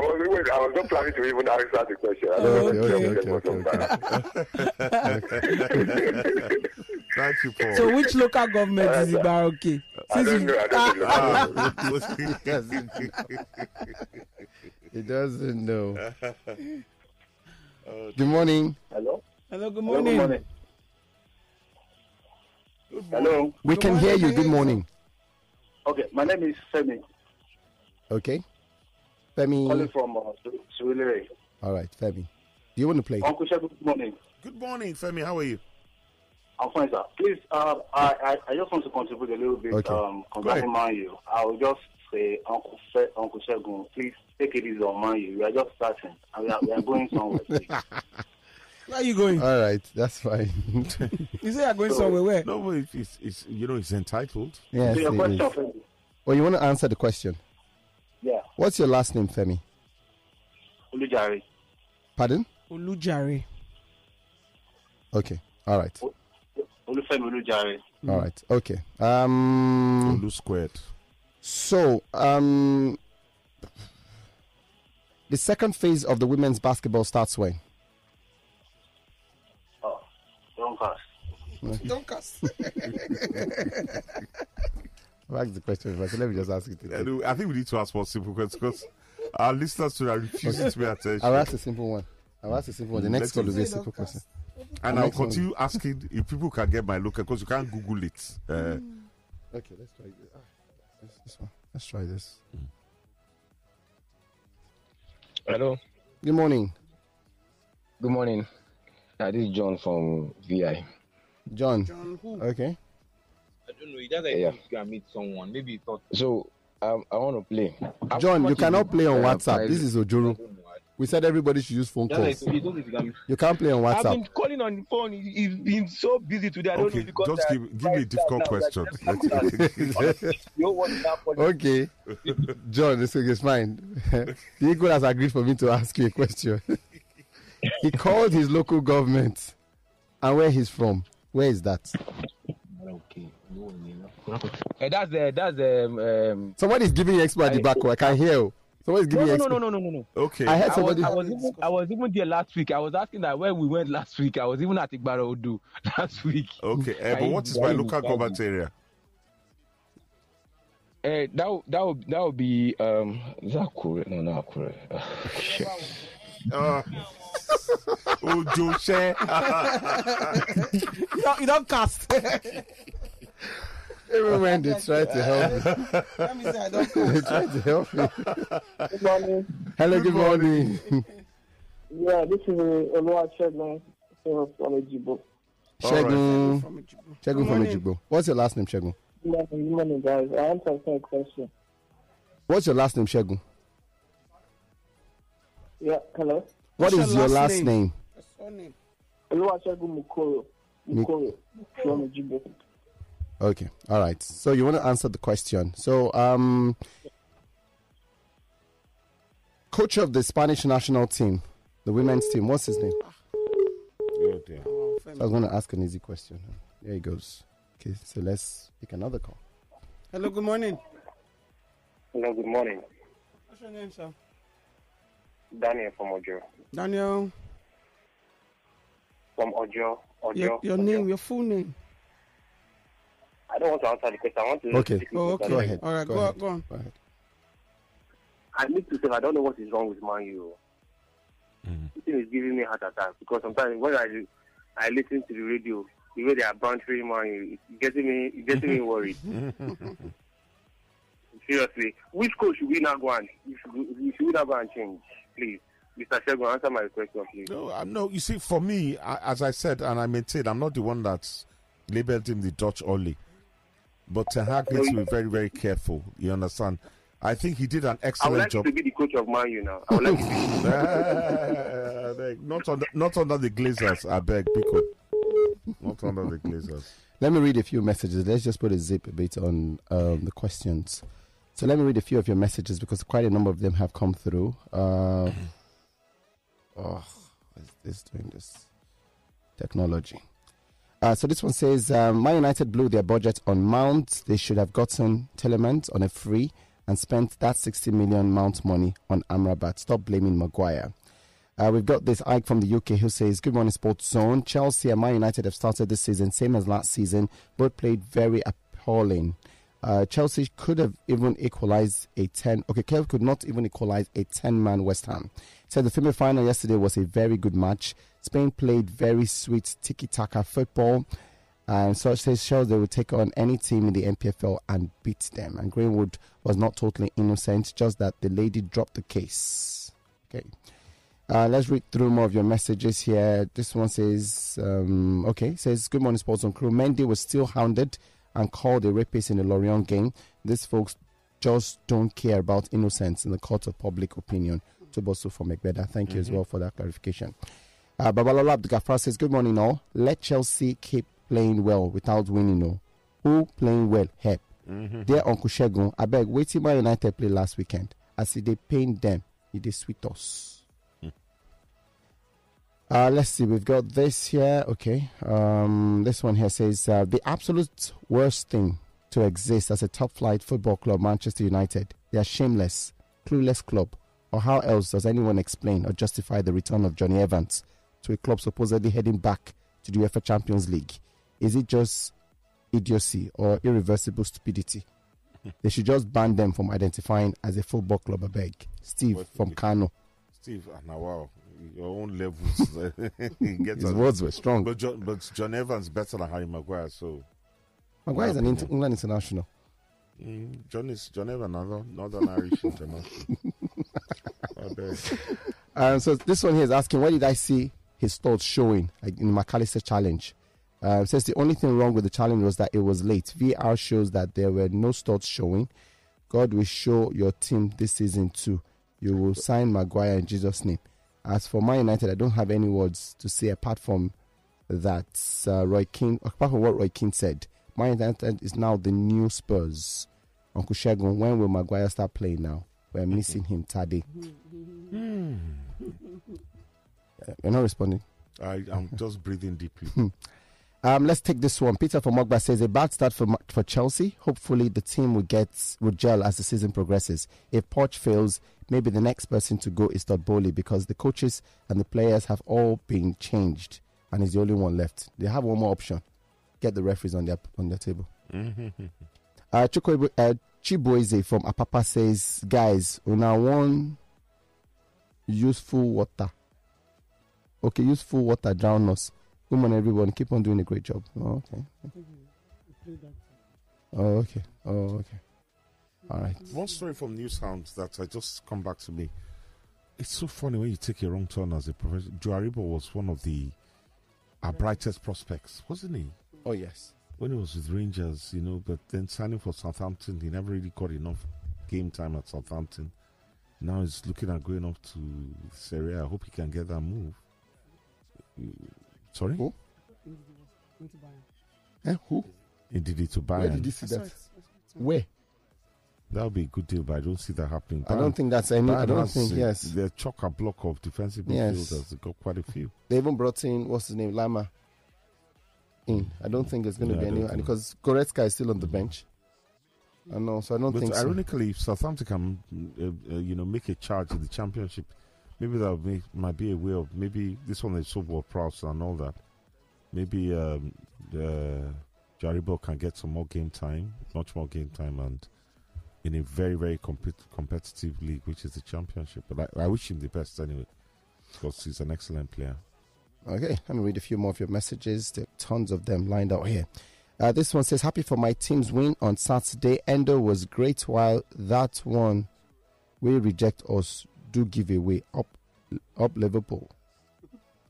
[SPEAKER 10] was, wait, I was not planning to even answer the question. I don't
[SPEAKER 4] Okay,
[SPEAKER 10] know what
[SPEAKER 4] okay,
[SPEAKER 10] the
[SPEAKER 4] okay, okay,
[SPEAKER 10] question was.
[SPEAKER 2] Thank you, Paul.
[SPEAKER 3] So, which local government is Ibaroke?
[SPEAKER 10] I don't know. I don't know.
[SPEAKER 2] Ah, what-
[SPEAKER 4] He doesn't know.
[SPEAKER 3] Ah,
[SPEAKER 4] Good morning.
[SPEAKER 10] Hello?
[SPEAKER 3] Hello, good
[SPEAKER 10] Hello,
[SPEAKER 3] morning.
[SPEAKER 10] good morning. Hello.
[SPEAKER 4] We can hear you. Good morning.
[SPEAKER 10] Okay, my name is Femi,
[SPEAKER 4] Okay.
[SPEAKER 10] calling
[SPEAKER 4] Femi.
[SPEAKER 10] from uh, Surulere.
[SPEAKER 4] All right, Femi. Do you want to play?
[SPEAKER 10] Uncle Shebu, good morning.
[SPEAKER 2] Good morning, Femi. How are you?
[SPEAKER 10] I'm fine, sir. Please, uh, I, I, I just want to contribute a little bit
[SPEAKER 4] Okay.
[SPEAKER 10] um, concerning Manu. I will just say, Uncle, Fe, Uncle Shegun, please take it easy on Manu. We are just starting. and We are, we are going somewhere. please.
[SPEAKER 3] Where are you going?
[SPEAKER 4] All right, that's fine.
[SPEAKER 3] You say you're going somewhere. Where?
[SPEAKER 2] No, but it's, it's, it's you know it's entitled.
[SPEAKER 4] yes,
[SPEAKER 10] so your
[SPEAKER 4] it
[SPEAKER 10] question,
[SPEAKER 4] is.
[SPEAKER 10] Femi,
[SPEAKER 4] Well, you want to answer the question.
[SPEAKER 10] yeah,
[SPEAKER 4] What's your last name, Femi?
[SPEAKER 10] Olujare,
[SPEAKER 4] Pardon?
[SPEAKER 3] Olujare.
[SPEAKER 4] Okay. All right.
[SPEAKER 10] Oh, Olufemi Olujare.
[SPEAKER 4] All right. Okay. Um.
[SPEAKER 2] Olu squared.
[SPEAKER 4] So, um, the second phase of the women's basketball starts when?
[SPEAKER 10] Oh, don't pass.
[SPEAKER 3] Don't cast.
[SPEAKER 4] I'll ask the question first. Let me just ask it.
[SPEAKER 2] I know- I think we need to ask more simple questions because our listeners today are refusing to pay attention.
[SPEAKER 4] I'll ask a simple one. I'll ask a simple one. The next
[SPEAKER 2] Let's
[SPEAKER 4] one will be a
[SPEAKER 3] see.
[SPEAKER 4] simple question.
[SPEAKER 2] and I'll
[SPEAKER 4] next one.
[SPEAKER 2] continue asking if people can get my local because you can't Google it. Uh,
[SPEAKER 4] Okay, let's try this. Ah, this- this one. Let's try this.
[SPEAKER 12] Hello.
[SPEAKER 4] Good morning,
[SPEAKER 12] Good morning. Uh, this is John from VI.
[SPEAKER 4] John.
[SPEAKER 3] John, who?
[SPEAKER 4] Okay.
[SPEAKER 13] I don't know. It's just like
[SPEAKER 12] Yeah.
[SPEAKER 13] if you can meet someone, maybe it's not.
[SPEAKER 12] So um, I want to play. How
[SPEAKER 4] John,
[SPEAKER 12] much
[SPEAKER 4] you
[SPEAKER 12] is
[SPEAKER 4] cannot
[SPEAKER 12] it?
[SPEAKER 4] play on
[SPEAKER 12] Uh,
[SPEAKER 4] WhatsApp.
[SPEAKER 12] price?
[SPEAKER 4] This is
[SPEAKER 13] I
[SPEAKER 4] Ojuru.
[SPEAKER 13] don't know. I-
[SPEAKER 4] We said everybody should use phone
[SPEAKER 13] Just like
[SPEAKER 4] calls.
[SPEAKER 13] it's not if you can.
[SPEAKER 4] You can't play on
[SPEAKER 13] I've been
[SPEAKER 4] WhatsApp.
[SPEAKER 13] calling on the phone. He- He's been so busy today. I don't
[SPEAKER 2] okay,
[SPEAKER 13] know because
[SPEAKER 2] just
[SPEAKER 13] I-
[SPEAKER 2] give, give me a
[SPEAKER 13] right
[SPEAKER 2] difficult
[SPEAKER 13] now, like,
[SPEAKER 2] question.
[SPEAKER 13] just after that, you don't want that for
[SPEAKER 4] Okay. John, it's, it's fine. the equal has agreed for me to ask you a question. he called his local government and where he's from. Where is that?
[SPEAKER 13] Okay. No, no, no. Eh, that's the that's the um, um
[SPEAKER 4] Somebody is giving you expert the back. oh, I can hear. you. Somebody
[SPEAKER 13] no
[SPEAKER 4] is giving
[SPEAKER 13] no
[SPEAKER 4] you
[SPEAKER 13] no no
[SPEAKER 4] expert.
[SPEAKER 13] no no no no.
[SPEAKER 2] okay,
[SPEAKER 4] I heard
[SPEAKER 13] I was,
[SPEAKER 4] somebody.
[SPEAKER 13] I was even I was even there last week. I was asking that where we went last week. I was even at Igbara Odo last week.
[SPEAKER 2] okay. eh,
[SPEAKER 13] I-
[SPEAKER 2] but what is my
[SPEAKER 13] I-
[SPEAKER 2] local
[SPEAKER 13] I-
[SPEAKER 2] government area?
[SPEAKER 12] Eh, that would- that would that would be um is that Akure? No, not Akure. Shit.
[SPEAKER 2] Ojo share.
[SPEAKER 3] you, don't, you don't cast.
[SPEAKER 4] Everyone they try to help me.
[SPEAKER 3] Let me say I don't
[SPEAKER 4] they
[SPEAKER 3] cast.
[SPEAKER 4] try to help me.
[SPEAKER 11] Good morning.
[SPEAKER 4] Hello, good, morning.
[SPEAKER 11] Yeah, this is uh, Oluwasegun from Ejibo.
[SPEAKER 4] Shegun. Shegun from Ejigbo. What's your last name, Shegun?
[SPEAKER 11] Good morning, good morning, guys. I want to ask you a question.
[SPEAKER 4] What's your last name, Shegun?
[SPEAKER 11] Yeah, hello?
[SPEAKER 4] What
[SPEAKER 3] What's
[SPEAKER 4] is
[SPEAKER 3] your
[SPEAKER 4] your
[SPEAKER 3] last
[SPEAKER 4] last
[SPEAKER 3] name?
[SPEAKER 4] name?
[SPEAKER 11] Oluwasegun Mukoro. Mukoro from Ejibo.
[SPEAKER 4] Okay. All right. So you want to answer the question. So um coach of the Spanish national team, the women's team, what's his name?
[SPEAKER 2] Oh, dear.
[SPEAKER 4] So I was going to ask an easy question. There he goes. Okay, so let's pick another call.
[SPEAKER 3] Hello, good morning.
[SPEAKER 9] Hello, good morning.
[SPEAKER 3] What's your name, sir?
[SPEAKER 9] Daniel from Ojo.
[SPEAKER 3] Daniel.
[SPEAKER 9] From Ojo. Ojo.
[SPEAKER 3] Your, your name, your full name.
[SPEAKER 9] I don't want to answer the question. I want to.
[SPEAKER 4] Okay.
[SPEAKER 3] Oh, okay.
[SPEAKER 4] Go ahead.
[SPEAKER 3] All right,
[SPEAKER 4] Go
[SPEAKER 3] go,
[SPEAKER 4] ahead.
[SPEAKER 3] go on.
[SPEAKER 4] Go ahead.
[SPEAKER 9] I need to say, I don't know what is wrong with Man U. This thing is giving me heart attack because sometimes when I I listen to the radio, the way they are bantering Man U, it's getting me, it's getting me worried. Seriously, which coach should we now go and should, we- should we now go and change, please? Mr. Shego, answer my question, please.
[SPEAKER 2] No, I- Uh, no, you see, for me, I, as I said, and I maintain, I'm not the one that's labeled him the Dutch Oli. But Ten Hag needs to be very, very careful. You understand? I think he did an
[SPEAKER 9] I would
[SPEAKER 2] excellent
[SPEAKER 9] like
[SPEAKER 2] job.
[SPEAKER 9] to be the coach of Man U now. I would like to be.
[SPEAKER 2] Ah, like, not under, not under the Glazers, I beg, because not under the Glazers.
[SPEAKER 4] Let me read a few messages. Let's just put a zip a bit on um, the questions. So let me read a few of your messages because quite a number of them have come through. Uh, oh, what is this doing this? Technology. Uh, so this one says, um, Man United blew their budget on Mount. They should have gotten Telemans on a free and spent that 60 million Mount money on Amrabat. Stop blaming Maguire. Uh, we've got this Ike from the UK who says, Good morning, Sports Zone. Chelsea and Man United have started this season, same as last season. Both played very appalling. Uh, Chelsea could have even equalized a 10. Okay, Kev could not even equalize a 10 man West Ham. Said the semi final yesterday was a very good match. Spain played very sweet tiki taka football. And such says shows they will take on any team in the NPFL and beat them. And Greenwood was not totally innocent, just that the lady dropped the case. Okay. Uh, let's read through more of your messages here. This one says, um, okay, says, Good morning, Sports on Crew. Mendy was still hounded and called a rapist in the Lorient game. These folks just don't care about innocence in the court of public opinion. Tobosu from Egbeda. Thank you as
[SPEAKER 2] Mhm.
[SPEAKER 4] well for that clarification. Uh, Babalola Abdugafar says, Good morning, all. Let Chelsea keep playing well without winning, all. Who playing well? Help.
[SPEAKER 2] Mhm.
[SPEAKER 4] Dear Uncle Shegun, I beg, wait till Man United play last weekend. I see they pain them. It is sweet us. Uh, let's see, we've got this here. Okay. Um, this one here says uh, the absolute worst thing to exist as a top flight football club, Manchester United. They are shameless, clueless club. Or how else does anyone explain or justify the return of Johnny Evans to a club supposedly heading back to the UEFA Champions League? Is it just idiocy or irreversible stupidity? they should just ban them from identifying as a football club, I beg. Steve from Kano.
[SPEAKER 2] Steve, ah, now wow, your own levels. You get
[SPEAKER 4] His
[SPEAKER 2] us.
[SPEAKER 4] words were strong.
[SPEAKER 2] But John, but John Evans better than Harry Maguire, so.
[SPEAKER 4] Maguire is an inter- England international.
[SPEAKER 2] Mm, John is John Evans, another Northern Irish international. I bet.
[SPEAKER 4] Um, so this one here is asking, where did I see his thoughts showing like, in McAllister challenge? Uh, says the only thing wrong with the challenge was that it was late. VR shows that there were no thoughts showing. God will show your team this season too. You will sign Maguire in Jesus' name. As for Man United, I don't have any words to say apart from that uh, Roy King, apart from what Roy King said. Man United is now the new Spurs. Uncle Shagun, when will Maguire start playing now? We're missing him, Taddy.
[SPEAKER 2] Hmm.
[SPEAKER 4] Uh, You're not responding.
[SPEAKER 2] I am just breathing deeply.
[SPEAKER 4] Hmm. Um, let's take this one. Peter from Mogba says a bad start for Ma- for Chelsea. Hopefully, the team will get will gel as the season progresses. If Poch fails, maybe the next person to go is Todd Bowley because the coaches and the players have all been changed, and he's the only one left. They have one more option: get the referees on their on their table. Uh, Chukwuebu, uh, Chiboise from Apapa says, guys, una one useful water. Okay, useful water drown us. Come on, everyone, keep on doing a great job. Oh, okay. Oh, okay. Oh, okay. All right.
[SPEAKER 2] One story from New Sound that I just come back to me. It's so funny when you take a wrong turn as a professional. Juaribo was one of the our brightest prospects, wasn't he?
[SPEAKER 4] Oh yes.
[SPEAKER 2] When he was with Rangers, you know, but then signing for Southampton, he never really got enough game time at Southampton. Now he's looking at going up to Serie. A. I hope he can get that move. Mm, Sorry, who?
[SPEAKER 4] Eh, who?
[SPEAKER 2] He did it to Bayern.
[SPEAKER 4] Where did you see that? Where?
[SPEAKER 2] That would be a good deal, but I don't see that happening.
[SPEAKER 4] I don't think that's any- I don't
[SPEAKER 2] has,
[SPEAKER 4] think-
[SPEAKER 2] uh,
[SPEAKER 4] yes.
[SPEAKER 2] They're chock a block of defensive
[SPEAKER 4] Yes.
[SPEAKER 2] midfielders. They've got quite a few.
[SPEAKER 4] They even brought in what's his name, Lama. In. I don't think it's going to
[SPEAKER 2] Yeah, I
[SPEAKER 4] be
[SPEAKER 2] don't
[SPEAKER 4] anyone
[SPEAKER 2] think- Mm.
[SPEAKER 4] because Goretzka is still on the bench. I know, so I don't
[SPEAKER 2] but
[SPEAKER 4] think so.
[SPEAKER 2] ironically, if Southampton can, uh, uh, you know, make a charge in the championship, maybe that may, might be a way of maybe this one is so well proud and all that. Maybe um, uh, Jaribo can get some more game time, much more game time, and in a very very compet- competitive league, which is the championship. But I, I wish him the best anyway, because he's an excellent player.
[SPEAKER 4] Okay, let me read a few more of your messages. There are tons of them lined out here. Uh, this one says, Happy for my team's win on Saturday. Endo was great, while that one will reject us. Do give away up, up Liverpool.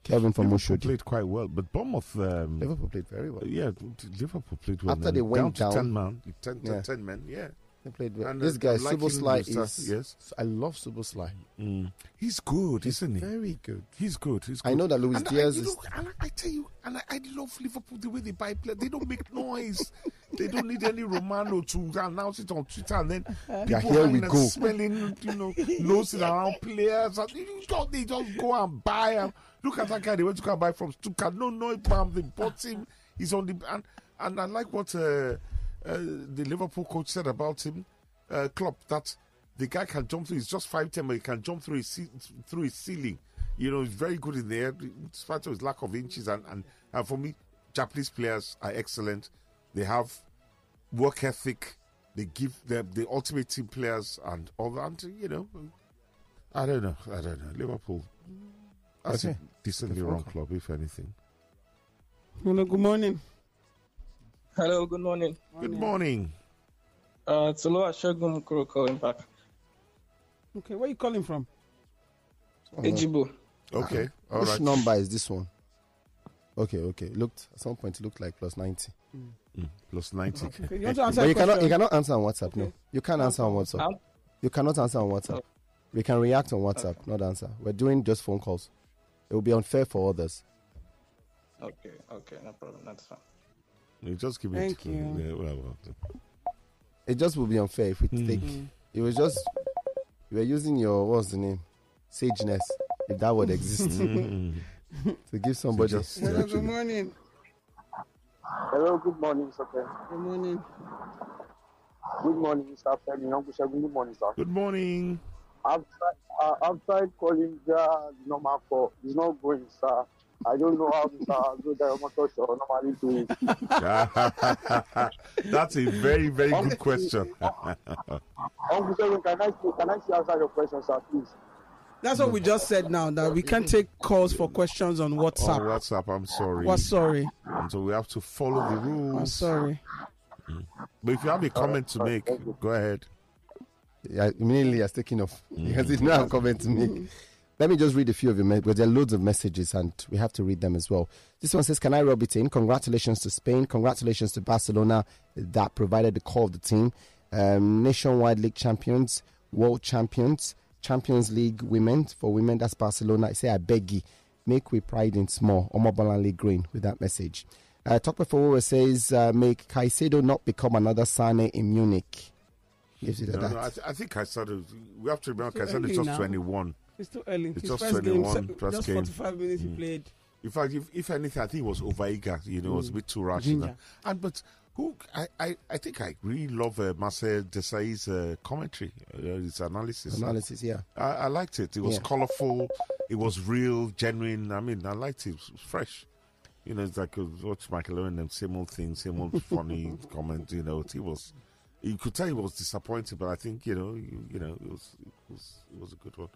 [SPEAKER 4] Kevin from
[SPEAKER 2] Liverpool
[SPEAKER 4] Oshodi.
[SPEAKER 2] played quite well, but Bournemouth. Um,
[SPEAKER 4] Liverpool played very well.
[SPEAKER 2] Yeah, Liverpool played well.
[SPEAKER 4] After
[SPEAKER 2] Now
[SPEAKER 4] they went
[SPEAKER 2] down, to
[SPEAKER 4] down-
[SPEAKER 2] ten man, ten, ten,
[SPEAKER 4] Yeah.
[SPEAKER 2] ten men. Yeah,
[SPEAKER 4] They played well.
[SPEAKER 2] And, uh,
[SPEAKER 4] this guy,
[SPEAKER 2] liking
[SPEAKER 4] Subosly,
[SPEAKER 2] the
[SPEAKER 4] is.
[SPEAKER 2] stuff, yes.
[SPEAKER 4] I love Subosly.
[SPEAKER 2] Mm. He's good, isn't he?
[SPEAKER 4] Very good.
[SPEAKER 2] He's good. He's good.
[SPEAKER 4] I know that Luis
[SPEAKER 2] And
[SPEAKER 4] Diaz
[SPEAKER 2] I, you
[SPEAKER 4] is-
[SPEAKER 2] know, and I tell you, and I, I love Liverpool the way they buy players. They don't make noise. they don't need any Romano to announce it on Twitter and then
[SPEAKER 4] Uh-huh. Yeah,
[SPEAKER 2] people
[SPEAKER 4] here we
[SPEAKER 2] hanging and
[SPEAKER 4] go.
[SPEAKER 2] smelling, you know, nosing around players. And you don't, they just go and buy them. Look at that guy they went to go and buy from Stuttgart. No, no, bam, they bought him. He's on the and and I like what uh, uh, the Liverpool coach said about him, uh, Klopp. That the guy can jump through. He's just five ten, but he can jump through his ce- through his ceiling. You know, he's very good in the air, despite his lack of inches. And and, and for me, Japanese players are excellent. They have work ethic. They give them the ultimate team players and all that. And, you know, I don't know. I don't know. Liverpool. That's
[SPEAKER 4] Okay.
[SPEAKER 2] a decently
[SPEAKER 4] The phone
[SPEAKER 2] wrong
[SPEAKER 4] call.
[SPEAKER 2] club, if anything.
[SPEAKER 3] Hello, good morning.
[SPEAKER 14] Hello, good morning.
[SPEAKER 2] Good morning.
[SPEAKER 14] Uh, it's Oluwa Shogun Kuro calling back.
[SPEAKER 3] Okay, where you calling from?
[SPEAKER 14] Ejibo.
[SPEAKER 2] Okay,
[SPEAKER 4] Uh, Mm-hmm. Which number is this one? Okay, okay. It looked at some point it looked like plus ninety.
[SPEAKER 2] Mm, Plus 90.
[SPEAKER 3] Okay, you want to answer
[SPEAKER 4] But
[SPEAKER 3] a
[SPEAKER 4] you cannot you
[SPEAKER 3] question?
[SPEAKER 4] cannot answer on WhatsApp, no. You can't answer on WhatsApp.
[SPEAKER 14] Um,
[SPEAKER 4] You cannot answer on WhatsApp.
[SPEAKER 3] Oh.
[SPEAKER 4] We can react on WhatsApp, not answer. We're doing just phone calls. It will be unfair for others.
[SPEAKER 14] Okay, okay, no problem. That's fine.
[SPEAKER 2] You just give it.
[SPEAKER 14] Thank
[SPEAKER 2] yeah,
[SPEAKER 14] you.
[SPEAKER 2] well, well.
[SPEAKER 4] It just will be unfair if we
[SPEAKER 2] Hmm.
[SPEAKER 4] take it was just you were using your what's the name? Sageness, if that would exist.
[SPEAKER 2] Mm.
[SPEAKER 4] to give somebody
[SPEAKER 2] just-
[SPEAKER 3] Hello, good morning.
[SPEAKER 11] Hello, good morning, sir. Good
[SPEAKER 3] morning.
[SPEAKER 11] Good morning, Mr. Femi. Uncle Segun, good morning, sir.
[SPEAKER 2] Good morning.
[SPEAKER 11] I've tried, uh, I've tried calling the number four. It's not going, sir. I don't know how Mr. Zoda Omotosho normally do it.
[SPEAKER 2] That's a very, very good question.
[SPEAKER 11] Uncle Segun, can I see, can I see answer your question, sir, please?
[SPEAKER 3] That's what we just said now that we can't take calls for questions on
[SPEAKER 2] Oh,
[SPEAKER 3] WhatsApp.
[SPEAKER 2] WhatsApp, I'm sorry.
[SPEAKER 3] We're sorry.
[SPEAKER 2] And so we have to follow the rules.
[SPEAKER 3] I'm sorry.
[SPEAKER 2] But if you have a comment to make, go ahead.
[SPEAKER 4] Yeah, immediately has taken off because it's not a comment to make. Let me just read a few of them because there are loads of messages and we have to read them as well. This one says, Can I rub it in? Congratulations to Spain. Congratulations to Barcelona that provided the core of the team. Um, Nationwide League champions, world champions, Champions League women. For women, that's Barcelona. I say, I beg you, make we pride in small. Omobalanli Green with that message. Uh, Talk Before says, uh, Make Caicedo not become another Sane in Munich. Gives you the
[SPEAKER 2] No,
[SPEAKER 4] that.
[SPEAKER 2] no, I, th- I think I started. We have to remember
[SPEAKER 3] It's too
[SPEAKER 2] Casado is
[SPEAKER 3] early
[SPEAKER 2] just
[SPEAKER 3] now.
[SPEAKER 2] 21.
[SPEAKER 3] It's too early.
[SPEAKER 2] It's
[SPEAKER 3] His
[SPEAKER 2] just
[SPEAKER 3] first game,
[SPEAKER 2] 21.
[SPEAKER 3] se-
[SPEAKER 2] first
[SPEAKER 3] just
[SPEAKER 2] game. Hmm. Mm.
[SPEAKER 3] 45 minutes he played. Hmm.
[SPEAKER 2] In fact, if, if anything, I think it was overeager. You know, it was a bit too rash.
[SPEAKER 3] Ginger.
[SPEAKER 2] And- And but who? I, I, I think I really love uh, Marcel Desai's uh, commentary, uh, his analysis.
[SPEAKER 4] Analysis, yeah.
[SPEAKER 2] I, I liked it. It was
[SPEAKER 4] Yeah.
[SPEAKER 2] colorful. It was real, genuine. I mean, I liked it. It was fresh. You know, it's like uh, watch Michael Owen and same old thing, same old funny comment. You know, it was. You could tell he was disappointed, but I think you know, you, you know, it was, it was it was a good one.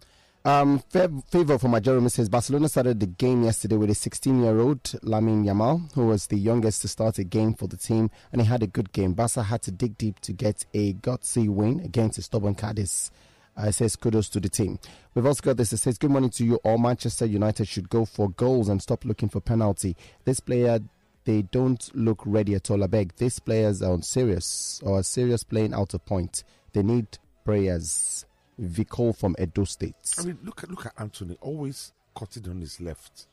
[SPEAKER 4] Um, fair favor for my Jeremy says Barcelona started the game yesterday with a 16 year old Lamin Yamal, who was the youngest to start a game for the team, and he had a good game. Barca had to dig deep to get a gutsy win against a stubborn Cadiz. Uh, it says kudos to the team. We've also got this. It says good morning to you all. Manchester United should go for goals and stop looking for penalty. This player, they don't look ready at all. I beg. These players are on serious or are serious playing out of point. They need prayers. Vico from Edo State.
[SPEAKER 2] I mean, look at look at Anthony always cutting on his left.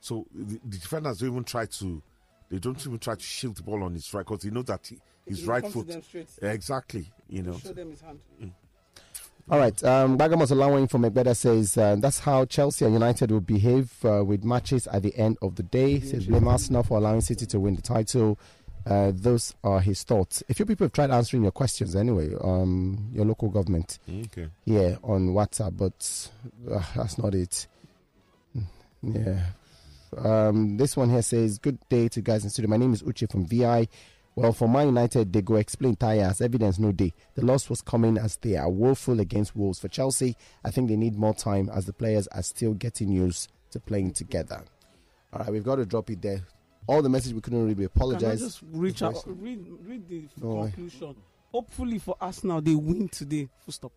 [SPEAKER 2] So the, the defenders don't even try to, they don't even try to shield the ball on his right because they know that he, his
[SPEAKER 3] He
[SPEAKER 2] right
[SPEAKER 3] comes to
[SPEAKER 2] foot.
[SPEAKER 3] them straight.
[SPEAKER 2] Exactly, you know. Mm.
[SPEAKER 3] Show them his hand.
[SPEAKER 4] All right. Um, Bagamos Olawin from Egbeda says uh, that's how Chelsea and United will behave uh, with matches at the end of the day. He says blame Arsenal for allowing City to win the title. Uh, those are his thoughts. A few people have tried answering your questions anyway. Um, your local government.
[SPEAKER 2] Okay.
[SPEAKER 4] Yeah, on WhatsApp, but uh, that's not it. Yeah. Um, this one here says, Good day to guys in studio. My name is Uche from VI. Well, for Man United, they go explain tire as evidence no day. The loss was coming as they are woeful against Wolves. For Chelsea, I think they need more time as the players are still getting used to playing together. All right, we've got to drop it there. All the message we couldn't read, we apologize.
[SPEAKER 3] Can I just reach
[SPEAKER 4] The
[SPEAKER 3] out,
[SPEAKER 4] voice-
[SPEAKER 3] read, read the
[SPEAKER 4] Don't worry.
[SPEAKER 3] conclusion. Hopefully for us now, they win today. Full stop.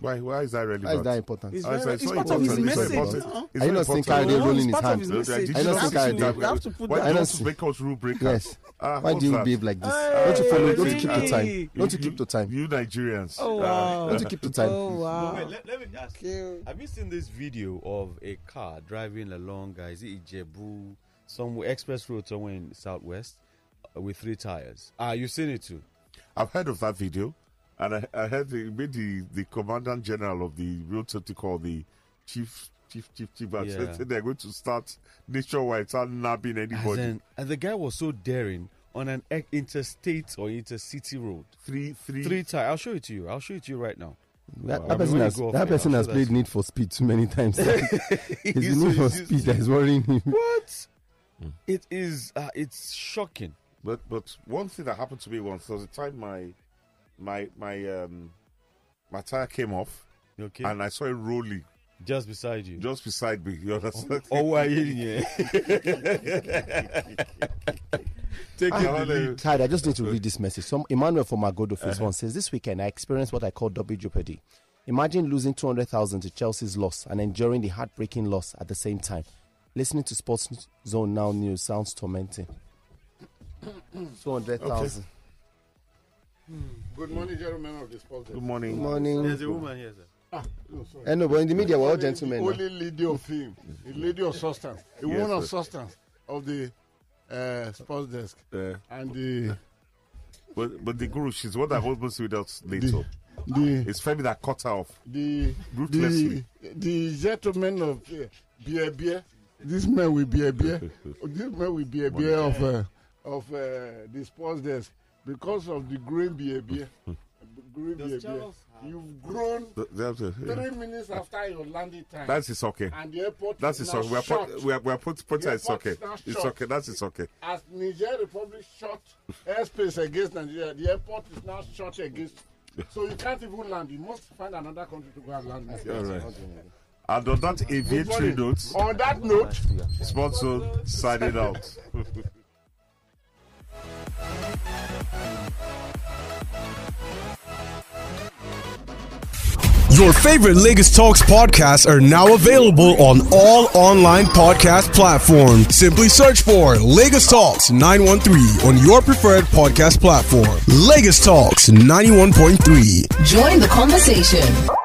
[SPEAKER 2] Why? Why is that relevant?
[SPEAKER 4] Why is that important? It's
[SPEAKER 2] Why is
[SPEAKER 4] very-
[SPEAKER 2] that-
[SPEAKER 4] it's
[SPEAKER 2] so
[SPEAKER 4] part of his
[SPEAKER 2] important? It's so
[SPEAKER 4] message,
[SPEAKER 2] important.
[SPEAKER 4] no?
[SPEAKER 2] It's
[SPEAKER 4] Are you
[SPEAKER 2] so
[SPEAKER 4] not seeing
[SPEAKER 2] important.
[SPEAKER 4] Carradine No, rolling it's his part of hand?
[SPEAKER 2] Did
[SPEAKER 4] his
[SPEAKER 2] you
[SPEAKER 4] message.
[SPEAKER 2] not
[SPEAKER 4] I don't
[SPEAKER 2] see
[SPEAKER 4] see Carradine.
[SPEAKER 2] that?
[SPEAKER 4] You have to put
[SPEAKER 2] Why
[SPEAKER 4] that-
[SPEAKER 2] do
[SPEAKER 4] I
[SPEAKER 2] you want
[SPEAKER 4] don't
[SPEAKER 2] to make us rule breakers?
[SPEAKER 4] Yes.
[SPEAKER 2] Ah,
[SPEAKER 4] Why do you
[SPEAKER 2] what's
[SPEAKER 4] behave
[SPEAKER 2] that?
[SPEAKER 4] like this? Don't you follow? Don't you keep the time? Don't you keep the time?
[SPEAKER 2] You Nigerians.
[SPEAKER 1] Uh,
[SPEAKER 2] Ah.
[SPEAKER 4] Oh, wow. Don't you keep the time? Oh, wow.
[SPEAKER 1] But wait, let, let me ask. Have you seen this video of a car driving along, uh, is it Ijebu, somewhere express road somewhere in southwest, uh, with three tires? Ah, you've seen it too.
[SPEAKER 2] I've heard of that video, and I, I heard they made the, the commandant general of the road safety corps, the chief, chief, chief, chief, and
[SPEAKER 1] Yeah.
[SPEAKER 2] said they're going to start nationwide, start nabbing
[SPEAKER 1] As
[SPEAKER 2] anybody.
[SPEAKER 1] in, and the guy was so daring on an ex- interstate or intercity road.
[SPEAKER 2] Three, three,
[SPEAKER 1] three tires. I'll show it to you. I'll show it to you right now.
[SPEAKER 4] That,
[SPEAKER 1] Wow.
[SPEAKER 4] that
[SPEAKER 1] I mean,
[SPEAKER 4] person
[SPEAKER 1] when you
[SPEAKER 4] has,
[SPEAKER 1] go off
[SPEAKER 4] that
[SPEAKER 1] here, I'll
[SPEAKER 4] person
[SPEAKER 1] show
[SPEAKER 4] has
[SPEAKER 1] that
[SPEAKER 4] played
[SPEAKER 1] to you.
[SPEAKER 4] Need for Speed too many times. it's
[SPEAKER 1] He's
[SPEAKER 4] the Need
[SPEAKER 1] so-
[SPEAKER 4] for
[SPEAKER 1] he's
[SPEAKER 4] Speed that is worrying him.
[SPEAKER 1] What? It is. Uh, it's shocking.
[SPEAKER 2] Hmm. But but one thing that happened to me once there was a time my my my um my tire came off,
[SPEAKER 1] okay,
[SPEAKER 2] and I saw it rolling
[SPEAKER 1] just beside you,
[SPEAKER 2] just beside me. You understand?
[SPEAKER 1] Oh, why in here?
[SPEAKER 2] Take
[SPEAKER 4] I, Tired, I just need to read this message. Some Emmanuel from Magodo Phase
[SPEAKER 2] Uh-huh.
[SPEAKER 4] One says this weekend I experienced what I call double jeopardy. Imagine losing two hundred thousand to Chelsea's loss and enduring the heartbreaking loss at the same time. Listening to Sports Zone Now news sounds tormenting. Two hundred thousand.
[SPEAKER 15] Good morning, gentlemen of the sports.
[SPEAKER 4] Good morning. Good morning. There's a woman
[SPEAKER 1] here, sir.
[SPEAKER 15] Ah, no, sorry.
[SPEAKER 4] Eh, no, but in the media, we're all
[SPEAKER 15] Only-
[SPEAKER 4] gentlemen, no?
[SPEAKER 15] Only lady of film, the lady of substance, the
[SPEAKER 4] Yes,
[SPEAKER 15] woman of
[SPEAKER 4] sir.
[SPEAKER 15] substance of the uh, sports desk.
[SPEAKER 2] and the Eh. but but the guru, she's what I was supposed to be with us later. it's Femi that cut her off.
[SPEAKER 15] The
[SPEAKER 2] Ruthlessly.
[SPEAKER 15] the, the gentleman of uh, beer beer. This man will be a beer. this man will be a beer of uh, of uh, the sports desk because of the green beer beer. Green beer beer. You've grown
[SPEAKER 2] Th- that's it, yeah.
[SPEAKER 15] three minutes after your landing time.
[SPEAKER 2] That's his okay.
[SPEAKER 15] And the airport
[SPEAKER 2] That's
[SPEAKER 15] is
[SPEAKER 2] his
[SPEAKER 15] now
[SPEAKER 2] okay. We're
[SPEAKER 15] shut.
[SPEAKER 2] put, we're, we're put, put
[SPEAKER 15] The
[SPEAKER 2] it's
[SPEAKER 15] airport
[SPEAKER 2] okay.
[SPEAKER 15] is now
[SPEAKER 2] It's
[SPEAKER 15] shut.
[SPEAKER 2] okay. That's his okay.
[SPEAKER 15] As Niger Republic shot airspace against Nigeria, the airport is now shut against. So you can't even land. You must find another country to go and land.
[SPEAKER 2] All right. And on that aviatory
[SPEAKER 15] Good morning.
[SPEAKER 2] note,
[SPEAKER 15] On that note,
[SPEAKER 2] Sports Zone signing out.
[SPEAKER 16] Your favorite Lagos Talks podcasts are now available on all online podcast platforms. Simply search for Lagos Talks 913 on your preferred podcast platform. Lagos Talks 91.3.
[SPEAKER 17] Join the conversation.